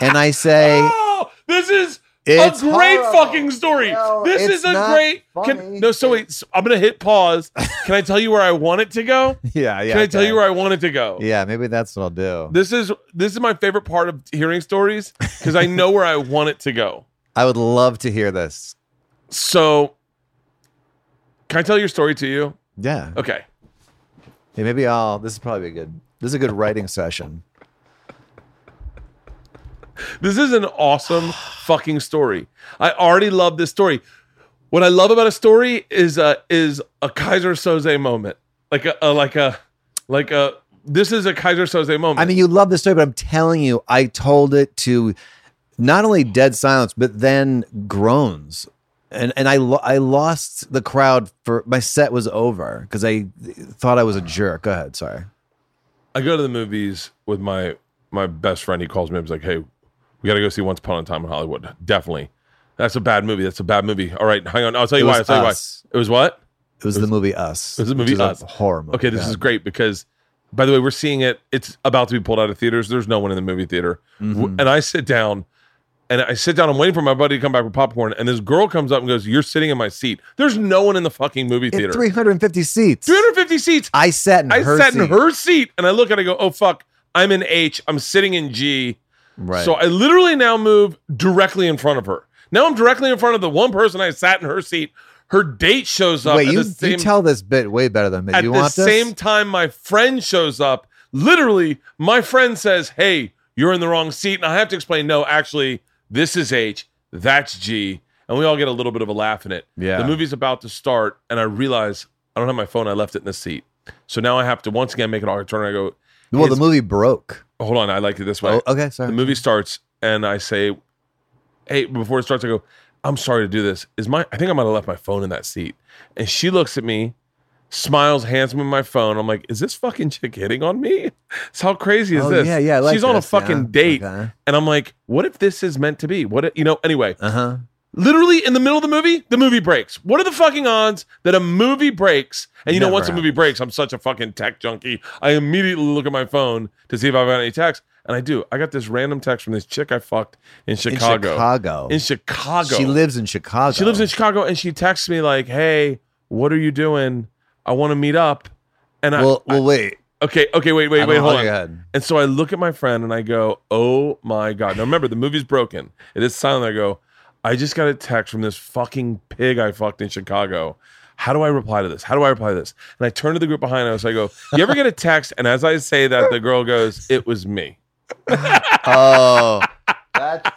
[SPEAKER 4] and I say,
[SPEAKER 1] Oh, this is
[SPEAKER 4] It's
[SPEAKER 1] a great
[SPEAKER 4] horrible.
[SPEAKER 1] fucking story.
[SPEAKER 4] No,
[SPEAKER 1] this
[SPEAKER 4] it's
[SPEAKER 1] is a
[SPEAKER 4] not
[SPEAKER 1] great.
[SPEAKER 4] funny.
[SPEAKER 1] Can, no, so wait. so I'm gonna hit pause. Can I tell you where I want it to go?
[SPEAKER 4] Yeah, yeah.
[SPEAKER 1] Can I tell you where I want it to go?
[SPEAKER 4] Yeah, maybe that's what I'll do.
[SPEAKER 1] This is this is my favorite part of hearing stories because I know where I want it to go.
[SPEAKER 4] I would love to hear this.
[SPEAKER 1] So, can I tell your story to you?
[SPEAKER 4] Yeah.
[SPEAKER 1] Okay.
[SPEAKER 4] Yeah, maybe I'll. This is probably a good. This is a good writing session.
[SPEAKER 1] This is an awesome fucking story. I already love this story. What I love about a story is a is a Kaiser Soze moment, like a, a like a like a. This is a Kaiser Soze moment.
[SPEAKER 4] I mean, you love this story, but I'm telling you, I told it to not only dead silence, but then groans. And and I lo- I lost the crowd for my set was over because I thought I was a jerk. Go ahead, sorry.
[SPEAKER 1] I go to the movies with my my best friend. He calls me up. He's like, "Hey, we got to go see Once Upon a Time in Hollywood." Definitely. That's a bad movie. That's a bad movie. All right, hang on. I'll tell you
[SPEAKER 4] It
[SPEAKER 1] why. I'll
[SPEAKER 4] was
[SPEAKER 1] tell
[SPEAKER 4] Us.
[SPEAKER 1] you why. It was what?
[SPEAKER 4] It was, the movie Us.
[SPEAKER 1] it was the
[SPEAKER 4] which
[SPEAKER 1] movie
[SPEAKER 4] is a
[SPEAKER 1] Us.
[SPEAKER 4] horror movie.
[SPEAKER 1] Okay, this
[SPEAKER 4] Yeah.
[SPEAKER 1] is great because, by the way, we're seeing it. It's about to be pulled out of theaters. There's no one in the movie theater, W-
[SPEAKER 4] Mhm.
[SPEAKER 1] and I sit down, and I sit down. I'm waiting for my buddy to come back with popcorn, and this girl comes up and goes, "You're sitting in my seat." There's no one in the fucking movie
[SPEAKER 4] It-
[SPEAKER 1] theater.
[SPEAKER 4] 350 seats.
[SPEAKER 1] 350 seats.
[SPEAKER 4] I sat in
[SPEAKER 1] I
[SPEAKER 4] her
[SPEAKER 1] sat
[SPEAKER 4] seat.
[SPEAKER 1] in her seat, and I look and I go, "Oh fuck, I'm in H. I'm sitting in G."
[SPEAKER 4] Right.
[SPEAKER 1] So I literally now move directly in front of her. Now I'm directly in front of the one person I sat in her seat. Her date shows up.
[SPEAKER 4] Wait,
[SPEAKER 1] at
[SPEAKER 4] you,
[SPEAKER 1] the same,
[SPEAKER 4] you tell this bit way better than me.
[SPEAKER 1] at
[SPEAKER 4] you
[SPEAKER 1] the
[SPEAKER 4] want this?
[SPEAKER 1] same time my friend shows up. Literally, my friend says, "Hey, you're in the wrong seat," and I have to explain. No, actually, this is H. That's G. And we all get a little bit of a laugh in it.
[SPEAKER 4] Yeah.
[SPEAKER 1] The movie's about to start, and I realize I don't have my phone. I left it in the seat. So now I have to once again make an awkward turn. I go,
[SPEAKER 4] well, the
[SPEAKER 1] is-
[SPEAKER 4] movie broke.
[SPEAKER 1] hold on, I like it this way.
[SPEAKER 4] Oh, okay, sorry.
[SPEAKER 1] The movie starts, and I say, "Hey!" Before it starts, I go, "I'm sorry to do this. Is my? I think I might have left my phone in that seat." And she looks at me, smiles, hands me my phone. I'm like, "Is this fucking chick hitting on me? It's how crazy is
[SPEAKER 4] oh,
[SPEAKER 1] this?
[SPEAKER 4] Yeah, yeah. I like
[SPEAKER 1] She's on a
[SPEAKER 4] this, yeah.
[SPEAKER 1] fucking date,
[SPEAKER 4] Okay.
[SPEAKER 1] and I'm like, "What if this is meant to be? What? If, you know? Anyway,
[SPEAKER 4] Uh huh.
[SPEAKER 1] literally in the middle of the movie, the movie breaks. What are the fucking odds that a movie breaks? And you know,
[SPEAKER 4] Never
[SPEAKER 1] once a movie
[SPEAKER 4] happens.
[SPEAKER 1] breaks, I'm such a fucking tech junkie. I immediately look at my phone to see if I've got any texts. And I do. I got this random text from this chick I fucked in Chicago.
[SPEAKER 4] In Chicago.
[SPEAKER 1] In Chicago.
[SPEAKER 4] She lives in Chicago.
[SPEAKER 1] She lives in Chicago and she texts me like, Hey, what are you doing? I want to meet up. And I,
[SPEAKER 4] Well, well, wait.
[SPEAKER 1] I- okay, okay, wait,
[SPEAKER 4] I
[SPEAKER 1] wait,
[SPEAKER 4] don't
[SPEAKER 1] wait,
[SPEAKER 4] know.
[SPEAKER 1] hold
[SPEAKER 4] Okay,
[SPEAKER 1] on.
[SPEAKER 4] go ahead.
[SPEAKER 1] And so I look at my friend and I go, "Oh my god!" Now remember, the movie's broken. It is silent. I go, "I just got a text from this fucking pig I fucked in Chicago. How do I reply to this? How do I reply to this?" And I turn to the group behind us. I go, "You ever get a text?" And as I say that, the girl goes, "It was me."
[SPEAKER 4] Oh, that's.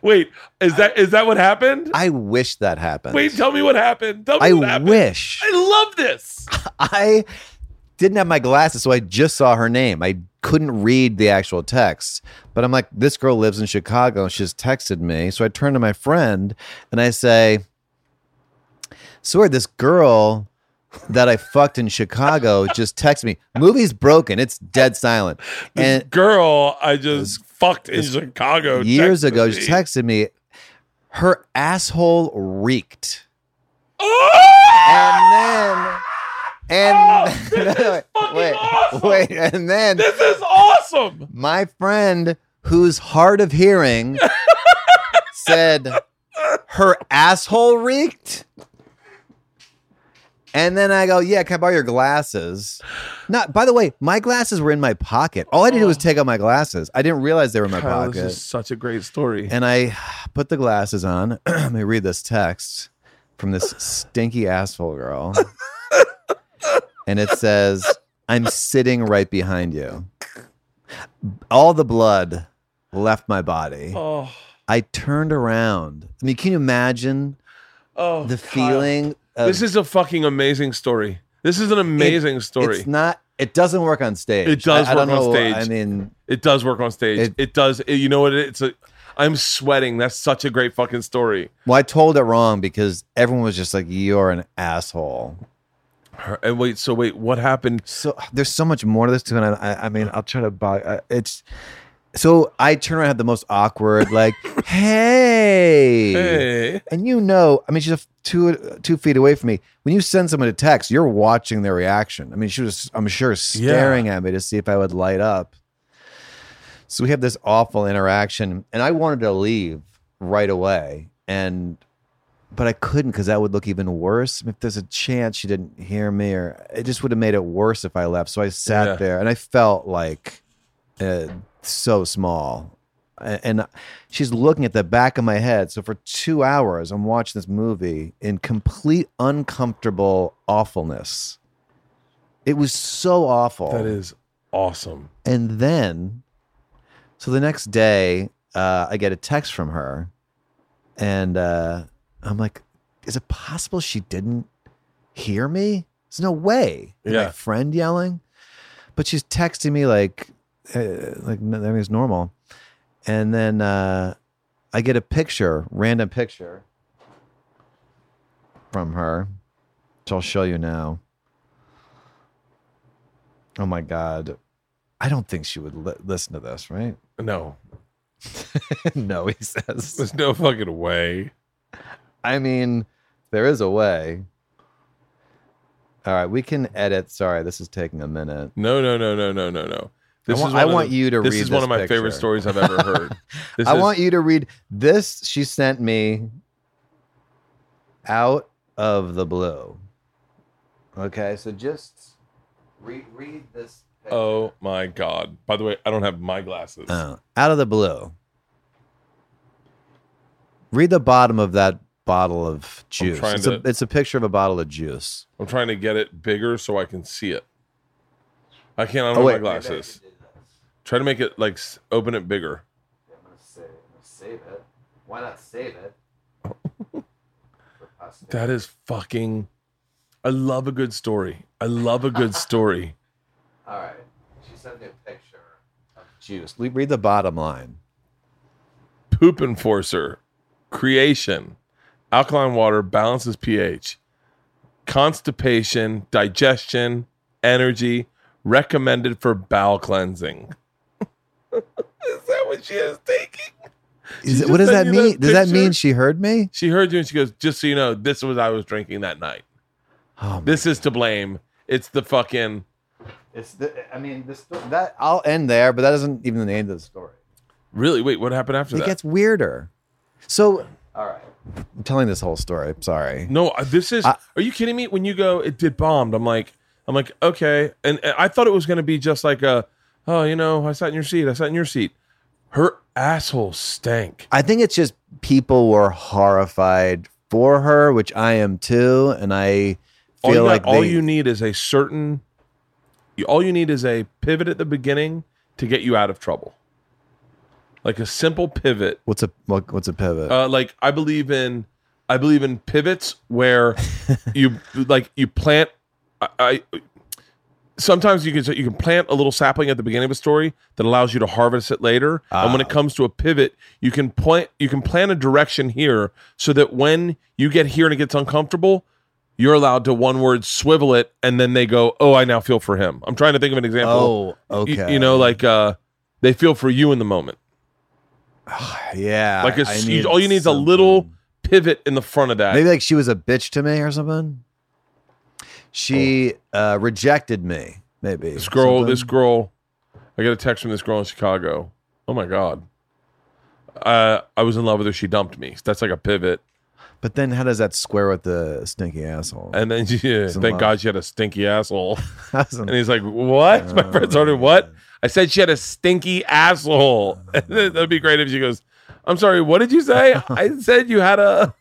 [SPEAKER 1] Wait, is that is that what happened?
[SPEAKER 4] I wish that happened.
[SPEAKER 1] Wait, tell me what happened. Tell me
[SPEAKER 4] I
[SPEAKER 1] what happened.
[SPEAKER 4] wish.
[SPEAKER 1] I love this.
[SPEAKER 4] I didn't have my glasses, so I just saw her name. I couldn't read the actual text, but I'm like, this girl lives in Chicago and she's texted me. So I turn to my friend and I say, Sword, this girl that I fucked in Chicago just texted me. Movie's broken. It's dead silent.
[SPEAKER 1] This
[SPEAKER 4] And
[SPEAKER 1] girl I just fucked in Chicago
[SPEAKER 4] years
[SPEAKER 1] texted
[SPEAKER 4] ago,
[SPEAKER 1] me.
[SPEAKER 4] she texted me. Her asshole reeked.
[SPEAKER 1] Oh!
[SPEAKER 4] And then and
[SPEAKER 1] Oh, this is fucking
[SPEAKER 4] wait,
[SPEAKER 1] awesome.
[SPEAKER 4] wait, and then
[SPEAKER 1] This is awesome.
[SPEAKER 4] my friend who's hard of hearing said her asshole reeked. And then I go, yeah, can I borrow your glasses? Not, by the way, my glasses were in my pocket. All I did was take out my glasses. I didn't realize they were in my
[SPEAKER 1] Kyle,
[SPEAKER 4] pocket.
[SPEAKER 1] This is such a great story.
[SPEAKER 4] And I put the glasses on. Let me read this text from this stinky asshole girl. and it says, I'm sitting right behind you. All the blood left my body.
[SPEAKER 1] oh,
[SPEAKER 4] I turned around. I mean, can you imagine
[SPEAKER 1] oh,
[SPEAKER 4] the
[SPEAKER 1] Kyle.
[SPEAKER 4] feeling? Of,
[SPEAKER 1] this is a fucking amazing story. This is an amazing story.
[SPEAKER 4] It's not. It doesn't work on stage.
[SPEAKER 1] It does
[SPEAKER 4] I, I don't
[SPEAKER 1] work on
[SPEAKER 4] know,
[SPEAKER 1] stage.
[SPEAKER 4] I mean,
[SPEAKER 1] it does work on stage. It,
[SPEAKER 4] It-
[SPEAKER 1] does. it- you know what? It's a. I'm sweating. That's such a great fucking story.
[SPEAKER 4] well, I told it wrong because everyone was just like, "You're an asshole."
[SPEAKER 1] Her- And wait, so wait, what happened?
[SPEAKER 4] so there's so much more to this too, and I, I, I mean, I'll try to buy. I, it's so I turn around, and have the most awkward, like, hey,
[SPEAKER 1] Hey,
[SPEAKER 4] and you know, I mean, she's a f- two two feet away from me. When you send someone a text, you're watching their reaction. I mean, she was, I'm sure, staring at me to see if I would light up. So we have this awful interaction, and I wanted to leave right away, and but I couldn't because that would look even worse. If there's a chance she didn't hear me, or it just would have made it worse if I left. So I sat
[SPEAKER 1] Yeah.
[SPEAKER 4] there, and I felt like uh, so small. A- And she's looking at the back of my head. So for two hours, I'm watching this movie in complete uncomfortable awfulness. It was so awful.
[SPEAKER 1] that is awesome.
[SPEAKER 4] And then, so the next day, uh, I get a text from her, and uh, I'm like, "Is it possible she didn't hear me? There's no way." And
[SPEAKER 1] Yeah.
[SPEAKER 4] My friend yelling, but she's texting me like, uh, like no- everything's normal, and then uh, I get a picture, random picture from her, which I'll show you now. Oh my god. I don't think she would li- listen to this, right?
[SPEAKER 1] No,
[SPEAKER 4] no, he says.
[SPEAKER 1] there's no fucking way.
[SPEAKER 4] I mean, there is a way. All right, we can edit. Sorry, this is taking a minute.
[SPEAKER 1] No, no, no, no, no, no, no.
[SPEAKER 4] I want,
[SPEAKER 1] one
[SPEAKER 4] I
[SPEAKER 1] of
[SPEAKER 4] want
[SPEAKER 1] the-
[SPEAKER 4] you to
[SPEAKER 1] This
[SPEAKER 4] read
[SPEAKER 1] is one of my favorite
[SPEAKER 4] picture.
[SPEAKER 1] stories I've ever heard. This
[SPEAKER 4] I
[SPEAKER 1] is-
[SPEAKER 4] want you to read this. She sent me out of the blue. Okay, so just read read this. picture.
[SPEAKER 1] Oh my god! By the way, I don't have my glasses.
[SPEAKER 4] Oh, out of the blue. Read the bottom of that bottle of juice.
[SPEAKER 1] trying
[SPEAKER 4] It's, a,
[SPEAKER 1] to-
[SPEAKER 4] it's a picture of a bottle of juice.
[SPEAKER 1] I'm trying to get it bigger so I can see it. I can't. I don't
[SPEAKER 4] Oh,
[SPEAKER 1] have my
[SPEAKER 4] wait. Maybe I
[SPEAKER 1] glasses. Try to make it like s- open it bigger.
[SPEAKER 4] I'm gonna save it. I'm gonna save it. Why not save it?
[SPEAKER 1] That is fucking. I love a good story. I love a good story.
[SPEAKER 4] All right. She sent me a picture of juice. Le- Read the bottom line.
[SPEAKER 1] Poop Enforcer, Creation, Alkaline Water balances pH, Constipation, Digestion, Energy, recommended for bowel cleansing. is that what she is taking?
[SPEAKER 4] Is it,
[SPEAKER 1] just
[SPEAKER 4] what does that
[SPEAKER 1] sent you that
[SPEAKER 4] mean? does that
[SPEAKER 1] picture?
[SPEAKER 4] mean she heard me?
[SPEAKER 1] She heard you and she goes, just so you know, this was I was drinking that night.
[SPEAKER 4] Oh,
[SPEAKER 1] This is to blame. It's the fucking
[SPEAKER 4] it's the, I mean, this that I'll end there, but that isn't even the end of the story.
[SPEAKER 1] really wait, what happened after
[SPEAKER 4] It
[SPEAKER 1] that?
[SPEAKER 4] gets weirder. So, all right. I'm telling this whole story. I'm sorry.
[SPEAKER 1] No, uh, this is.
[SPEAKER 4] I-
[SPEAKER 1] are you kidding me? When you go, it did bombed. I'm like, I'm like, okay. And, and I thought it was gonna be just like a, oh, you know, I sat in your seat. I sat in your seat. Her asshole stank.
[SPEAKER 4] I think it's just people were horrified for her, which I am too, and I
[SPEAKER 1] All,
[SPEAKER 4] feel
[SPEAKER 1] you, got-
[SPEAKER 4] like
[SPEAKER 1] all
[SPEAKER 4] they-
[SPEAKER 1] you need is a certain. you- All you need is a pivot at the beginning to get you out of trouble. Like a simple pivot.
[SPEAKER 4] What's a what, what's a pivot?
[SPEAKER 1] Uh, like I believe in, I believe in pivots where you like you plant. I, I sometimes you can you can plant a little sapling at the beginning of a story that allows you to harvest it later. And
[SPEAKER 4] Ah.
[SPEAKER 1] when it comes to a pivot, you can plant you can plan a direction here so that when you get here and it gets uncomfortable, you're allowed to one word swivel it, and then they go, "Oh, I now feel for him." I'm trying to think of an example.
[SPEAKER 4] oh,
[SPEAKER 1] Y-
[SPEAKER 4] okay.
[SPEAKER 1] You, know, like uh, they feel for you in the moment.
[SPEAKER 4] yeah,
[SPEAKER 1] Like a
[SPEAKER 4] I
[SPEAKER 1] s-
[SPEAKER 4] need
[SPEAKER 1] you- all you need is a little
[SPEAKER 4] something.
[SPEAKER 1] pivot in the front of that.
[SPEAKER 4] Maybe like she was a bitch to me or something. She uh, rejected me. Maybe
[SPEAKER 1] Oh. this girl,
[SPEAKER 4] something.
[SPEAKER 1] this girl, I got a text from this girl in Chicago. Oh my god. Uh, I was in love with her. She dumped me. That's like a pivot.
[SPEAKER 4] But then how does that square with the stinky asshole?
[SPEAKER 1] And then, yeah,
[SPEAKER 4] It's in
[SPEAKER 1] thank
[SPEAKER 4] love.
[SPEAKER 1] God she had a stinky asshole.
[SPEAKER 4] Doesn't-
[SPEAKER 1] And he's like, "What?"
[SPEAKER 4] Oh,
[SPEAKER 1] My friend started, "What?" I said she had a stinky asshole. That'd be great if she goes, "I'm sorry, what did you say?" I said you had a.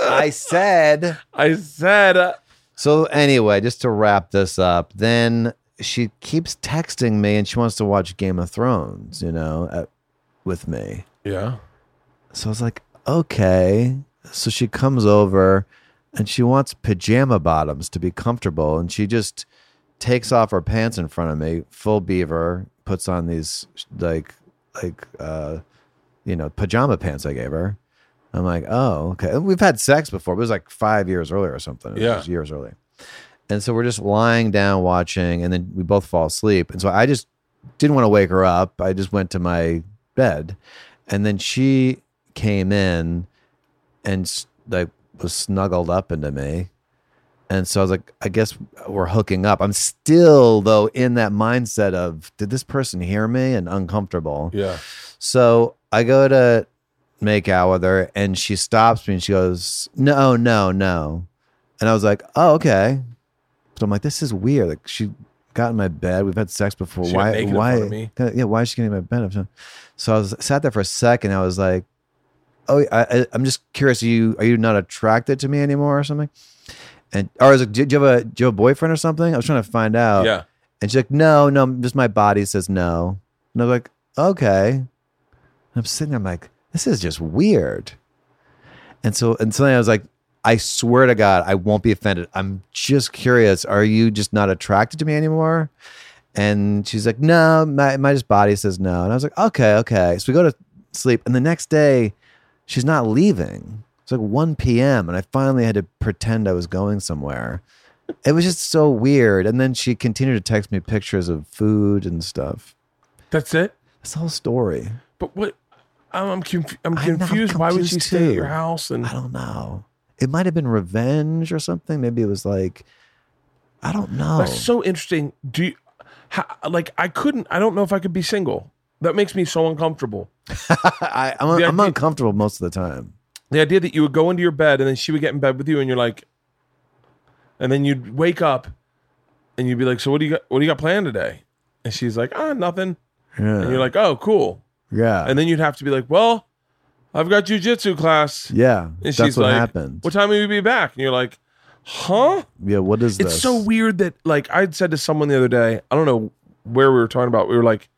[SPEAKER 4] I said.
[SPEAKER 1] I said uh,
[SPEAKER 4] So anyway, just to wrap this up, then she keeps texting me and she wants to watch Game of Thrones, you know, at, with me.
[SPEAKER 1] yeah.
[SPEAKER 4] So I was like, okay. So she comes over and she wants pajama bottoms to be comfortable. And she just takes off her pants in front of me, full beaver, puts on these like, like, uh, you know, pajama pants I gave her. I'm like, oh, okay. And We've had sex before, but it was like five years earlier or something. It was
[SPEAKER 1] Yeah.
[SPEAKER 4] just years early. And so we're just lying down watching, and then we both fall asleep. And so I just didn't want to wake her up. I just went to my bed, and then she came in and s- like was snuggled up into me. And so I was like, I guess we're hooking up. I'm still though in that mindset of, did this person hear me and uncomfortable?
[SPEAKER 1] Yeah.
[SPEAKER 4] So I go to make out with her and she stops me and she goes, No, no, no. And I was like, Oh, okay. So I'm like, this is weird. Like she got in my bed. We've had sex before.
[SPEAKER 1] She got
[SPEAKER 4] why
[SPEAKER 1] naked in
[SPEAKER 4] why
[SPEAKER 1] front of me.
[SPEAKER 4] yeah, why is she getting in my bed? So I was sat there for a second. I was like, Oh, I, I, I'm just curious. Are you are you not attracted to me anymore or something? And or I was like, do, do you have a do you have a boyfriend or something? I was trying to find out.
[SPEAKER 1] yeah.
[SPEAKER 4] And she's like, no, no, just my body says no. And I'm like, okay. And I'm sitting there, I'm like, this is just weird. And so, and suddenly I was like, I swear to God, I won't be offended. I'm just curious. Are you just not attracted to me anymore? And she's like, no, my, my just body says no. And I was like, okay, okay. So we go to sleep. And the next day, she's not leaving. It's like 1 p.m. And I finally had to pretend I was going somewhere it was just so weird. And then she continued to text me pictures of food and stuff.
[SPEAKER 1] That's it.
[SPEAKER 4] That's the whole story.
[SPEAKER 1] But what? I'm, I'm, confu- I'm
[SPEAKER 4] I'm- I'm
[SPEAKER 1] confused. Why would she
[SPEAKER 4] confused
[SPEAKER 1] stay at
[SPEAKER 4] too.
[SPEAKER 1] your house? And
[SPEAKER 4] I don't know. It might have been revenge or something. Maybe it was like, I don't know.
[SPEAKER 1] that's so interesting. Do you, how, like I couldn't. I don't know if I could be single. That makes me so uncomfortable.
[SPEAKER 4] I, I'm,
[SPEAKER 1] The
[SPEAKER 4] I'm
[SPEAKER 1] idea-
[SPEAKER 4] uncomfortable most of the time.
[SPEAKER 1] the idea that you would go into your bed and then she would get in bed with you and you're like and then you'd wake up and you'd be like so what do you got what do you got planned today and she's like ah nothing
[SPEAKER 4] Yeah.
[SPEAKER 1] and you're like oh cool
[SPEAKER 4] yeah.
[SPEAKER 1] and then you'd have to be like well i've got jujitsu class
[SPEAKER 4] yeah.
[SPEAKER 1] and
[SPEAKER 4] That's
[SPEAKER 1] she's
[SPEAKER 4] what
[SPEAKER 1] like
[SPEAKER 4] happened.
[SPEAKER 1] what time will you be back and you're like huh
[SPEAKER 4] yeah. What is this?
[SPEAKER 1] it's so weird that like i'd said to someone the other day i don't know where we were talking about we were like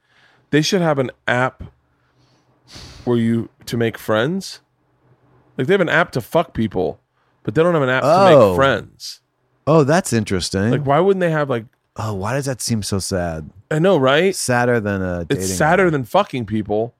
[SPEAKER 1] they should have an app where you to make friends like they have an app to fuck people but they don't have an app to
[SPEAKER 4] Oh.
[SPEAKER 1] make friends
[SPEAKER 4] Oh, that's interesting.
[SPEAKER 1] like why wouldn't they have like
[SPEAKER 4] oh, why does that seem so sad?
[SPEAKER 1] i know right
[SPEAKER 4] Sadder than a dating.
[SPEAKER 1] it's sadder than fucking people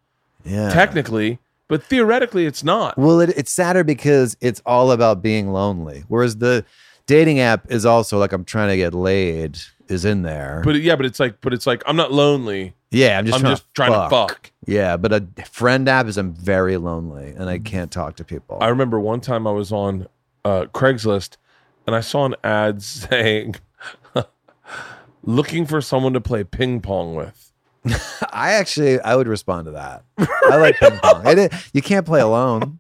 [SPEAKER 4] yeah.
[SPEAKER 1] technically but theoretically it's not
[SPEAKER 4] Well, it, it's sadder because it's all about being lonely. Whereas the dating app is also like I'm trying to get laid is in there.
[SPEAKER 1] but yeah but it's like but it's like i'm not lonely
[SPEAKER 4] yeah, I'm just
[SPEAKER 1] i'm
[SPEAKER 4] trying,
[SPEAKER 1] just trying to fuck
[SPEAKER 4] Yeah, but a friend app is I'm very lonely and I can't talk to people.
[SPEAKER 1] Mm. I remember one time I was on uh, Craigslist and I saw an ad saying, looking for someone to play ping pong with.
[SPEAKER 4] I actually I would respond to that. I like ping pong. It, i- you can't play alone.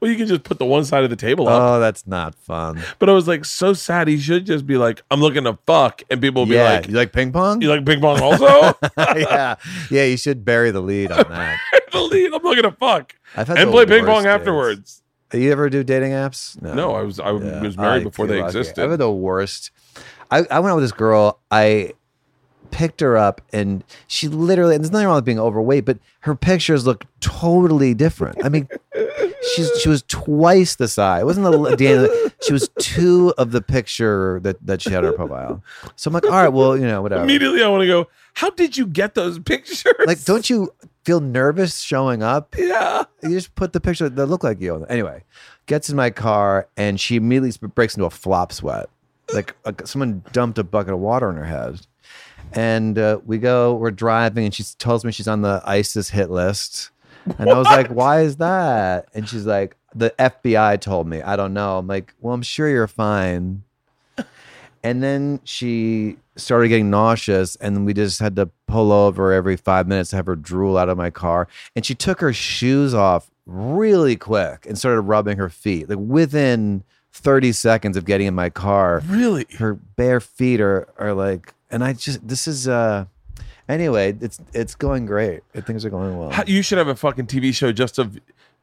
[SPEAKER 1] Well, you can just put the one side of the table up.
[SPEAKER 4] Oh, that's not fun.
[SPEAKER 1] but I was like, so sad. He should just be like, I'm looking to fuck. And people will be
[SPEAKER 4] yeah,
[SPEAKER 1] like,
[SPEAKER 4] you like ping pong?
[SPEAKER 1] you like ping pong also?
[SPEAKER 4] yeah, yeah. You should bury the lead on that.
[SPEAKER 1] the lead, I'm looking to fuck.
[SPEAKER 4] I've had
[SPEAKER 1] And
[SPEAKER 4] the
[SPEAKER 1] play ping
[SPEAKER 4] worst
[SPEAKER 1] pong
[SPEAKER 4] dates.
[SPEAKER 1] afterwards.
[SPEAKER 4] You ever do dating apps?
[SPEAKER 1] No, I was I
[SPEAKER 4] Yeah,
[SPEAKER 1] was married
[SPEAKER 4] I
[SPEAKER 1] before
[SPEAKER 4] feel
[SPEAKER 1] they
[SPEAKER 4] lucky.
[SPEAKER 1] existed.
[SPEAKER 4] I was the worst. I, I went out with this girl. I picked her up and she literally, and there's nothing wrong with being overweight, but her pictures look totally different. I mean, she's, she was twice the size. It wasn't the Dan, she was two of the picture that, that she had on her profile. So I'm like, all right, well, you know, whatever.
[SPEAKER 1] Immediately I want to go, how did you get those pictures?
[SPEAKER 4] Like, don't you feel nervous showing up?
[SPEAKER 1] yeah.
[SPEAKER 4] you just put the picture that look like you. on there. Anyway, gets in my car and she immediately sp- breaks into a flop sweat, like, like someone dumped a bucket of water on her head. And uh, we go, we're driving, and she s- tells me she's on the ISIS hit list. And I was like, why is that? And she's like, the FBI told me. I don't know. I'm like, well, I'm sure you're fine. And then she started getting nauseous, and we just had to pull over every five minutes to have her drool out of my car. And she took her shoes off really quick and started rubbing her feet. Like within 30 seconds of getting in my car,
[SPEAKER 1] Really?
[SPEAKER 4] her bare feet are are like. And I just this is uh. Anyway, it's it's going great. Things are going well.
[SPEAKER 1] How- you should have a fucking TV show just of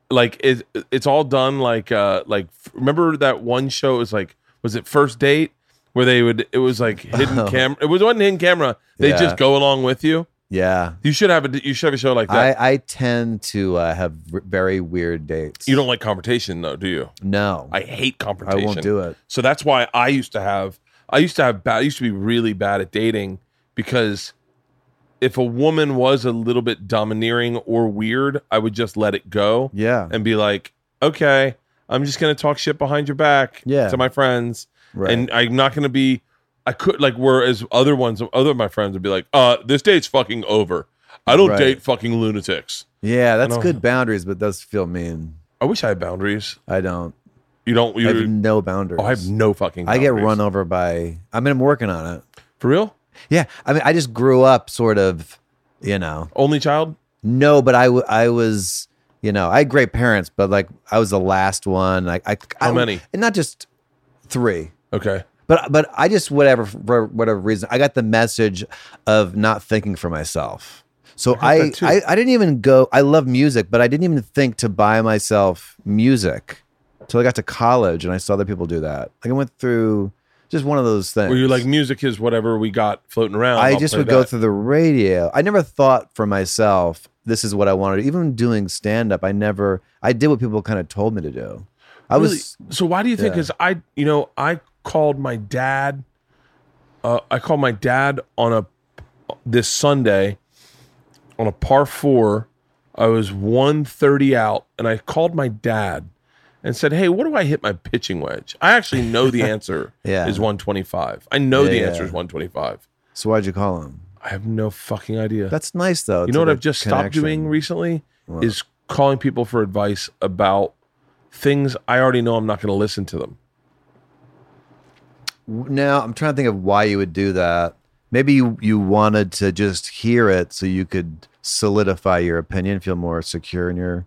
[SPEAKER 1] like it, it's all done like uh like f- remember that one show it was like was it first date where they would it was like hidden
[SPEAKER 4] Oh.
[SPEAKER 1] camera it was wasn't hidden camera they
[SPEAKER 4] Yeah.
[SPEAKER 1] just go along with you
[SPEAKER 4] yeah.
[SPEAKER 1] you should have a you should have a show like that
[SPEAKER 4] I, I tend to uh, have r- very weird dates.
[SPEAKER 1] you don't like confrontation though do you
[SPEAKER 4] No,
[SPEAKER 1] I hate
[SPEAKER 4] I
[SPEAKER 1] confrontation
[SPEAKER 4] won't do it.
[SPEAKER 1] So that's why I used to have I used to have bad I used to be really bad at dating because if a woman was a little bit domineering or weird, I would just let it go
[SPEAKER 4] Yeah,
[SPEAKER 1] and be like, "Okay, I'm just going to talk shit behind your back
[SPEAKER 4] Yeah.
[SPEAKER 1] to my friends
[SPEAKER 4] right.
[SPEAKER 1] and I'm not going to be I could like whereas other ones other of my friends would be like, "Uh, this date's fucking over. I don't
[SPEAKER 4] Right.
[SPEAKER 1] date fucking lunatics."
[SPEAKER 4] yeah, that's
[SPEAKER 1] don't-
[SPEAKER 4] good boundaries, but does feel mean.
[SPEAKER 1] I wish I had boundaries.
[SPEAKER 4] I don't.
[SPEAKER 1] You don't
[SPEAKER 4] I have
[SPEAKER 1] you
[SPEAKER 4] no boundaries.
[SPEAKER 1] oh, I have no fucking
[SPEAKER 4] I get
[SPEAKER 1] boundaries.
[SPEAKER 4] run over by. I mean, I'm working on it.
[SPEAKER 1] For real?
[SPEAKER 4] Yeah, I mean, I just grew up sort of, you know.
[SPEAKER 1] Only child?
[SPEAKER 4] No, but I, w- I was, you know, I had great parents, but like I was the last one. Like I,
[SPEAKER 1] How
[SPEAKER 4] I-
[SPEAKER 1] many?
[SPEAKER 4] And not just three.
[SPEAKER 1] Okay.
[SPEAKER 4] But but I just whatever for whatever reason I got the message of not thinking for myself. So
[SPEAKER 1] I got
[SPEAKER 4] I
[SPEAKER 1] that too.
[SPEAKER 4] I, I didn't even go. I love music, but I didn't even think to buy myself music till I got to college and I saw other people do that. Like I went through just one of those things.
[SPEAKER 1] Where you're like, music is whatever we got floating around.
[SPEAKER 4] I
[SPEAKER 1] I'll
[SPEAKER 4] just
[SPEAKER 1] play
[SPEAKER 4] would go
[SPEAKER 1] that.
[SPEAKER 4] through the radio. I never thought for myself this is what I wanted. Even doing stand up, I never. I did what people kind of told me to do. I
[SPEAKER 1] Really?
[SPEAKER 4] was
[SPEAKER 1] So why do you think?
[SPEAKER 4] yeah.
[SPEAKER 1] Because I, you know, I called my dad. Uh, I called my dad on a this Sunday on a par four. I was one thirty out, and I called my dad and said, "Hey, what do I hit my pitching wedge?" I actually know the answer
[SPEAKER 4] Yeah.
[SPEAKER 1] is one twenty five. I know
[SPEAKER 4] Yeah,
[SPEAKER 1] the
[SPEAKER 4] yeah.
[SPEAKER 1] answer is one twenty five.
[SPEAKER 4] so why'd you call him?
[SPEAKER 1] I have no fucking idea.
[SPEAKER 4] That's nice though.
[SPEAKER 1] you
[SPEAKER 4] to
[SPEAKER 1] know what
[SPEAKER 4] the
[SPEAKER 1] I've just stopped
[SPEAKER 4] connection.
[SPEAKER 1] doing recently
[SPEAKER 4] What?
[SPEAKER 1] is calling people for advice about things I already know I'm not going to listen to them.
[SPEAKER 4] Now I'm trying to think of why you would do that. Maybe you, you wanted to just hear it so you could solidify your opinion, feel more secure in your.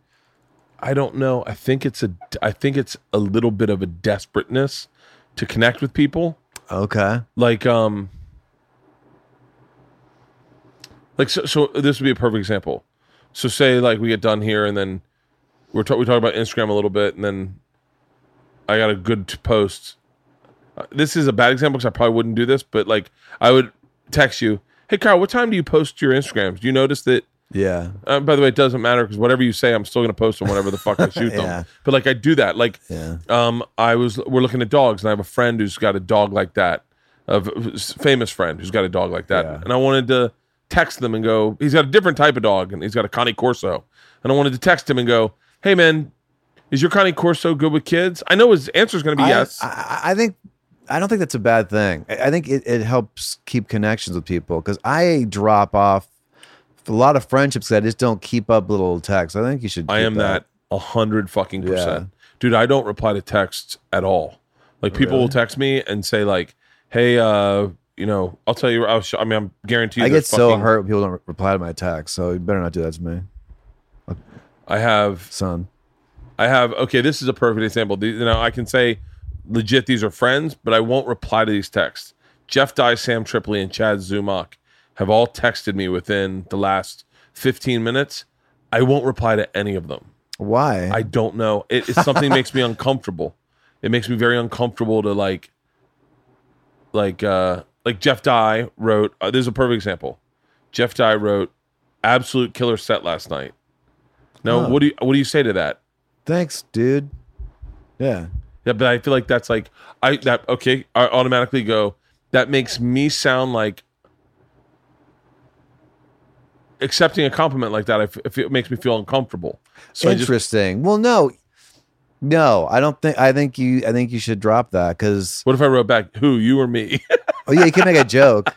[SPEAKER 1] I don't know. I think it's a I think it's a little bit of a desperateness to connect with people.
[SPEAKER 4] Okay.
[SPEAKER 1] Like um like so, so this would be a perfect example. So say like we get done here and then we're ta- we talk about Instagram a little bit and then I got a good t- post. Uh, This is a bad example because I probably wouldn't do this, but like I would text you, "Hey Kyle, what time do you post your Instagrams? Do you notice that
[SPEAKER 4] Yeah.
[SPEAKER 1] uh, by the way, it doesn't matter because whatever you say, I'm still going to post them whenever the fuck I shoot
[SPEAKER 4] Yeah.
[SPEAKER 1] them. But like I do that. Like
[SPEAKER 4] Yeah.
[SPEAKER 1] um, I was we're looking at dogs, and I have a friend who's got a dog like that, a v- famous friend who's got a dog like that,
[SPEAKER 4] Yeah.
[SPEAKER 1] and I wanted to text them and go, he's got a different type of dog, and he's got a Connie Corso, and I wanted to text him and go, hey man, is your Connie Corso good with kids? I know his answer is going to be
[SPEAKER 4] I-
[SPEAKER 1] yes.
[SPEAKER 4] I, I, I think I don't think that's a bad thing. I, I think it, it helps keep connections with people because I drop off a lot of friendships that I just don't keep up little texts. I think you should.
[SPEAKER 1] I
[SPEAKER 4] keep
[SPEAKER 1] am that a hundred fucking
[SPEAKER 4] Yeah.
[SPEAKER 1] percent, dude. I don't reply to texts at all. Like people will
[SPEAKER 4] Really?
[SPEAKER 1] text me and say like, "Hey, uh, you know, I'll tell you. I'll sh- I mean, I'm guaranteed.
[SPEAKER 4] I get
[SPEAKER 1] there's
[SPEAKER 4] so
[SPEAKER 1] fucking-
[SPEAKER 4] hurt when people don't re- reply to my texts, so you better not do that to me,
[SPEAKER 1] I have
[SPEAKER 4] son.
[SPEAKER 1] I have okay. This is a perfect example. These, you know, I can say legit these are friends, but I won't reply to these texts. Jeff Dye, Sam Tripley, and Chad Zumach have all texted me within the last 15 minutes. I won't reply to any of them.
[SPEAKER 4] Why?
[SPEAKER 1] I don't know. It, it's something that makes me uncomfortable. It makes me very uncomfortable to like, like, uh, like Jeff Dye wrote. Uh, this is a perfect example. Jeff Dye wrote, "Absolute killer set last night." No,
[SPEAKER 4] Oh.
[SPEAKER 1] what do you what do you say to that?
[SPEAKER 4] Thanks, dude. Yeah.
[SPEAKER 1] Yeah, but I feel like that's like I that okay. I automatically go. That makes me sound like accepting a compliment like that. I f- I feel, it makes me feel uncomfortable. So I just
[SPEAKER 4] Interesting. well, no, no, I don't think. I think you. I think you should drop that because.
[SPEAKER 1] what if I wrote back? Who you or me?
[SPEAKER 4] Oh yeah, you can make a joke.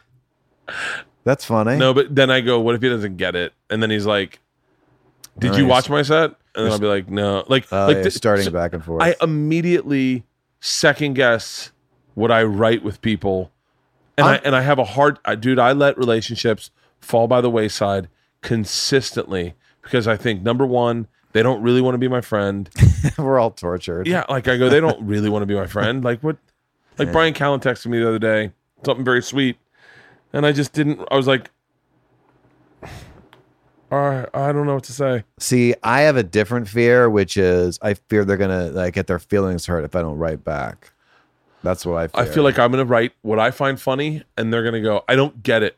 [SPEAKER 4] That's funny.
[SPEAKER 1] No, but then I go, what if he doesn't get it? And then he's like, did you
[SPEAKER 4] Nice.
[SPEAKER 1] watch my set? And then I'll be like, no. Like,
[SPEAKER 4] Oh,
[SPEAKER 1] like
[SPEAKER 4] yeah,
[SPEAKER 1] th-
[SPEAKER 4] starting
[SPEAKER 1] so
[SPEAKER 4] back and forth.
[SPEAKER 1] I immediately second guess what I write with people. and i
[SPEAKER 4] I'm-
[SPEAKER 1] and I have a hard I, dude. I let relationships fall by the wayside consistently because I think number one, they don't really want to be my friend.
[SPEAKER 4] We're all tortured.
[SPEAKER 1] Yeah, like I go, they don't really want to be my friend. Like what? Like Brian Callen texted me the other day something very sweet, and I just didn't. I was like, I I don't know what to say.
[SPEAKER 4] See, I have a different fear, which is I fear they're gonna like get their feelings hurt if I don't write back. That's what I
[SPEAKER 1] I
[SPEAKER 4] fear.
[SPEAKER 1] feel like I'm gonna write what I find funny, and they're gonna go, I don't get it.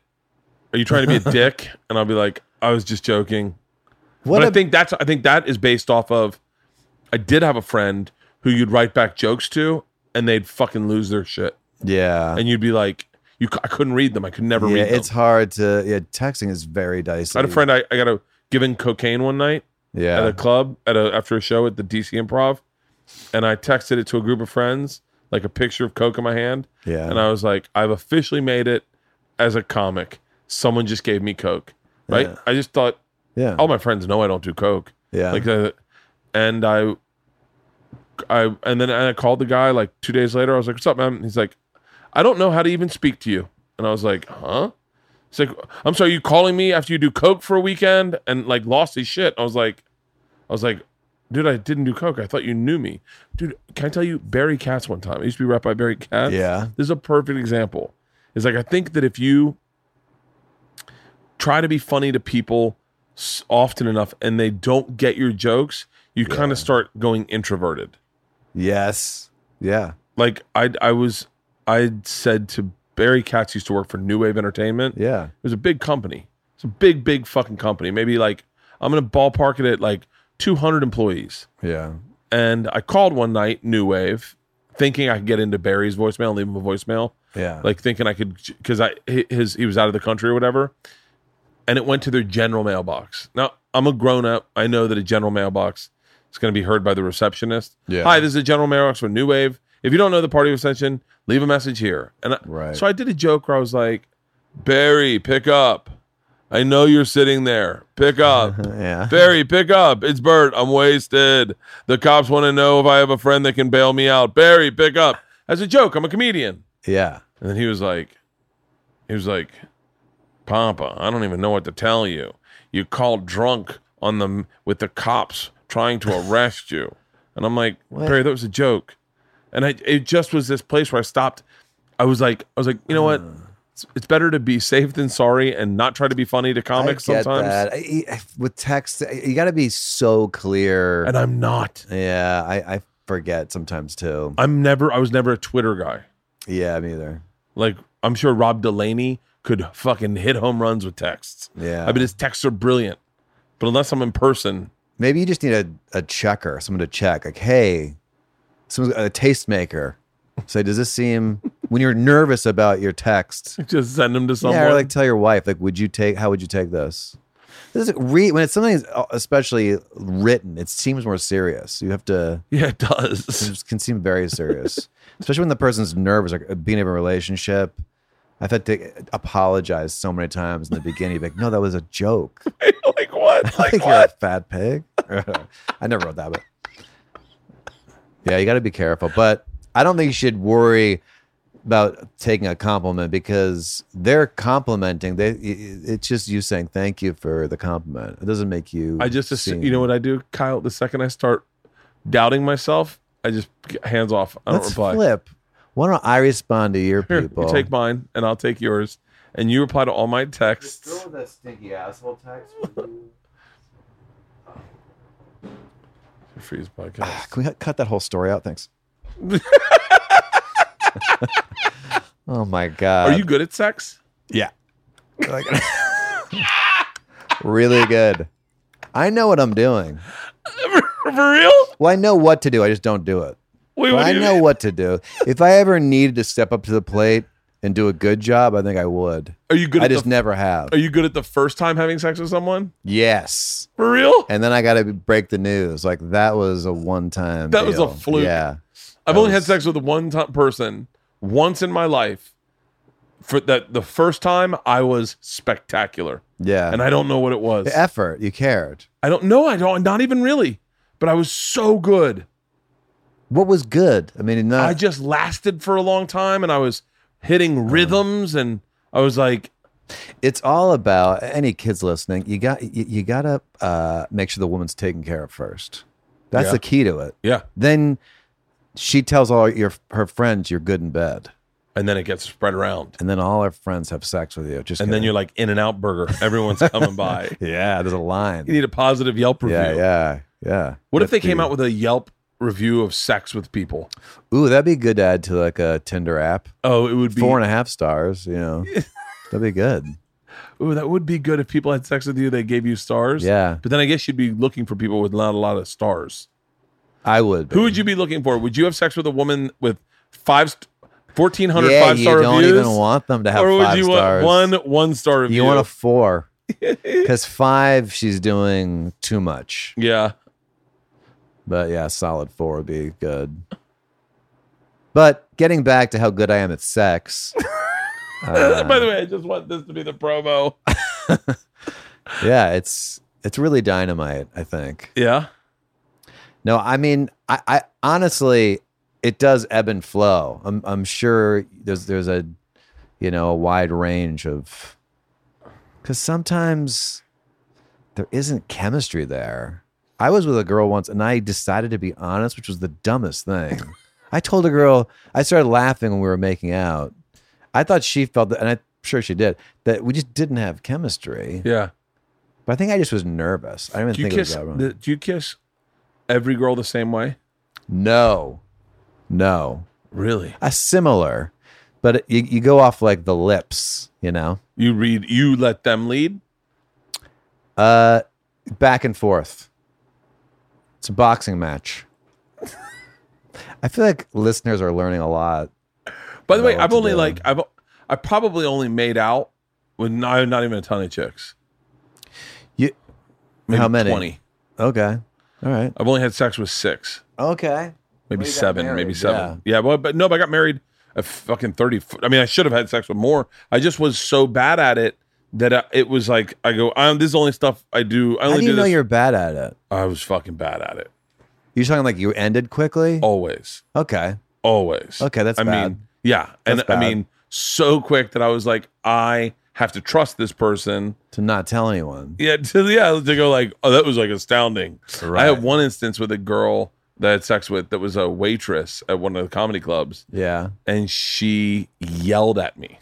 [SPEAKER 1] Are you trying to be a dick? And I'll be like, I was just joking.
[SPEAKER 4] what
[SPEAKER 1] but I
[SPEAKER 4] a,
[SPEAKER 1] think that's I think that is based off of I did have a friend who you'd write back jokes to and they'd fucking lose their shit
[SPEAKER 4] yeah,
[SPEAKER 1] and you'd be like you c- I couldn't read them I could never
[SPEAKER 4] yeah.
[SPEAKER 1] read them.
[SPEAKER 4] It's hard to yeah. Texting is very dicey.
[SPEAKER 1] I had a friend I, I got a given cocaine one night at
[SPEAKER 4] Yeah,
[SPEAKER 1] a club at a after a show at the DC Improv and I texted it to a group of friends like a picture of coke in my hand
[SPEAKER 4] yeah.
[SPEAKER 1] and I was like I've officially made it as a comic someone just gave me coke right
[SPEAKER 4] Yeah.
[SPEAKER 1] I just thought
[SPEAKER 4] yeah,
[SPEAKER 1] all my friends know I don't do coke
[SPEAKER 4] yeah.
[SPEAKER 1] like uh, and i i and then i called the guy like two days later i was like what's up man And he's like i don't know how to even speak to you and i was like huh he's like i'm sorry you calling me after you do coke for a weekend and like lost his shit i was like i was like dude i didn't do coke i thought you knew me dude can i tell you barry katz one time i used to be rapped by barry katz
[SPEAKER 4] Yeah.
[SPEAKER 1] this is a perfect example is like i think that if you try to be funny to people s- often enough and they don't get your jokes, you kind of start going introverted.
[SPEAKER 4] yes. Yeah.
[SPEAKER 1] Like I I was I said to Barry Katz used to work for New Wave Entertainment.
[SPEAKER 4] Yeah.
[SPEAKER 1] It was a big company. It's a big big fucking company. Maybe like I'm going to ballpark it at like 200 employees.
[SPEAKER 4] Yeah.
[SPEAKER 1] And I called one night New Wave thinking I could get into Barry's voicemail and leave him a voicemail
[SPEAKER 4] Yeah.
[SPEAKER 1] like thinking I could because I hi- his he was out of the country or whatever, and it went to their general mailbox. Now I'm a grown up. I know that a general mailbox is going to be heard by the receptionist.
[SPEAKER 4] Yeah.
[SPEAKER 1] Hi, this is a general mailbox from New Wave. If you don't know the party of ascension, leave a message here. And I,
[SPEAKER 4] Right.
[SPEAKER 1] so I did a joke where I was like, Barry, pick up. I know you're sitting there. Pick up.
[SPEAKER 4] yeah.
[SPEAKER 1] Barry, pick up. It's Bert. I'm wasted. The cops want to know if I have a friend that can bail me out. Barry, pick up. As a joke, I'm a comedian.
[SPEAKER 4] Yeah.
[SPEAKER 1] And then he was like, he was like, Papa, I don't even know what to tell you. You called drunk on them with the cops trying to arrest you. And I'm like,
[SPEAKER 4] What?
[SPEAKER 1] Barry, that was a joke. And I, it just was this place where I stopped. I was like, I was like, you know what?
[SPEAKER 4] Uh.
[SPEAKER 1] It's, it's better to be safe than sorry and not try to be funny to comics
[SPEAKER 4] I get
[SPEAKER 1] sometimes.
[SPEAKER 4] that. I- I- with text, you got to be so clear.
[SPEAKER 1] And I'm not.
[SPEAKER 4] yeah, I, I forget sometimes too.
[SPEAKER 1] I'm never. I was never a Twitter guy.
[SPEAKER 4] Yeah, me either.
[SPEAKER 1] Like I'm sure Rob Delaney could fucking hit home runs with texts.
[SPEAKER 4] Yeah.
[SPEAKER 1] I mean, his texts are brilliant, but unless I'm in person,
[SPEAKER 4] Maybe you just need a, a checker, someone to check, like, hey, someone, a tastemaker. Say, does this seem, when you're nervous about your text,
[SPEAKER 1] just send them to someone.
[SPEAKER 4] yeah, or like tell your wife, like, would you take, how would you take this? This is re- when it's something, especially written, it seems more serious. You have to,
[SPEAKER 1] Yeah, it does.
[SPEAKER 4] it can seem very serious, especially when the person's nervous, like being in a relationship. I've had to apologize so many times in the beginning, like, no, that was a joke.
[SPEAKER 1] like what? Like
[SPEAKER 4] Like,
[SPEAKER 1] what?
[SPEAKER 4] you're a fat pig. I never wrote that, but yeah, you got to be careful. But I don't think you should worry about taking a compliment because they're complimenting. They, i- i- it's just you saying thank you for the compliment. It doesn't make you.
[SPEAKER 1] I just, assu-
[SPEAKER 4] seem-
[SPEAKER 1] you know what I do, Kyle? The second I start doubting myself, I just get hands off. I don't
[SPEAKER 4] Let's
[SPEAKER 1] reply.
[SPEAKER 4] flip. Why don't I respond to your
[SPEAKER 1] Here,
[SPEAKER 4] people?
[SPEAKER 1] you take mine and I'll take yours. And you reply to all my texts.
[SPEAKER 4] with a stinky asshole text.
[SPEAKER 1] Freeze podcast.
[SPEAKER 4] Ah, Can we cut- cut that whole story out? Thanks. Ah. oh my god.
[SPEAKER 1] Are you good at sex?
[SPEAKER 4] Yeah. Like- really good. I know what I'm doing.
[SPEAKER 1] For real?
[SPEAKER 4] Well, I know what to do. I just don't do it.
[SPEAKER 1] Wait,
[SPEAKER 4] But
[SPEAKER 1] what do
[SPEAKER 4] I
[SPEAKER 1] you
[SPEAKER 4] know
[SPEAKER 1] mean?
[SPEAKER 4] what to do. If I ever needed to step up to the plate and do a good job, I think I would.
[SPEAKER 1] Are you good?
[SPEAKER 4] I
[SPEAKER 1] at
[SPEAKER 4] just
[SPEAKER 1] the,
[SPEAKER 4] never have.
[SPEAKER 1] Are you good at the first time having sex with someone?
[SPEAKER 4] Yes.
[SPEAKER 1] For real?
[SPEAKER 4] And then I got to break the news. Like that was a one time.
[SPEAKER 1] That was a fluke.
[SPEAKER 4] Yeah.
[SPEAKER 1] I've
[SPEAKER 4] That
[SPEAKER 1] only had
[SPEAKER 4] was-
[SPEAKER 1] sex with one to- person once in my life. For that, the first time I was spectacular,
[SPEAKER 4] Yeah.
[SPEAKER 1] and I don't know what it was.
[SPEAKER 4] the effort. You cared.
[SPEAKER 1] I don't know. I don't. Not even really. But I was so good.
[SPEAKER 4] What was good? I mean, not,
[SPEAKER 1] I just lasted for a long time, and I was
[SPEAKER 4] Uh.
[SPEAKER 1] hitting rhythms, and I was like,
[SPEAKER 4] It's all about any kids listening. You got you, you got to uh, make sure the woman's taken care of first. That's
[SPEAKER 1] Yeah.
[SPEAKER 4] the key to it.
[SPEAKER 1] yeah.
[SPEAKER 4] Then she tells all your her friends you're good in bed,
[SPEAKER 1] And then it gets spread around,
[SPEAKER 4] and then all her friends have sex with you. Just
[SPEAKER 1] and then you're like In and Out Burger. Everyone's coming by.
[SPEAKER 4] yeah. There's a line.
[SPEAKER 1] You need a positive Yelp review.
[SPEAKER 4] Yeah, yeah, yeah.
[SPEAKER 1] What if they
[SPEAKER 4] That'd
[SPEAKER 1] came
[SPEAKER 4] be-
[SPEAKER 1] out with a Yelp review of sex with people?
[SPEAKER 4] Ooh, that'd be good to add to like a Tinder app.
[SPEAKER 1] Oh, it would be.
[SPEAKER 4] Four and a half stars. You know, that'd be good.
[SPEAKER 1] Ooh, that would be good if people had sex with you. They gave you stars.
[SPEAKER 4] Yeah,
[SPEAKER 1] But then I guess you'd be looking for people with not a lot of stars.
[SPEAKER 4] I would.
[SPEAKER 1] Who would you be looking for? Would you have sex with a woman with five, st- 1,400
[SPEAKER 4] yeah,
[SPEAKER 1] five star
[SPEAKER 4] you don't
[SPEAKER 1] reviews?
[SPEAKER 4] even want them to have
[SPEAKER 1] or would
[SPEAKER 4] five
[SPEAKER 1] you
[SPEAKER 4] stars.
[SPEAKER 1] want one one star review?
[SPEAKER 4] You want a four. Because five, she's doing too much.
[SPEAKER 1] yeah.
[SPEAKER 4] But yeah, solid four would be good. But getting back to how good I am at sex. uh,
[SPEAKER 1] By the way, I just want this to be the promo.
[SPEAKER 4] yeah, it's it's really dynamite, I think.
[SPEAKER 1] Yeah.
[SPEAKER 4] No, I mean, I, I honestly, it does ebb and flow. I'm, I'm sure there's there's a, you know, a wide range of, because sometimes there isn't chemistry there. I was with a girl once, and I decided to be honest, which was the dumbest thing. I told a girl I started laughing when we were making out. I thought she felt that, and I'm sure she did that. We just didn't have chemistry.
[SPEAKER 1] Yeah.
[SPEAKER 4] But I think I just was nervous. I didn't
[SPEAKER 1] Do
[SPEAKER 4] even
[SPEAKER 1] you
[SPEAKER 4] think it was
[SPEAKER 1] kiss?
[SPEAKER 4] that wrong.
[SPEAKER 1] The, do you kiss every girl the same way?
[SPEAKER 4] no, no.
[SPEAKER 1] Really?
[SPEAKER 4] a similar, but you, you go off like the lips, you know,
[SPEAKER 1] You read? You let them lead?
[SPEAKER 4] uh, back and forth. It's a boxing match. I feel like listeners are learning a lot.
[SPEAKER 1] By the
[SPEAKER 4] About
[SPEAKER 1] way,
[SPEAKER 4] what
[SPEAKER 1] I've
[SPEAKER 4] to
[SPEAKER 1] only
[SPEAKER 4] do.
[SPEAKER 1] like I've I probably only made out with not, not even a ton of chicks.
[SPEAKER 4] You-
[SPEAKER 1] maybe
[SPEAKER 4] How many?
[SPEAKER 1] Twenty.
[SPEAKER 4] Okay. All right.
[SPEAKER 1] I've only had sex with six,
[SPEAKER 4] Okay.
[SPEAKER 1] maybe
[SPEAKER 4] Well, you got
[SPEAKER 1] seven, maybe
[SPEAKER 4] married,
[SPEAKER 1] seven. Yeah. well, but no, but I got married a fucking thirty. f- I mean, I should have had sex with more. I just was so bad at it that I, it was like I go, i this is the only stuff I do. I
[SPEAKER 4] How
[SPEAKER 1] only
[SPEAKER 4] do you know
[SPEAKER 1] this.
[SPEAKER 4] you're bad at it?
[SPEAKER 1] I was fucking bad at it.
[SPEAKER 4] You're talking like you ended quickly?
[SPEAKER 1] Oh. Always,
[SPEAKER 4] Okay.
[SPEAKER 1] always.
[SPEAKER 4] Okay, that's
[SPEAKER 1] I
[SPEAKER 4] bad.
[SPEAKER 1] mean, yeah, and
[SPEAKER 4] That's
[SPEAKER 1] I
[SPEAKER 4] bad.
[SPEAKER 1] mean, so quick that I was like, I have to trust this person.
[SPEAKER 4] To not tell anyone.
[SPEAKER 1] Yeah, to, yeah, to go like, oh, that was like astounding. I
[SPEAKER 4] Right.
[SPEAKER 1] had one instance with a girl that I had sex with that was a waitress at one of the comedy clubs,
[SPEAKER 4] Yeah.
[SPEAKER 1] and she yelled at me.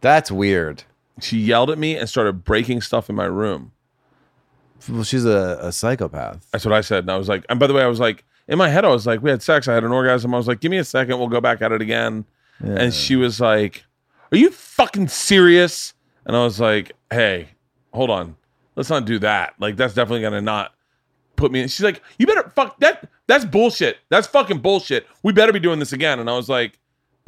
[SPEAKER 4] That's weird.
[SPEAKER 1] She yelled at me and started breaking stuff in my room.
[SPEAKER 4] Well, she's a, a psychopath.
[SPEAKER 1] That's what I said, and I was like, and by the way, I was like, in my head, I was like, we had sex, I had an orgasm. I was like, give me a second, we'll go back at it again.
[SPEAKER 4] Yeah.
[SPEAKER 1] And she was like, Are you fucking serious? And I was like, Hey, hold on. Let's not do that. Like, that's definitely gonna not put me in. She's like, You better fuck that. That's bullshit. That's fucking bullshit. We better be doing this again. And I was like,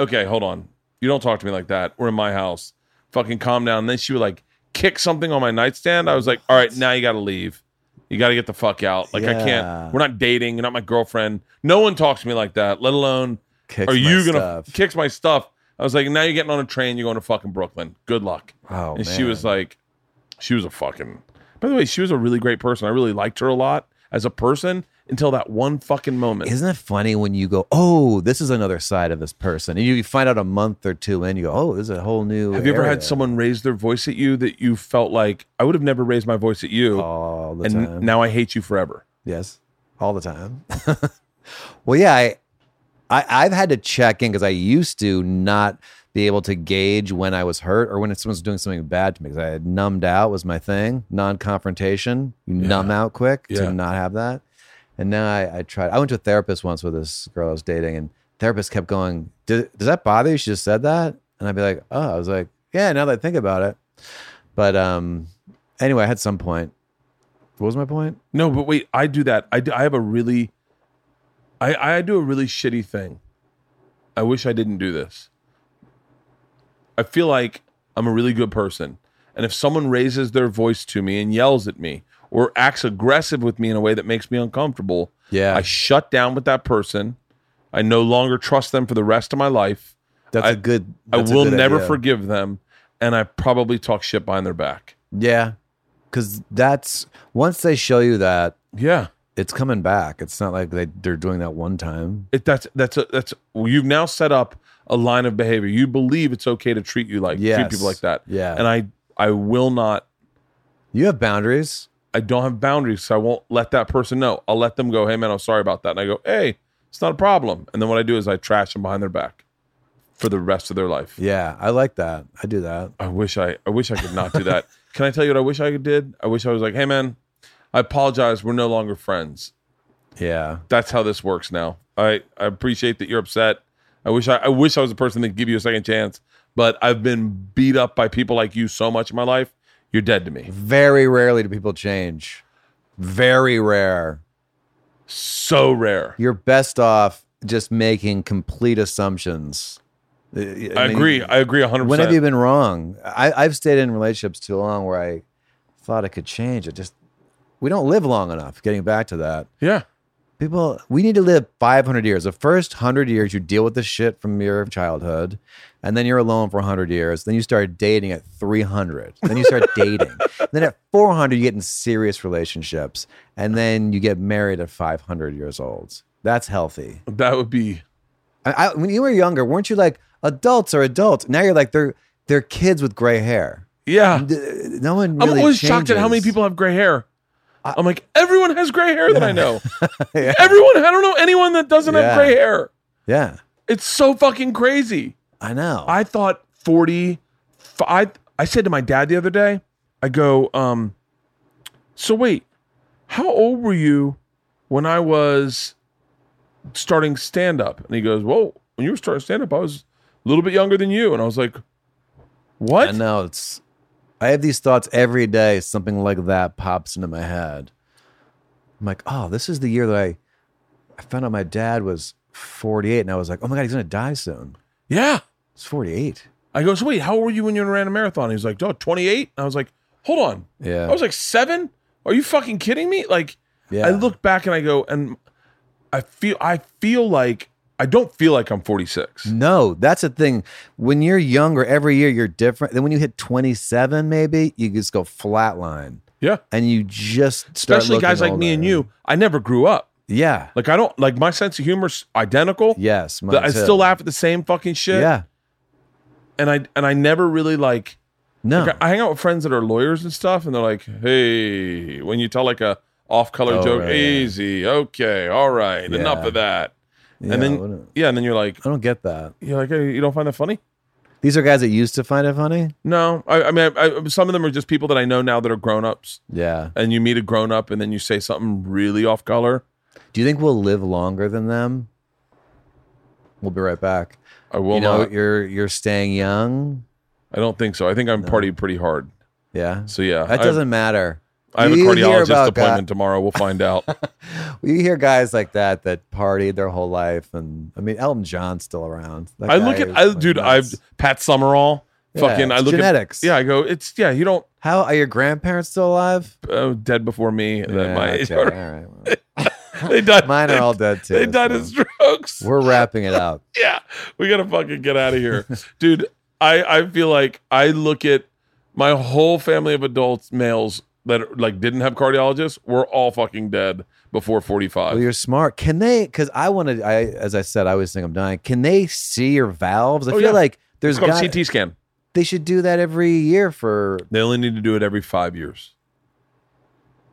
[SPEAKER 1] Okay, hold on. You don't talk to me like that. We're in my house. Fucking calm down. And then she would like kick something on my nightstand. I was like, All right, now you gotta leave. You gotta get the fuck out. Like, I
[SPEAKER 4] Yeah.
[SPEAKER 1] can't. We're not dating. You're not my girlfriend. No one talks to me like that, let alone
[SPEAKER 4] Kicks
[SPEAKER 1] are
[SPEAKER 4] my
[SPEAKER 1] you gonna
[SPEAKER 4] stuff.
[SPEAKER 1] kicks my stuff? I was like, now you're getting on a train, you're going to fucking Brooklyn. Good luck.
[SPEAKER 4] Oh,
[SPEAKER 1] and she
[SPEAKER 4] man.
[SPEAKER 1] was like, she was a fucking. By the way, she was a really great person. I really liked her a lot as a person until that one fucking moment.
[SPEAKER 4] Isn't it funny when you go, oh, this is another side of this person, and you find out a month or two in, you go, oh, this is a whole new.
[SPEAKER 1] Have you ever
[SPEAKER 4] area."
[SPEAKER 1] had someone raise their voice at you that you felt like I would have never raised my voice at you,
[SPEAKER 4] all the
[SPEAKER 1] and
[SPEAKER 4] time?
[SPEAKER 1] now I hate you forever?
[SPEAKER 4] yes, all the time. well, yeah, I, I, I've had to check in because I used to not be able to gauge when I was hurt or when someone's doing something bad to me because I had numbed out was my thing. Non-confrontation, you numb out quick
[SPEAKER 1] Yeah.
[SPEAKER 4] to not have that. And now I, I tried. I went to a therapist once with this girl I was dating, and therapist kept going, "Does does that bother you? She just said that?" And I'd be like, "Oh," I was like, "Yeah." Now that I think about it, but um, anyway, I had some point. What was my point?
[SPEAKER 1] No, but wait, I do that. I do, I have a really, I I do a really shitty thing. I wish I didn't do this. I feel like I'm a really good person, and if someone raises their voice to me and yells at me or acts aggressive with me in a way that makes me uncomfortable,
[SPEAKER 4] Yeah,
[SPEAKER 1] I shut down with that person. I no longer trust them for the rest of my life.
[SPEAKER 4] that's
[SPEAKER 1] I-
[SPEAKER 4] a good.
[SPEAKER 1] I
[SPEAKER 4] that's a
[SPEAKER 1] will
[SPEAKER 4] good
[SPEAKER 1] never
[SPEAKER 4] idea.
[SPEAKER 1] forgive them, and I probably talk shit behind their back.
[SPEAKER 4] Yeah, because that's once they show you that
[SPEAKER 1] Yeah.
[SPEAKER 4] it's coming back. It's not like they they're doing that one time.
[SPEAKER 1] it, that's that's a, that's you've now set up a line of behavior. You believe it's okay to treat you like treat
[SPEAKER 4] Yes.
[SPEAKER 1] people like that.
[SPEAKER 4] Yeah.
[SPEAKER 1] And I I will not
[SPEAKER 4] You have boundaries.
[SPEAKER 1] I don't have boundaries, so I won't let that person know. I'll let them go, hey man, I'm sorry about that. And I go, hey, it's not a problem. And then what I do is I trash them behind their back for the rest of their life.
[SPEAKER 4] Yeah, I like that. I do that.
[SPEAKER 1] I wish I I wish I could not do that. Can I tell you what I wish I did? I wish I was like, hey man, I apologize. We're no longer friends.
[SPEAKER 4] Yeah.
[SPEAKER 1] That's how this works now. I, I appreciate that you're upset. I wish I, I wish I was a person that could give you a second chance, but I've been beat up by people like you so much in my life. You're dead to me.
[SPEAKER 4] Very rarely do people change. Very rare.
[SPEAKER 1] So rare.
[SPEAKER 4] You're best off just making complete assumptions. I
[SPEAKER 1] I,
[SPEAKER 4] mean,
[SPEAKER 1] agree. I agree 100%.
[SPEAKER 4] When have you been wrong? I, I've stayed in relationships too long where I thought I could change. It just, we don't live long enough. Getting back to that,
[SPEAKER 1] yeah.
[SPEAKER 4] people, we need to live 500 years. The first 100 years, you deal with the shit from your childhood, and then you're alone for 100 years. Then you start dating at 300. Then you start dating. Then at 400, you get in serious relationships, and then you get married at 500 years old. That's healthy.
[SPEAKER 1] That would be
[SPEAKER 4] I, I, when you were younger, weren't you like adults are adults? Now you're like they're they're kids with gray hair.
[SPEAKER 1] Yeah.
[SPEAKER 4] D- No one. Really
[SPEAKER 1] I'm always shocked at how many
[SPEAKER 4] changes.
[SPEAKER 1] people have gray hair. I, am like, everyone has gray hair that I know.
[SPEAKER 4] Yeah.
[SPEAKER 1] Everyone, I don't know anyone that doesn't have
[SPEAKER 4] Yeah.
[SPEAKER 1] gray hair.
[SPEAKER 4] Yeah,
[SPEAKER 1] It's so fucking crazy.
[SPEAKER 4] I know.
[SPEAKER 1] I thought 40. I, I said to my dad the other day, I go, um, so wait, how old were you when I was starting stand up? And he goes, Whoa, when you were starting stand up, I was a little bit younger than you. And I was like, What?
[SPEAKER 4] I know it's. I have these thoughts every day. Something like that pops into my head. I'm like, oh, this is the year that I, I found out my dad was 48, and I was like, oh my god, he's gonna die soon.
[SPEAKER 1] Yeah.
[SPEAKER 4] He's 48.
[SPEAKER 1] I go, so wait, how old were you when you ran a marathon? He was like, oh, 28. And I was like, hold on.
[SPEAKER 4] Yeah.
[SPEAKER 1] I was like, seven? Are you fucking kidding me? Like,
[SPEAKER 4] Yeah.
[SPEAKER 1] I look back and I go, and I feel, I feel like, I don't feel like I'm 46.
[SPEAKER 4] No, that's the thing. When you're younger, every year you're different. Then when you hit 27, maybe you just go flatline,
[SPEAKER 1] Yeah.
[SPEAKER 4] and you just start
[SPEAKER 1] Especially
[SPEAKER 4] looking
[SPEAKER 1] guys like me
[SPEAKER 4] older.
[SPEAKER 1] and you. I never grew up.
[SPEAKER 4] Yeah.
[SPEAKER 1] Like, I don't, like, my sense of humor's identical.
[SPEAKER 4] Yes. mine
[SPEAKER 1] The- I
[SPEAKER 4] too.
[SPEAKER 1] still laugh at the same fucking shit.
[SPEAKER 4] Yeah.
[SPEAKER 1] And I, and I never really like,
[SPEAKER 4] No.
[SPEAKER 1] Like, I hang out with friends that are lawyers and stuff, and they're like, "Hey," when you tell like a off-color
[SPEAKER 4] Oh,
[SPEAKER 1] joke,
[SPEAKER 4] right, yeah.
[SPEAKER 1] "Easy, okay, all right, enough
[SPEAKER 4] Yeah.
[SPEAKER 1] of that."
[SPEAKER 4] Yeah,
[SPEAKER 1] and
[SPEAKER 4] I
[SPEAKER 1] then
[SPEAKER 4] wouldn't-
[SPEAKER 1] yeah, and then you're like,
[SPEAKER 4] I don't get that.
[SPEAKER 1] you're like, hey, you don't find that funny?
[SPEAKER 4] These are guys that used to find it funny.
[SPEAKER 1] No, I, I mean, I, I, some of them are just people that I know now that are grown-ups,
[SPEAKER 4] Yeah.
[SPEAKER 1] and you meet a grown-up, and then you say something really off-color.
[SPEAKER 4] Do you think we'll live longer than them? We'll be right back.
[SPEAKER 1] I will
[SPEAKER 4] you know,
[SPEAKER 1] not.
[SPEAKER 4] you're you're staying young.
[SPEAKER 1] I don't think so. I think I'm partied pretty hard.
[SPEAKER 4] Yeah.
[SPEAKER 1] So yeah,
[SPEAKER 4] That
[SPEAKER 1] I-
[SPEAKER 4] doesn't matter.
[SPEAKER 1] I have a
[SPEAKER 4] You hear
[SPEAKER 1] cardiologist
[SPEAKER 4] about
[SPEAKER 1] appointment tomorrow. We'll find out.
[SPEAKER 4] Guy, you hear guys like that that partied their whole life, and I mean, Elton John's still around. That
[SPEAKER 1] I
[SPEAKER 4] guy
[SPEAKER 1] look at
[SPEAKER 4] is,
[SPEAKER 1] I,
[SPEAKER 4] like,
[SPEAKER 1] dude, I've
[SPEAKER 4] nuts.
[SPEAKER 1] Pat Summerall.
[SPEAKER 4] Yeah,
[SPEAKER 1] fucking, I
[SPEAKER 4] it's
[SPEAKER 1] look
[SPEAKER 4] genetics.
[SPEAKER 1] at yeah. I go, it's yeah. You don't
[SPEAKER 4] How are your grandparents still alive?
[SPEAKER 1] uh, dead before me. and then
[SPEAKER 4] Yeah,
[SPEAKER 1] my
[SPEAKER 4] okay, all right. well,
[SPEAKER 1] they died.
[SPEAKER 4] Mine are all dead too.
[SPEAKER 1] They died of
[SPEAKER 4] so
[SPEAKER 1] strokes.
[SPEAKER 4] We're wrapping it up.
[SPEAKER 1] yeah, we gotta fucking get out of here, dude. I I feel like I look at my whole family of adults males that like didn't have cardiologists. We're all fucking dead before forty five.
[SPEAKER 4] Well, you're smart. Can they? Because I want to. I as I said, I always think I'm dying. Can they see your valves? I
[SPEAKER 1] Oh,
[SPEAKER 4] feel
[SPEAKER 1] yeah.
[SPEAKER 4] like
[SPEAKER 1] it's
[SPEAKER 4] there's
[SPEAKER 1] called
[SPEAKER 4] got,
[SPEAKER 1] a CT scan.
[SPEAKER 4] They should do that every year for.
[SPEAKER 1] They only need to do it every five years.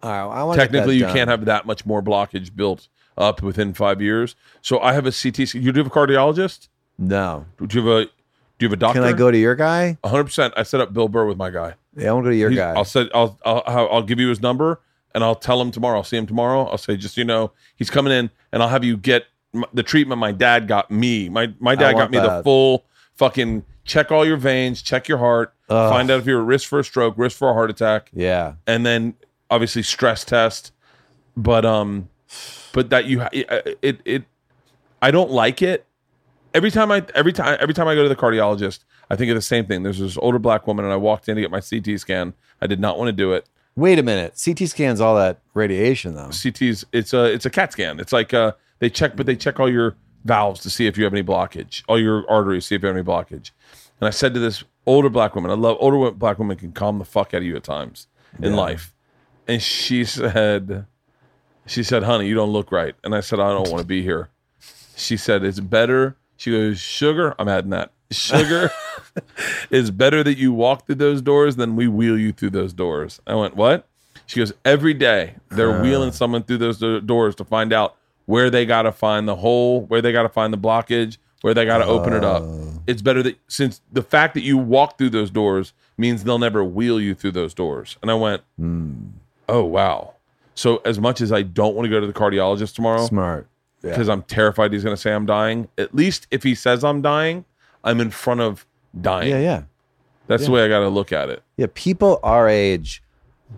[SPEAKER 4] Oh, I want.
[SPEAKER 1] Technically, you can't have that much more blockage built up within five years. So I have a CT. scan. You do have a cardiologist?
[SPEAKER 4] No.
[SPEAKER 1] Do you have a Do you have a doctor?
[SPEAKER 4] Can I go to your guy?
[SPEAKER 1] 100%. I set up Bill Burr with my guy.
[SPEAKER 4] Yeah, I want to go to your
[SPEAKER 1] He's-
[SPEAKER 4] guy.
[SPEAKER 1] I'll say I'll, I'll I'll I'll give you his number and I'll tell him tomorrow. I'll see him tomorrow. I'll say just so you know he's coming in and I'll have you get m- the treatment my dad got me. My my dad got
[SPEAKER 4] want
[SPEAKER 1] me the
[SPEAKER 4] that.
[SPEAKER 1] full fucking check all your veins, check your heart,
[SPEAKER 4] Ugh.
[SPEAKER 1] find out if you're at risk for a stroke, risk for a heart attack,
[SPEAKER 4] yeah.
[SPEAKER 1] and then obviously stress test. But um, but that you ha- it it, it I don't like it. Every time I every time every time I go to the cardiologist, I think of the same thing. There's this older black woman, and I walked in to get my CT scan. I did not want to do it.
[SPEAKER 4] Wait a minute. CT scans all that radiation though.
[SPEAKER 1] CT's it's a it's a CAT scan. It's like uh they check, but they check all your valves to see if you have any blockage, all your arteries, see if you have any blockage. And I said to this older black woman, I love older wo- black women can calm the fuck out of you at times in life. And she said, she said, honey, you don't look right. And I said, I don't want to be here. She said, it's better. She goes, Sugar, I'm adding that. Sugar, it's better that you walk through those doors than we wheel you through those doors. I went, What? She goes, Every day they're
[SPEAKER 4] Uh.
[SPEAKER 1] wheeling someone through those do- doors to find out where they got to find the hole, where they got to find the blockage, where they got to open it up.
[SPEAKER 4] Oh.
[SPEAKER 1] It's better that since the fact that you walk through those doors means they'll never wheel you through those doors. And I went,
[SPEAKER 4] Hmm.
[SPEAKER 1] Oh, wow. So as much as I don't want to go to the cardiologist tomorrow,
[SPEAKER 4] Smart. Yeah.
[SPEAKER 1] because I'm terrified he's going to say I'm dying. At least if he says I'm dying, I'm in front of dying.
[SPEAKER 4] Yeah, yeah.
[SPEAKER 1] That's the way I got to look at it.
[SPEAKER 4] Yeah, people our age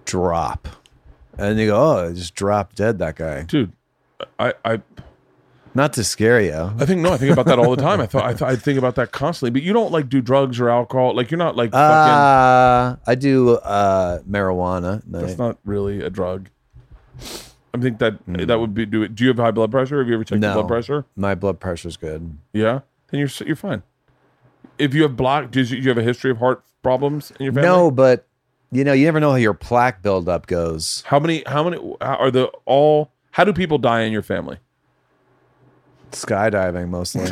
[SPEAKER 4] drop. And they go, oh, I just dropped dead, that guy.
[SPEAKER 1] Dude, I, I
[SPEAKER 4] Not to scare you.
[SPEAKER 1] I think no, I think about that all the time. I thought I thought I think about that constantly. But you don't like do drugs or alcohol. Like you're not like fucking
[SPEAKER 4] Uh, I do uh, marijuana. at night.
[SPEAKER 1] that's not really a drug. I think that that would be do it. Do you have high blood pressure? Have you ever checked your
[SPEAKER 4] Hmm. No.
[SPEAKER 1] blood pressure?
[SPEAKER 4] My blood pressure's good.
[SPEAKER 1] Yeah. Then you're s- you're fine. If you have block, do you do you have a history of heart problems in your family?
[SPEAKER 4] No, but you know, you never know how your plaque buildup goes.
[SPEAKER 1] How many? How many how are the all? How do people die in your family?
[SPEAKER 4] Skydiving mostly.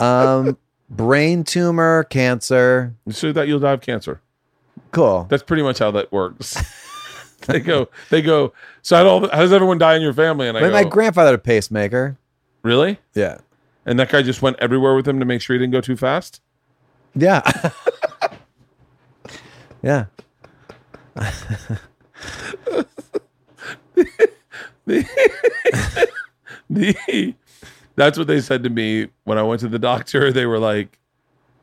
[SPEAKER 4] um, brain tumor, cancer.
[SPEAKER 1] So that you'll die of cancer.
[SPEAKER 4] Cool.
[SPEAKER 1] That's pretty much how that works. they go, they go. So how, do, how does everyone die in your family? And I
[SPEAKER 4] But my
[SPEAKER 1] go,
[SPEAKER 4] grandfather had a pacemaker.
[SPEAKER 1] really?
[SPEAKER 4] Yeah.
[SPEAKER 1] And that guy just went everywhere with him to make sure he didn't go too fast.
[SPEAKER 4] Yeah. yeah.
[SPEAKER 1] The- that's what they said to me when I went to the doctor. They were like,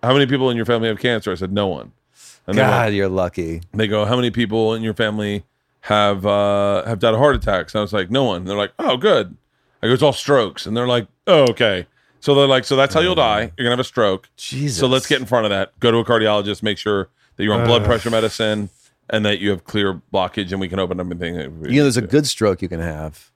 [SPEAKER 1] "How many people in your family have cancer?" I said, "No one." And they went-
[SPEAKER 4] God, you're lucky.
[SPEAKER 1] they go, "How many people in your family have uh, have died of heart attacks?" And I was like, "No one." And they're like, "Oh, good." I go, "It's all strokes," and they're like, "Oh, okay." So they're like, "So that's how you'll die. You're gonna have a stroke."
[SPEAKER 4] Jesus.
[SPEAKER 1] So let's get in front of that. Go to a cardiologist. Make sure that you're on blood pressure medicine and that you have clear blockage, and we can open up anything. that we
[SPEAKER 4] You know, there's a
[SPEAKER 1] do.
[SPEAKER 4] good stroke you can have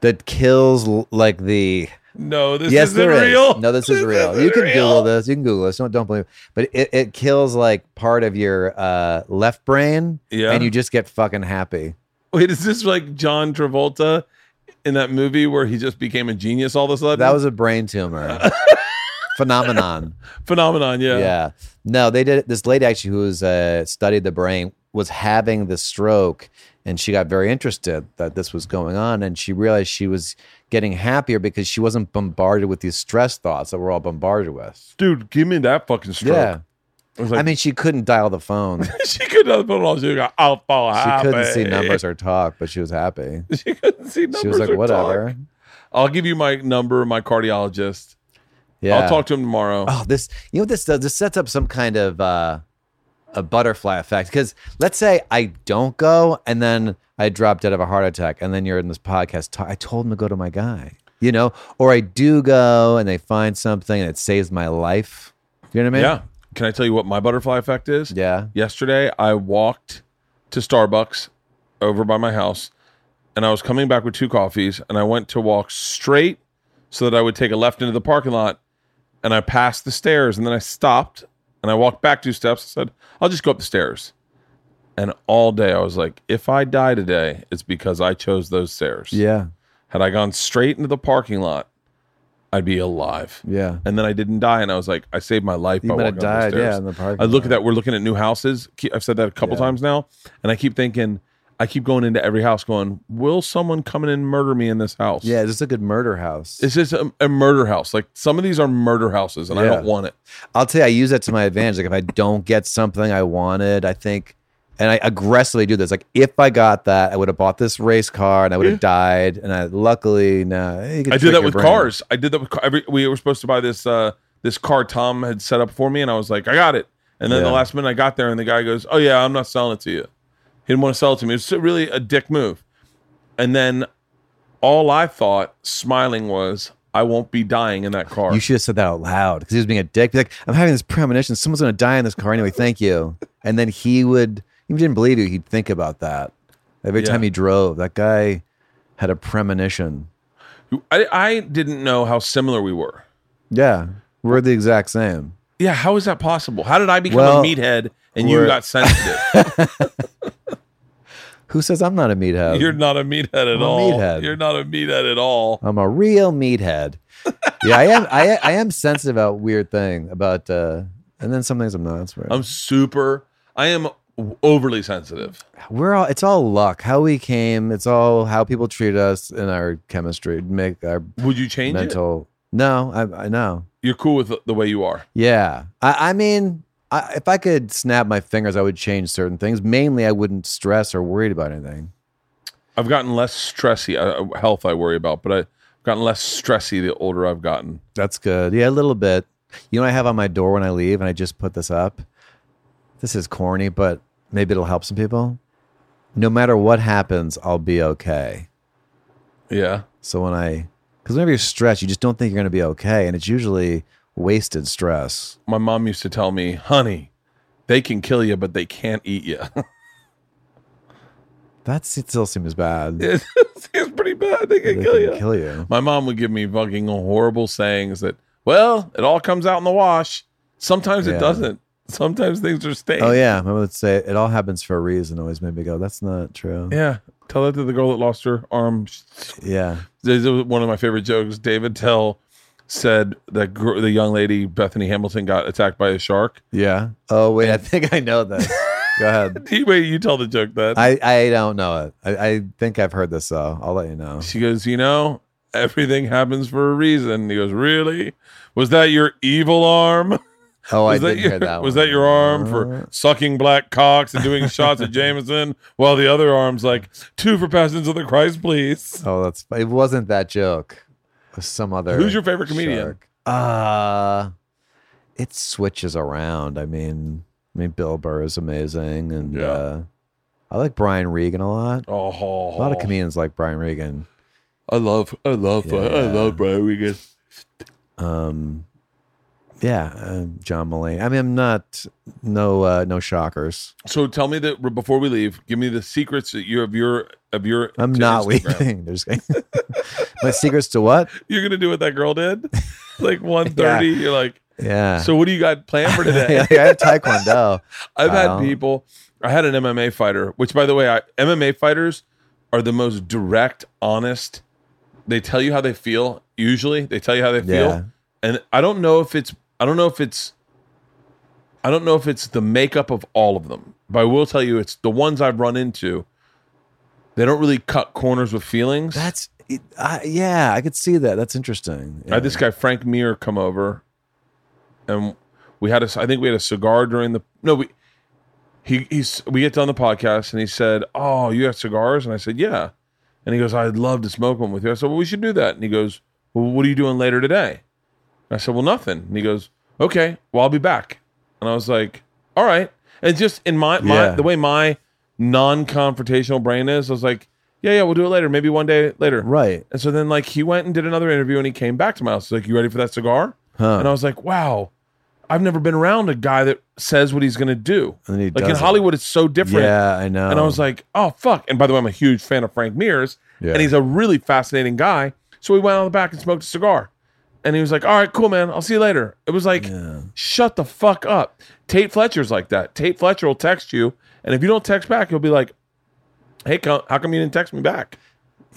[SPEAKER 4] that kills l- like the.
[SPEAKER 1] No, this
[SPEAKER 4] yes,
[SPEAKER 1] isn't
[SPEAKER 4] there is.
[SPEAKER 1] real.
[SPEAKER 4] No, this is real.
[SPEAKER 1] isn't
[SPEAKER 4] You can Google
[SPEAKER 1] real.
[SPEAKER 4] this. You can Google this. Don't don't believe. It. But it, it kills like part of your uh, left brain,
[SPEAKER 1] Yeah.
[SPEAKER 4] and you just get fucking happy.
[SPEAKER 1] Wait, is this like John Travolta in that movie where he just became a genius all of a sudden?
[SPEAKER 4] That was a brain tumor phenomenon.
[SPEAKER 1] phenomenon. Yeah.
[SPEAKER 4] Yeah. No, they did. This lady actually who was uh, studied the brain was having the stroke, and she got very interested that this was going on, and she realized she was getting happier because she wasn't bombarded with these stress thoughts that we're all bombarded with.
[SPEAKER 1] Dude, give me that fucking stroke.
[SPEAKER 4] Yeah.
[SPEAKER 1] I was like,
[SPEAKER 4] I mean, she couldn't dial the phone. She
[SPEAKER 1] she could not put it on. She got I'll fall happy.
[SPEAKER 4] couldn't see numbers or talk, but she was happy.
[SPEAKER 1] She couldn't see numbers.
[SPEAKER 4] She was like,
[SPEAKER 1] or
[SPEAKER 4] whatever.
[SPEAKER 1] talk. I'll give you my number, my cardiologist.
[SPEAKER 4] Yeah.
[SPEAKER 1] I'll talk to him tomorrow.
[SPEAKER 4] Oh, this you know what this does? This sets up some kind of uh, a butterfly effect. Because let's say I don't go, and then I drop dead of a heart attack, and then you're in this podcast. ta- I told him to go to my guy, you know, or I do go, and they find something, and it saves my life. You know what I mean?
[SPEAKER 1] yeah. Can I tell you what my butterfly effect is?
[SPEAKER 4] yeah.
[SPEAKER 1] Yesterday, I walked to Starbucks over by my house and I was coming back with two coffees and I went to walk straight so that I would take a left into the parking lot and I passed the stairs and then I stopped and I walked back two steps and said, I'll just go up the stairs. And all day I was like, if I die today, it's because I chose those stairs.
[SPEAKER 4] Yeah.
[SPEAKER 1] Had I gone straight into the parking lot, I'd be alive.
[SPEAKER 4] Yeah.
[SPEAKER 1] And then I didn't die, and I was like, I saved my life.
[SPEAKER 4] You
[SPEAKER 1] by
[SPEAKER 4] might
[SPEAKER 1] walking
[SPEAKER 4] have
[SPEAKER 1] up those
[SPEAKER 4] died, yeah,
[SPEAKER 1] stairs.
[SPEAKER 4] in the parking
[SPEAKER 1] I look at
[SPEAKER 4] lot.
[SPEAKER 1] that. We're looking at new houses. Ke- I've said that a couple times now, and I keep thinking, I keep going into every house, going, will someone come in and murder me in this house?
[SPEAKER 4] Yeah. This is a good murder house.
[SPEAKER 1] This is a, a murder house. Like some of these are murder houses, and I
[SPEAKER 4] Yeah.
[SPEAKER 1] don't want it.
[SPEAKER 4] I'll tell you, I use that to my advantage. Like if I don't get something I wanted, I think, and I aggressively do this. Like if I got that, I would have bought this race car and I would have died. And I luckily, no,
[SPEAKER 1] I do that with cars. I did that with car, every. We were supposed to buy this uh this car Tom had set up for me, and I was like, I got it. And then the
[SPEAKER 4] Yeah.
[SPEAKER 1] last minute, I got there, and the guy goes, Oh yeah, I'm not selling it to you. He didn't want to sell it to me. It was really a dick move. And then all I thought, smiling, was I won't be dying in that car.
[SPEAKER 4] You should have said that out loud because he was being a dick. Be like, I'm having this premonition. Someone's going to die in this car anyway. Thank you. And then he would, if he didn't believe you, he'd think about that every
[SPEAKER 1] Yeah.
[SPEAKER 4] time he drove. That guy had a premonition.
[SPEAKER 1] I, I didn't know how similar we were.
[SPEAKER 4] Yeah, we're the exact same.
[SPEAKER 1] Yeah, how is that possible? How did I become
[SPEAKER 4] Well,
[SPEAKER 1] a meathead and you
[SPEAKER 4] we're-
[SPEAKER 1] got sensitive?
[SPEAKER 4] Who says I'm not a meathead?
[SPEAKER 1] You're not a meathead at
[SPEAKER 4] I'm a
[SPEAKER 1] all.
[SPEAKER 4] meathead.
[SPEAKER 1] You're not a meathead at all.
[SPEAKER 4] I'm a real meathead. yeah, I am. I, I am sensitive about weird thing about, uh, and then some things I'm not. It's weird.
[SPEAKER 1] I'm super. I am overly sensitive.
[SPEAKER 4] We're all. It's all luck. How we came. It's all how people treat us and our chemistry. Make our
[SPEAKER 1] Would you change it?
[SPEAKER 4] mental. No, I, I know.
[SPEAKER 1] You're cool with the- the way you are.
[SPEAKER 4] Yeah, I, I mean, I, if I could snap my fingers, I would change certain things. Mainly, I wouldn't stress or worried about anything.
[SPEAKER 1] I've gotten less stressy. Uh, uh, health I worry about, but I've gotten less stressy the older I've gotten.
[SPEAKER 4] That's good. Yeah, a little bit. You know, what I have on my door when I leave, and I just put this up. This is corny, but maybe it'll help some people. No matter what happens, I'll be okay.
[SPEAKER 1] Yeah.
[SPEAKER 4] So when I, because whenever you're stressed, you just don't think you're going to be okay, and it's usually wasted stress.
[SPEAKER 1] My mom used to tell me, honey, they can kill you, but they can't eat you.
[SPEAKER 4] That it still seems bad.
[SPEAKER 1] it's it's pretty bad. They
[SPEAKER 4] They
[SPEAKER 1] can kill
[SPEAKER 4] can
[SPEAKER 1] you.
[SPEAKER 4] Kill you.
[SPEAKER 1] My mom would give me fucking horrible sayings that, well, it all comes out in the wash. Sometimes
[SPEAKER 4] Yeah.
[SPEAKER 1] it doesn't. Sometimes things are staying.
[SPEAKER 4] Oh yeah, I would say it all happens for a reason. Always made me go, that's not true.
[SPEAKER 1] Yeah. Tell that to the girl that lost her arm.
[SPEAKER 4] Yeah.
[SPEAKER 1] This is one of my favorite jokes. David Tell said that gr- the young lady, Bethany Hamilton, got attacked by a shark.
[SPEAKER 4] Yeah. Oh wait, I think I know this. Go ahead.
[SPEAKER 1] Wait, you tell the joke that.
[SPEAKER 4] I, I don't know it. I, I think I've heard this though. I'll let you know.
[SPEAKER 1] she goes, You know, everything happens for a reason. He goes, Really? Was that your evil arm?
[SPEAKER 4] Oh, I
[SPEAKER 1] was
[SPEAKER 4] did
[SPEAKER 1] your,
[SPEAKER 4] hear that.
[SPEAKER 1] Was
[SPEAKER 4] one. Uh.
[SPEAKER 1] that your arm for sucking black cocks and doing shots at Jameson? While the other arm's like, Two for Passions of the Christ, please.
[SPEAKER 4] Oh, that's. It wasn't that joke. It was some other.
[SPEAKER 1] Who's your favorite comedian?
[SPEAKER 4] shark. Uh it switches around. I mean, I mean, Bill Burr is amazing, and
[SPEAKER 1] Yeah.
[SPEAKER 4] uh, I like Brian Regan a lot.
[SPEAKER 1] Oh,
[SPEAKER 4] A lot of comedians like Brian Regan.
[SPEAKER 1] I love, I love, I
[SPEAKER 4] Yeah.
[SPEAKER 1] love Brian Regan.
[SPEAKER 4] um yeah uh, john mulaney i mean i'm not no uh no shockers
[SPEAKER 1] So tell me that before we leave, give me the secrets that you of your of your.
[SPEAKER 4] i'm
[SPEAKER 1] to
[SPEAKER 4] not
[SPEAKER 1] Instagram.
[SPEAKER 4] leaving There's my secrets to what
[SPEAKER 1] You're gonna do what that girl did, like 1:30. You're like,
[SPEAKER 4] yeah
[SPEAKER 1] so what do you got planned for today?
[SPEAKER 4] Uh. yeah, i have taekwondo
[SPEAKER 1] I've had
[SPEAKER 4] Wow.
[SPEAKER 1] people. I had an MMA fighter, which by the way, I, MMA fighters are the most direct, honest. They tell you how they feel. Usually, they tell you how they
[SPEAKER 4] Yeah.
[SPEAKER 1] feel, and I don't know if it's. I don't know if it's. I don't know if it's the makeup of all of them, but I will tell you, it's the ones I've run into. They don't really cut corners with feelings.
[SPEAKER 4] that's it, I, yeah i could see that that's interesting
[SPEAKER 1] I
[SPEAKER 4] Yeah.
[SPEAKER 1] had this guy Frank Mir come over, and we had a. I think we had a cigar during the. No, we. He he's we get done the podcast and he said, "Oh, you got cigars?" And I said, "Yeah." And he goes, "I'd love to smoke one with you." I said, "Well, we should do that." And he goes, "Well, what are you doing later today?" And I said, "Well, nothing." And he goes, "Okay, well, I'll be back." And I was like, "All right." And just in my my
[SPEAKER 4] Yeah.
[SPEAKER 1] the way my non-confrontational brain is, I was like, "Yeah, yeah, we'll do it later. Maybe one day later."
[SPEAKER 4] right
[SPEAKER 1] And so then like he went and did another interview and he came back to my house. He's like, You ready for that cigar?
[SPEAKER 4] huh
[SPEAKER 1] And I was like, Wow, I've never been around a guy that says what he's gonna do.
[SPEAKER 4] And then he
[SPEAKER 1] like in
[SPEAKER 4] does it.
[SPEAKER 1] Hollywood, it's so different.
[SPEAKER 4] yeah i know
[SPEAKER 1] And I was like, Oh fuck. And by the way, I'm a huge fan of Frank Mears,
[SPEAKER 4] Yeah.
[SPEAKER 1] and he's a really fascinating guy. So we went out the back and smoked a cigar. And he was like, All right, cool, man. I'll see you later. It was like, shut the fuck up. Tate Fletcher's like that. Tate Fletcher will text you, and if you don't text back, he'll be like, Hey, co- how come you didn't text me back?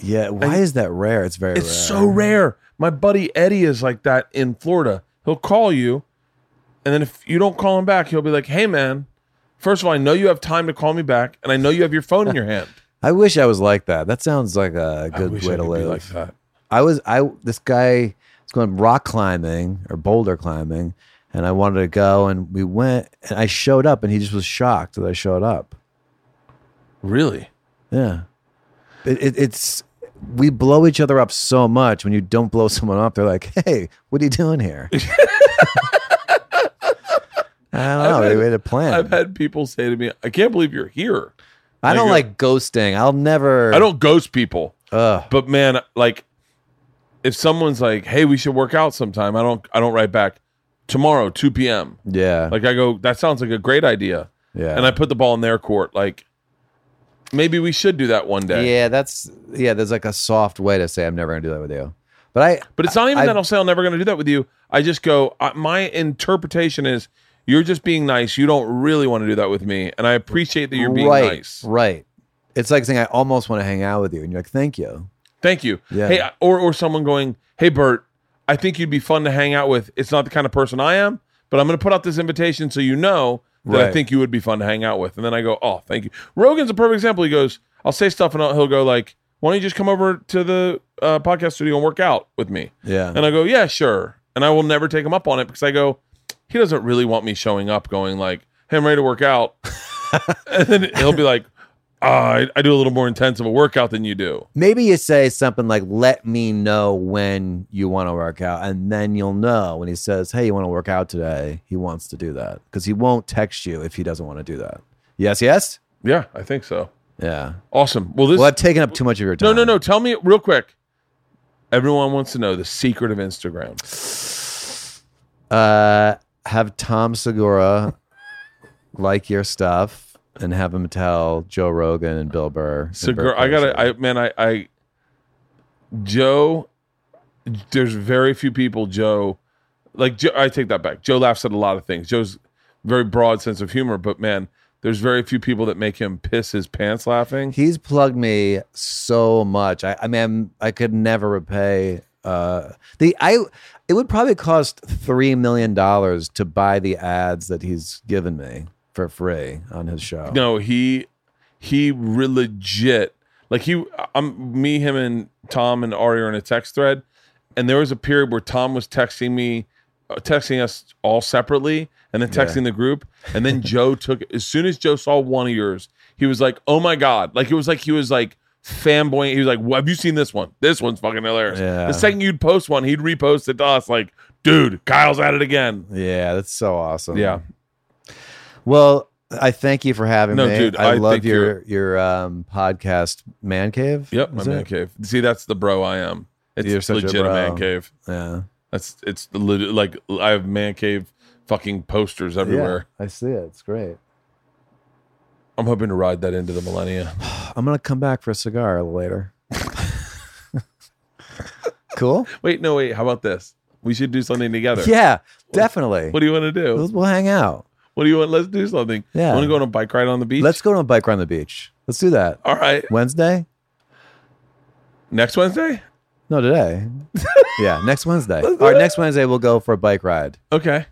[SPEAKER 4] yeah why is that rare it's very
[SPEAKER 1] It's so rare. My buddy Eddie is like that in Florida. He'll call you, and then if you don't call him back, he'll be like, "Hey, man, first of all, I know you have time to call me back, and I know you have your phone in your hand."
[SPEAKER 4] i wish i was like that that sounds like a
[SPEAKER 1] I
[SPEAKER 4] good
[SPEAKER 1] wish
[SPEAKER 4] way
[SPEAKER 1] I
[SPEAKER 4] to
[SPEAKER 1] could be
[SPEAKER 4] live
[SPEAKER 1] like that.
[SPEAKER 4] I was I this guy was going rock climbing or boulder climbing, and I wanted to go, and we went, and I showed up, and he just was shocked that I showed up.
[SPEAKER 1] Really?
[SPEAKER 4] Yeah, it, it, it's we blow each other up so much when you don't blow someone up, they're like, "Hey, what are you doing here?" I don't know.
[SPEAKER 1] I've
[SPEAKER 4] they
[SPEAKER 1] had-
[SPEAKER 4] had a plan.
[SPEAKER 1] I've had people say to me, "I can't believe you're here."
[SPEAKER 4] I
[SPEAKER 1] I
[SPEAKER 4] don't
[SPEAKER 1] go-
[SPEAKER 4] like ghosting. I'll never.
[SPEAKER 1] I don't ghost people,
[SPEAKER 4] Ugh.
[SPEAKER 1] but man, like, if someone's like, "Hey, we should work out sometime," I don't. I don't write back. Tomorrow, two p.m.
[SPEAKER 4] Yeah.
[SPEAKER 1] Like I go, that sounds like a great idea.
[SPEAKER 4] yeah.
[SPEAKER 1] and I put the ball in their court. Like, maybe we should do that one day.
[SPEAKER 4] Yeah, that's yeah. There's like a soft way to say I'm never gonna do that with you, but I
[SPEAKER 1] But it's not even
[SPEAKER 4] I-
[SPEAKER 1] that I'll say I'm never going to do that with you. I just go, I, my interpretation is you're just being nice. You don't really want to do that with me. And I appreciate that you're being
[SPEAKER 4] right,
[SPEAKER 1] nice.
[SPEAKER 4] Right. It's like saying I almost want to hang out with you, and you're like, thank you.
[SPEAKER 1] Thank you.
[SPEAKER 4] Yeah.
[SPEAKER 1] Hey, or or someone going, hey Bert, I think you'd be fun to hang out with. It's not the kind of person I am, but I'm going to put out this invitation so you know that I
[SPEAKER 4] Right.
[SPEAKER 1] think you would be fun to hang out with. And then I go, oh, thank you. Rogan's a perfect example. He goes, I'll say stuff and I'll, he'll go like, why don't you just come over to the uh, podcast studio and work out with me?
[SPEAKER 4] Yeah.
[SPEAKER 1] And I go, yeah, sure. And I will never take him up on it because I go, he doesn't really want me showing up going like, hey, I'm ready to work out. and then he'll be like, "Ah, I, I do a little more intense of a workout than you do.
[SPEAKER 4] Maybe you say something like, let me know when you want to work out. And then you'll know when he says, hey, you want to work out today? He wants to do that because he won't text you if he doesn't want to do that. Yes, yes?
[SPEAKER 1] Yeah, I think so.
[SPEAKER 4] Yeah.
[SPEAKER 1] Awesome. Well, this
[SPEAKER 4] Well, I've taken up too much of your time.
[SPEAKER 1] no, no, no. Tell me real quick. Everyone wants to know the secret of Instagram.
[SPEAKER 4] Uh, have Tom Segura like your stuff and have him tell Joe Rogan and Bill Burr. and
[SPEAKER 1] So,
[SPEAKER 4] Bert
[SPEAKER 1] girl, I gotta, I
[SPEAKER 4] Kreischer.
[SPEAKER 1] man, I, I, Joe. There's very few people, Joe. Like, Joe, I take that back. Joe laughs at a lot of things. Joe's very broad sense of humor, but man, there's very few people that make him piss his pants laughing.
[SPEAKER 4] He's plugged me so much. I, I mean, I'm- I could never repay. Uh, the I it would probably cost three million dollars to buy the ads that he's given me for free on his show.
[SPEAKER 1] No, he he re- legit like he I'm me him and Tom and Ari are in a text thread, and there was a period where Tom was texting me, uh, texting us all separately, and then texting the group, and then Joe took as soon as Joe saw one of yours, he was like, "Oh my god!" Like it was like he was like fanboying. He was like, well, "Have you seen this one? This one's fucking hilarious."
[SPEAKER 4] Yeah.
[SPEAKER 1] The second you'd post one, he'd repost it to us like, "Dude, Kyle's at it again."
[SPEAKER 4] Yeah, that's so awesome.
[SPEAKER 1] Yeah.
[SPEAKER 4] Well, I thank you for having
[SPEAKER 1] No,
[SPEAKER 4] me.
[SPEAKER 1] dude,
[SPEAKER 4] I,
[SPEAKER 1] I
[SPEAKER 4] love
[SPEAKER 1] think
[SPEAKER 4] your your um, podcast, Man Cave.
[SPEAKER 1] Yep, my
[SPEAKER 4] is
[SPEAKER 1] man
[SPEAKER 4] it?
[SPEAKER 1] cave. See, that's the bro I am. It's
[SPEAKER 4] You're such a
[SPEAKER 1] legit a, man
[SPEAKER 4] bro.
[SPEAKER 1] cave.
[SPEAKER 4] Yeah,
[SPEAKER 1] That's it's the lit like I have man cave fucking posters everywhere.
[SPEAKER 4] Yeah, I see it. It's great.
[SPEAKER 1] I'm hoping to ride that into the millennia.
[SPEAKER 4] I'm gonna come back for a cigar later. cool.
[SPEAKER 1] Wait, no, wait. How about this? We should do something together.
[SPEAKER 4] Yeah, definitely.
[SPEAKER 1] What do you want to do?
[SPEAKER 4] we'll, we'll hang out.
[SPEAKER 1] What do you want? Let's do something.
[SPEAKER 4] Yeah.
[SPEAKER 1] Want to go on a bike ride on the beach?
[SPEAKER 4] Let's go on a bike ride on the beach. Let's do that.
[SPEAKER 1] All right.
[SPEAKER 4] Wednesday?
[SPEAKER 1] Next Wednesday.
[SPEAKER 4] No, today. yeah, next Wednesday. All right, next Wednesday we'll go for a bike ride.
[SPEAKER 1] Okay.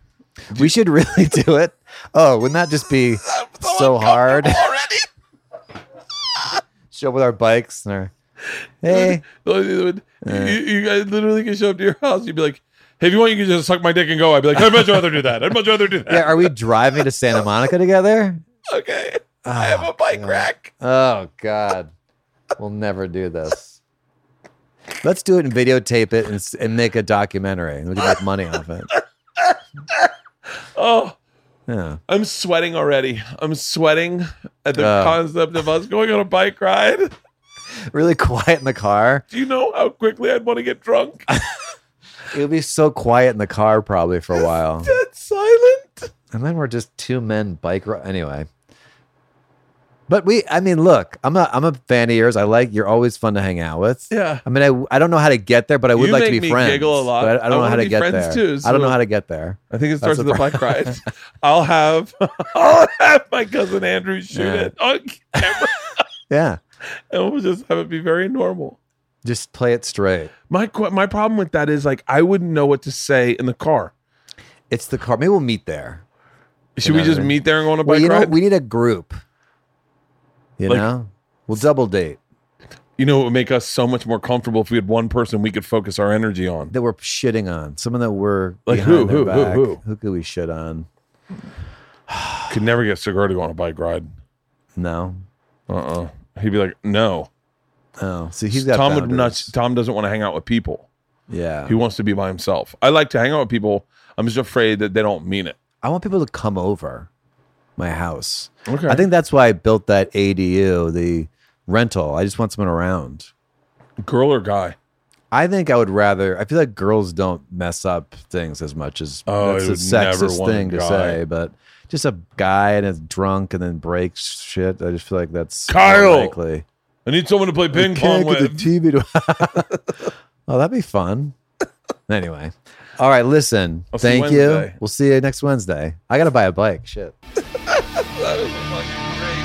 [SPEAKER 4] We should really do it. Oh, wouldn't that just be so hard? show up with our bikes and our hey.
[SPEAKER 1] You, you guys literally can show up to your house. You'd be like, "Hey, if you want, you can just suck my dick and go." I'd be like, "I'd much rather do that. I'd much rather do that."
[SPEAKER 4] Yeah, are we driving to Santa Monica together?
[SPEAKER 1] Okay.
[SPEAKER 4] Oh,
[SPEAKER 1] I have a bike
[SPEAKER 4] God.
[SPEAKER 1] rack.
[SPEAKER 4] Oh God, we'll never do this. Let's do it and videotape it and, s- and make a documentary. and We can make money off it.
[SPEAKER 1] Oh.
[SPEAKER 4] Yeah.
[SPEAKER 1] I'm sweating already. I'm sweating at the
[SPEAKER 4] Oh.
[SPEAKER 1] concept of us going on a bike ride.
[SPEAKER 4] Really quiet in the car.
[SPEAKER 1] Do you know how quickly I'd want to get drunk?
[SPEAKER 4] It'll be so quiet in the car probably for a while.
[SPEAKER 1] Dead silent.
[SPEAKER 4] And then we're just two men bike ri Anyway. But we, I mean, look, I'm a, I'm a fan of yours. I like, you're always fun to hang out with.
[SPEAKER 1] Yeah.
[SPEAKER 4] I mean, I, I don't know how to get there, but I would
[SPEAKER 1] You
[SPEAKER 4] like to
[SPEAKER 1] make
[SPEAKER 4] be
[SPEAKER 1] me
[SPEAKER 4] friends.
[SPEAKER 1] giggle a lot.
[SPEAKER 4] but I, I
[SPEAKER 1] I
[SPEAKER 4] don't know
[SPEAKER 1] wanna
[SPEAKER 4] how to
[SPEAKER 1] be
[SPEAKER 4] get
[SPEAKER 1] friends
[SPEAKER 4] there.
[SPEAKER 1] too,
[SPEAKER 4] I don't
[SPEAKER 1] so-
[SPEAKER 4] know how to get there.
[SPEAKER 1] I think it starts
[SPEAKER 4] That's the
[SPEAKER 1] with the bike ride. I'll have I'll have my cousin Andrew shoot
[SPEAKER 4] Yeah.
[SPEAKER 1] it on camera.
[SPEAKER 4] Yeah.
[SPEAKER 1] and we'll just have it be very normal.
[SPEAKER 4] Just play it straight.
[SPEAKER 1] My qu- my problem with that is like I wouldn't know what to say in the car.
[SPEAKER 4] It's the car. Maybe we'll meet there.
[SPEAKER 1] Should
[SPEAKER 4] You know
[SPEAKER 1] we
[SPEAKER 4] what
[SPEAKER 1] just
[SPEAKER 4] I mean?
[SPEAKER 1] meet there and go on a
[SPEAKER 4] Well,
[SPEAKER 1] bike
[SPEAKER 4] you know,
[SPEAKER 1] ride?
[SPEAKER 4] we need a group. You
[SPEAKER 1] Like-
[SPEAKER 4] know, we'll double date
[SPEAKER 1] you know, it would make us so much more comfortable if we had one person we could focus our energy on.
[SPEAKER 4] that we're shitting on someone that we're
[SPEAKER 1] Like
[SPEAKER 4] behind
[SPEAKER 1] who,
[SPEAKER 4] their
[SPEAKER 1] who, who,
[SPEAKER 4] back.
[SPEAKER 1] who?
[SPEAKER 4] could we shit on?
[SPEAKER 1] Could never get Segura to go on a bike ride.
[SPEAKER 4] No,
[SPEAKER 1] Uh-uh. He'd be like, no.
[SPEAKER 4] oh, so he's got
[SPEAKER 1] Tom would
[SPEAKER 4] boundaries.
[SPEAKER 1] not
[SPEAKER 4] Uh-huh.
[SPEAKER 1] Tom doesn't want to hang out with people.
[SPEAKER 4] Yeah,
[SPEAKER 1] He wants to be by himself. I like to hang out with people. I'm just afraid that they don't mean it.
[SPEAKER 4] I want people to come over my house.
[SPEAKER 1] Okay.
[SPEAKER 4] I think that's why I built that ADU, the rental. I just want someone around.
[SPEAKER 1] girl or guy.
[SPEAKER 4] I think I would rather. I feel like girls don't mess up things as much as
[SPEAKER 1] Oh,
[SPEAKER 4] that's
[SPEAKER 1] I
[SPEAKER 4] a
[SPEAKER 1] would never
[SPEAKER 4] sexist
[SPEAKER 1] want a
[SPEAKER 4] thing to
[SPEAKER 1] guy.
[SPEAKER 4] say, but just a guy and is drunk and then breaks shit. I just feel like that's
[SPEAKER 1] Kyle!
[SPEAKER 4] Likely.
[SPEAKER 1] I need someone to play ping pong with.
[SPEAKER 4] TV to- oh, that'd be fun. Anyway, all right. Listen,
[SPEAKER 1] I'll see you
[SPEAKER 4] thank you.
[SPEAKER 1] Wednesday.
[SPEAKER 4] We'll see you next Wednesday. I gotta buy a bike. Shit.
[SPEAKER 1] That is fucking great.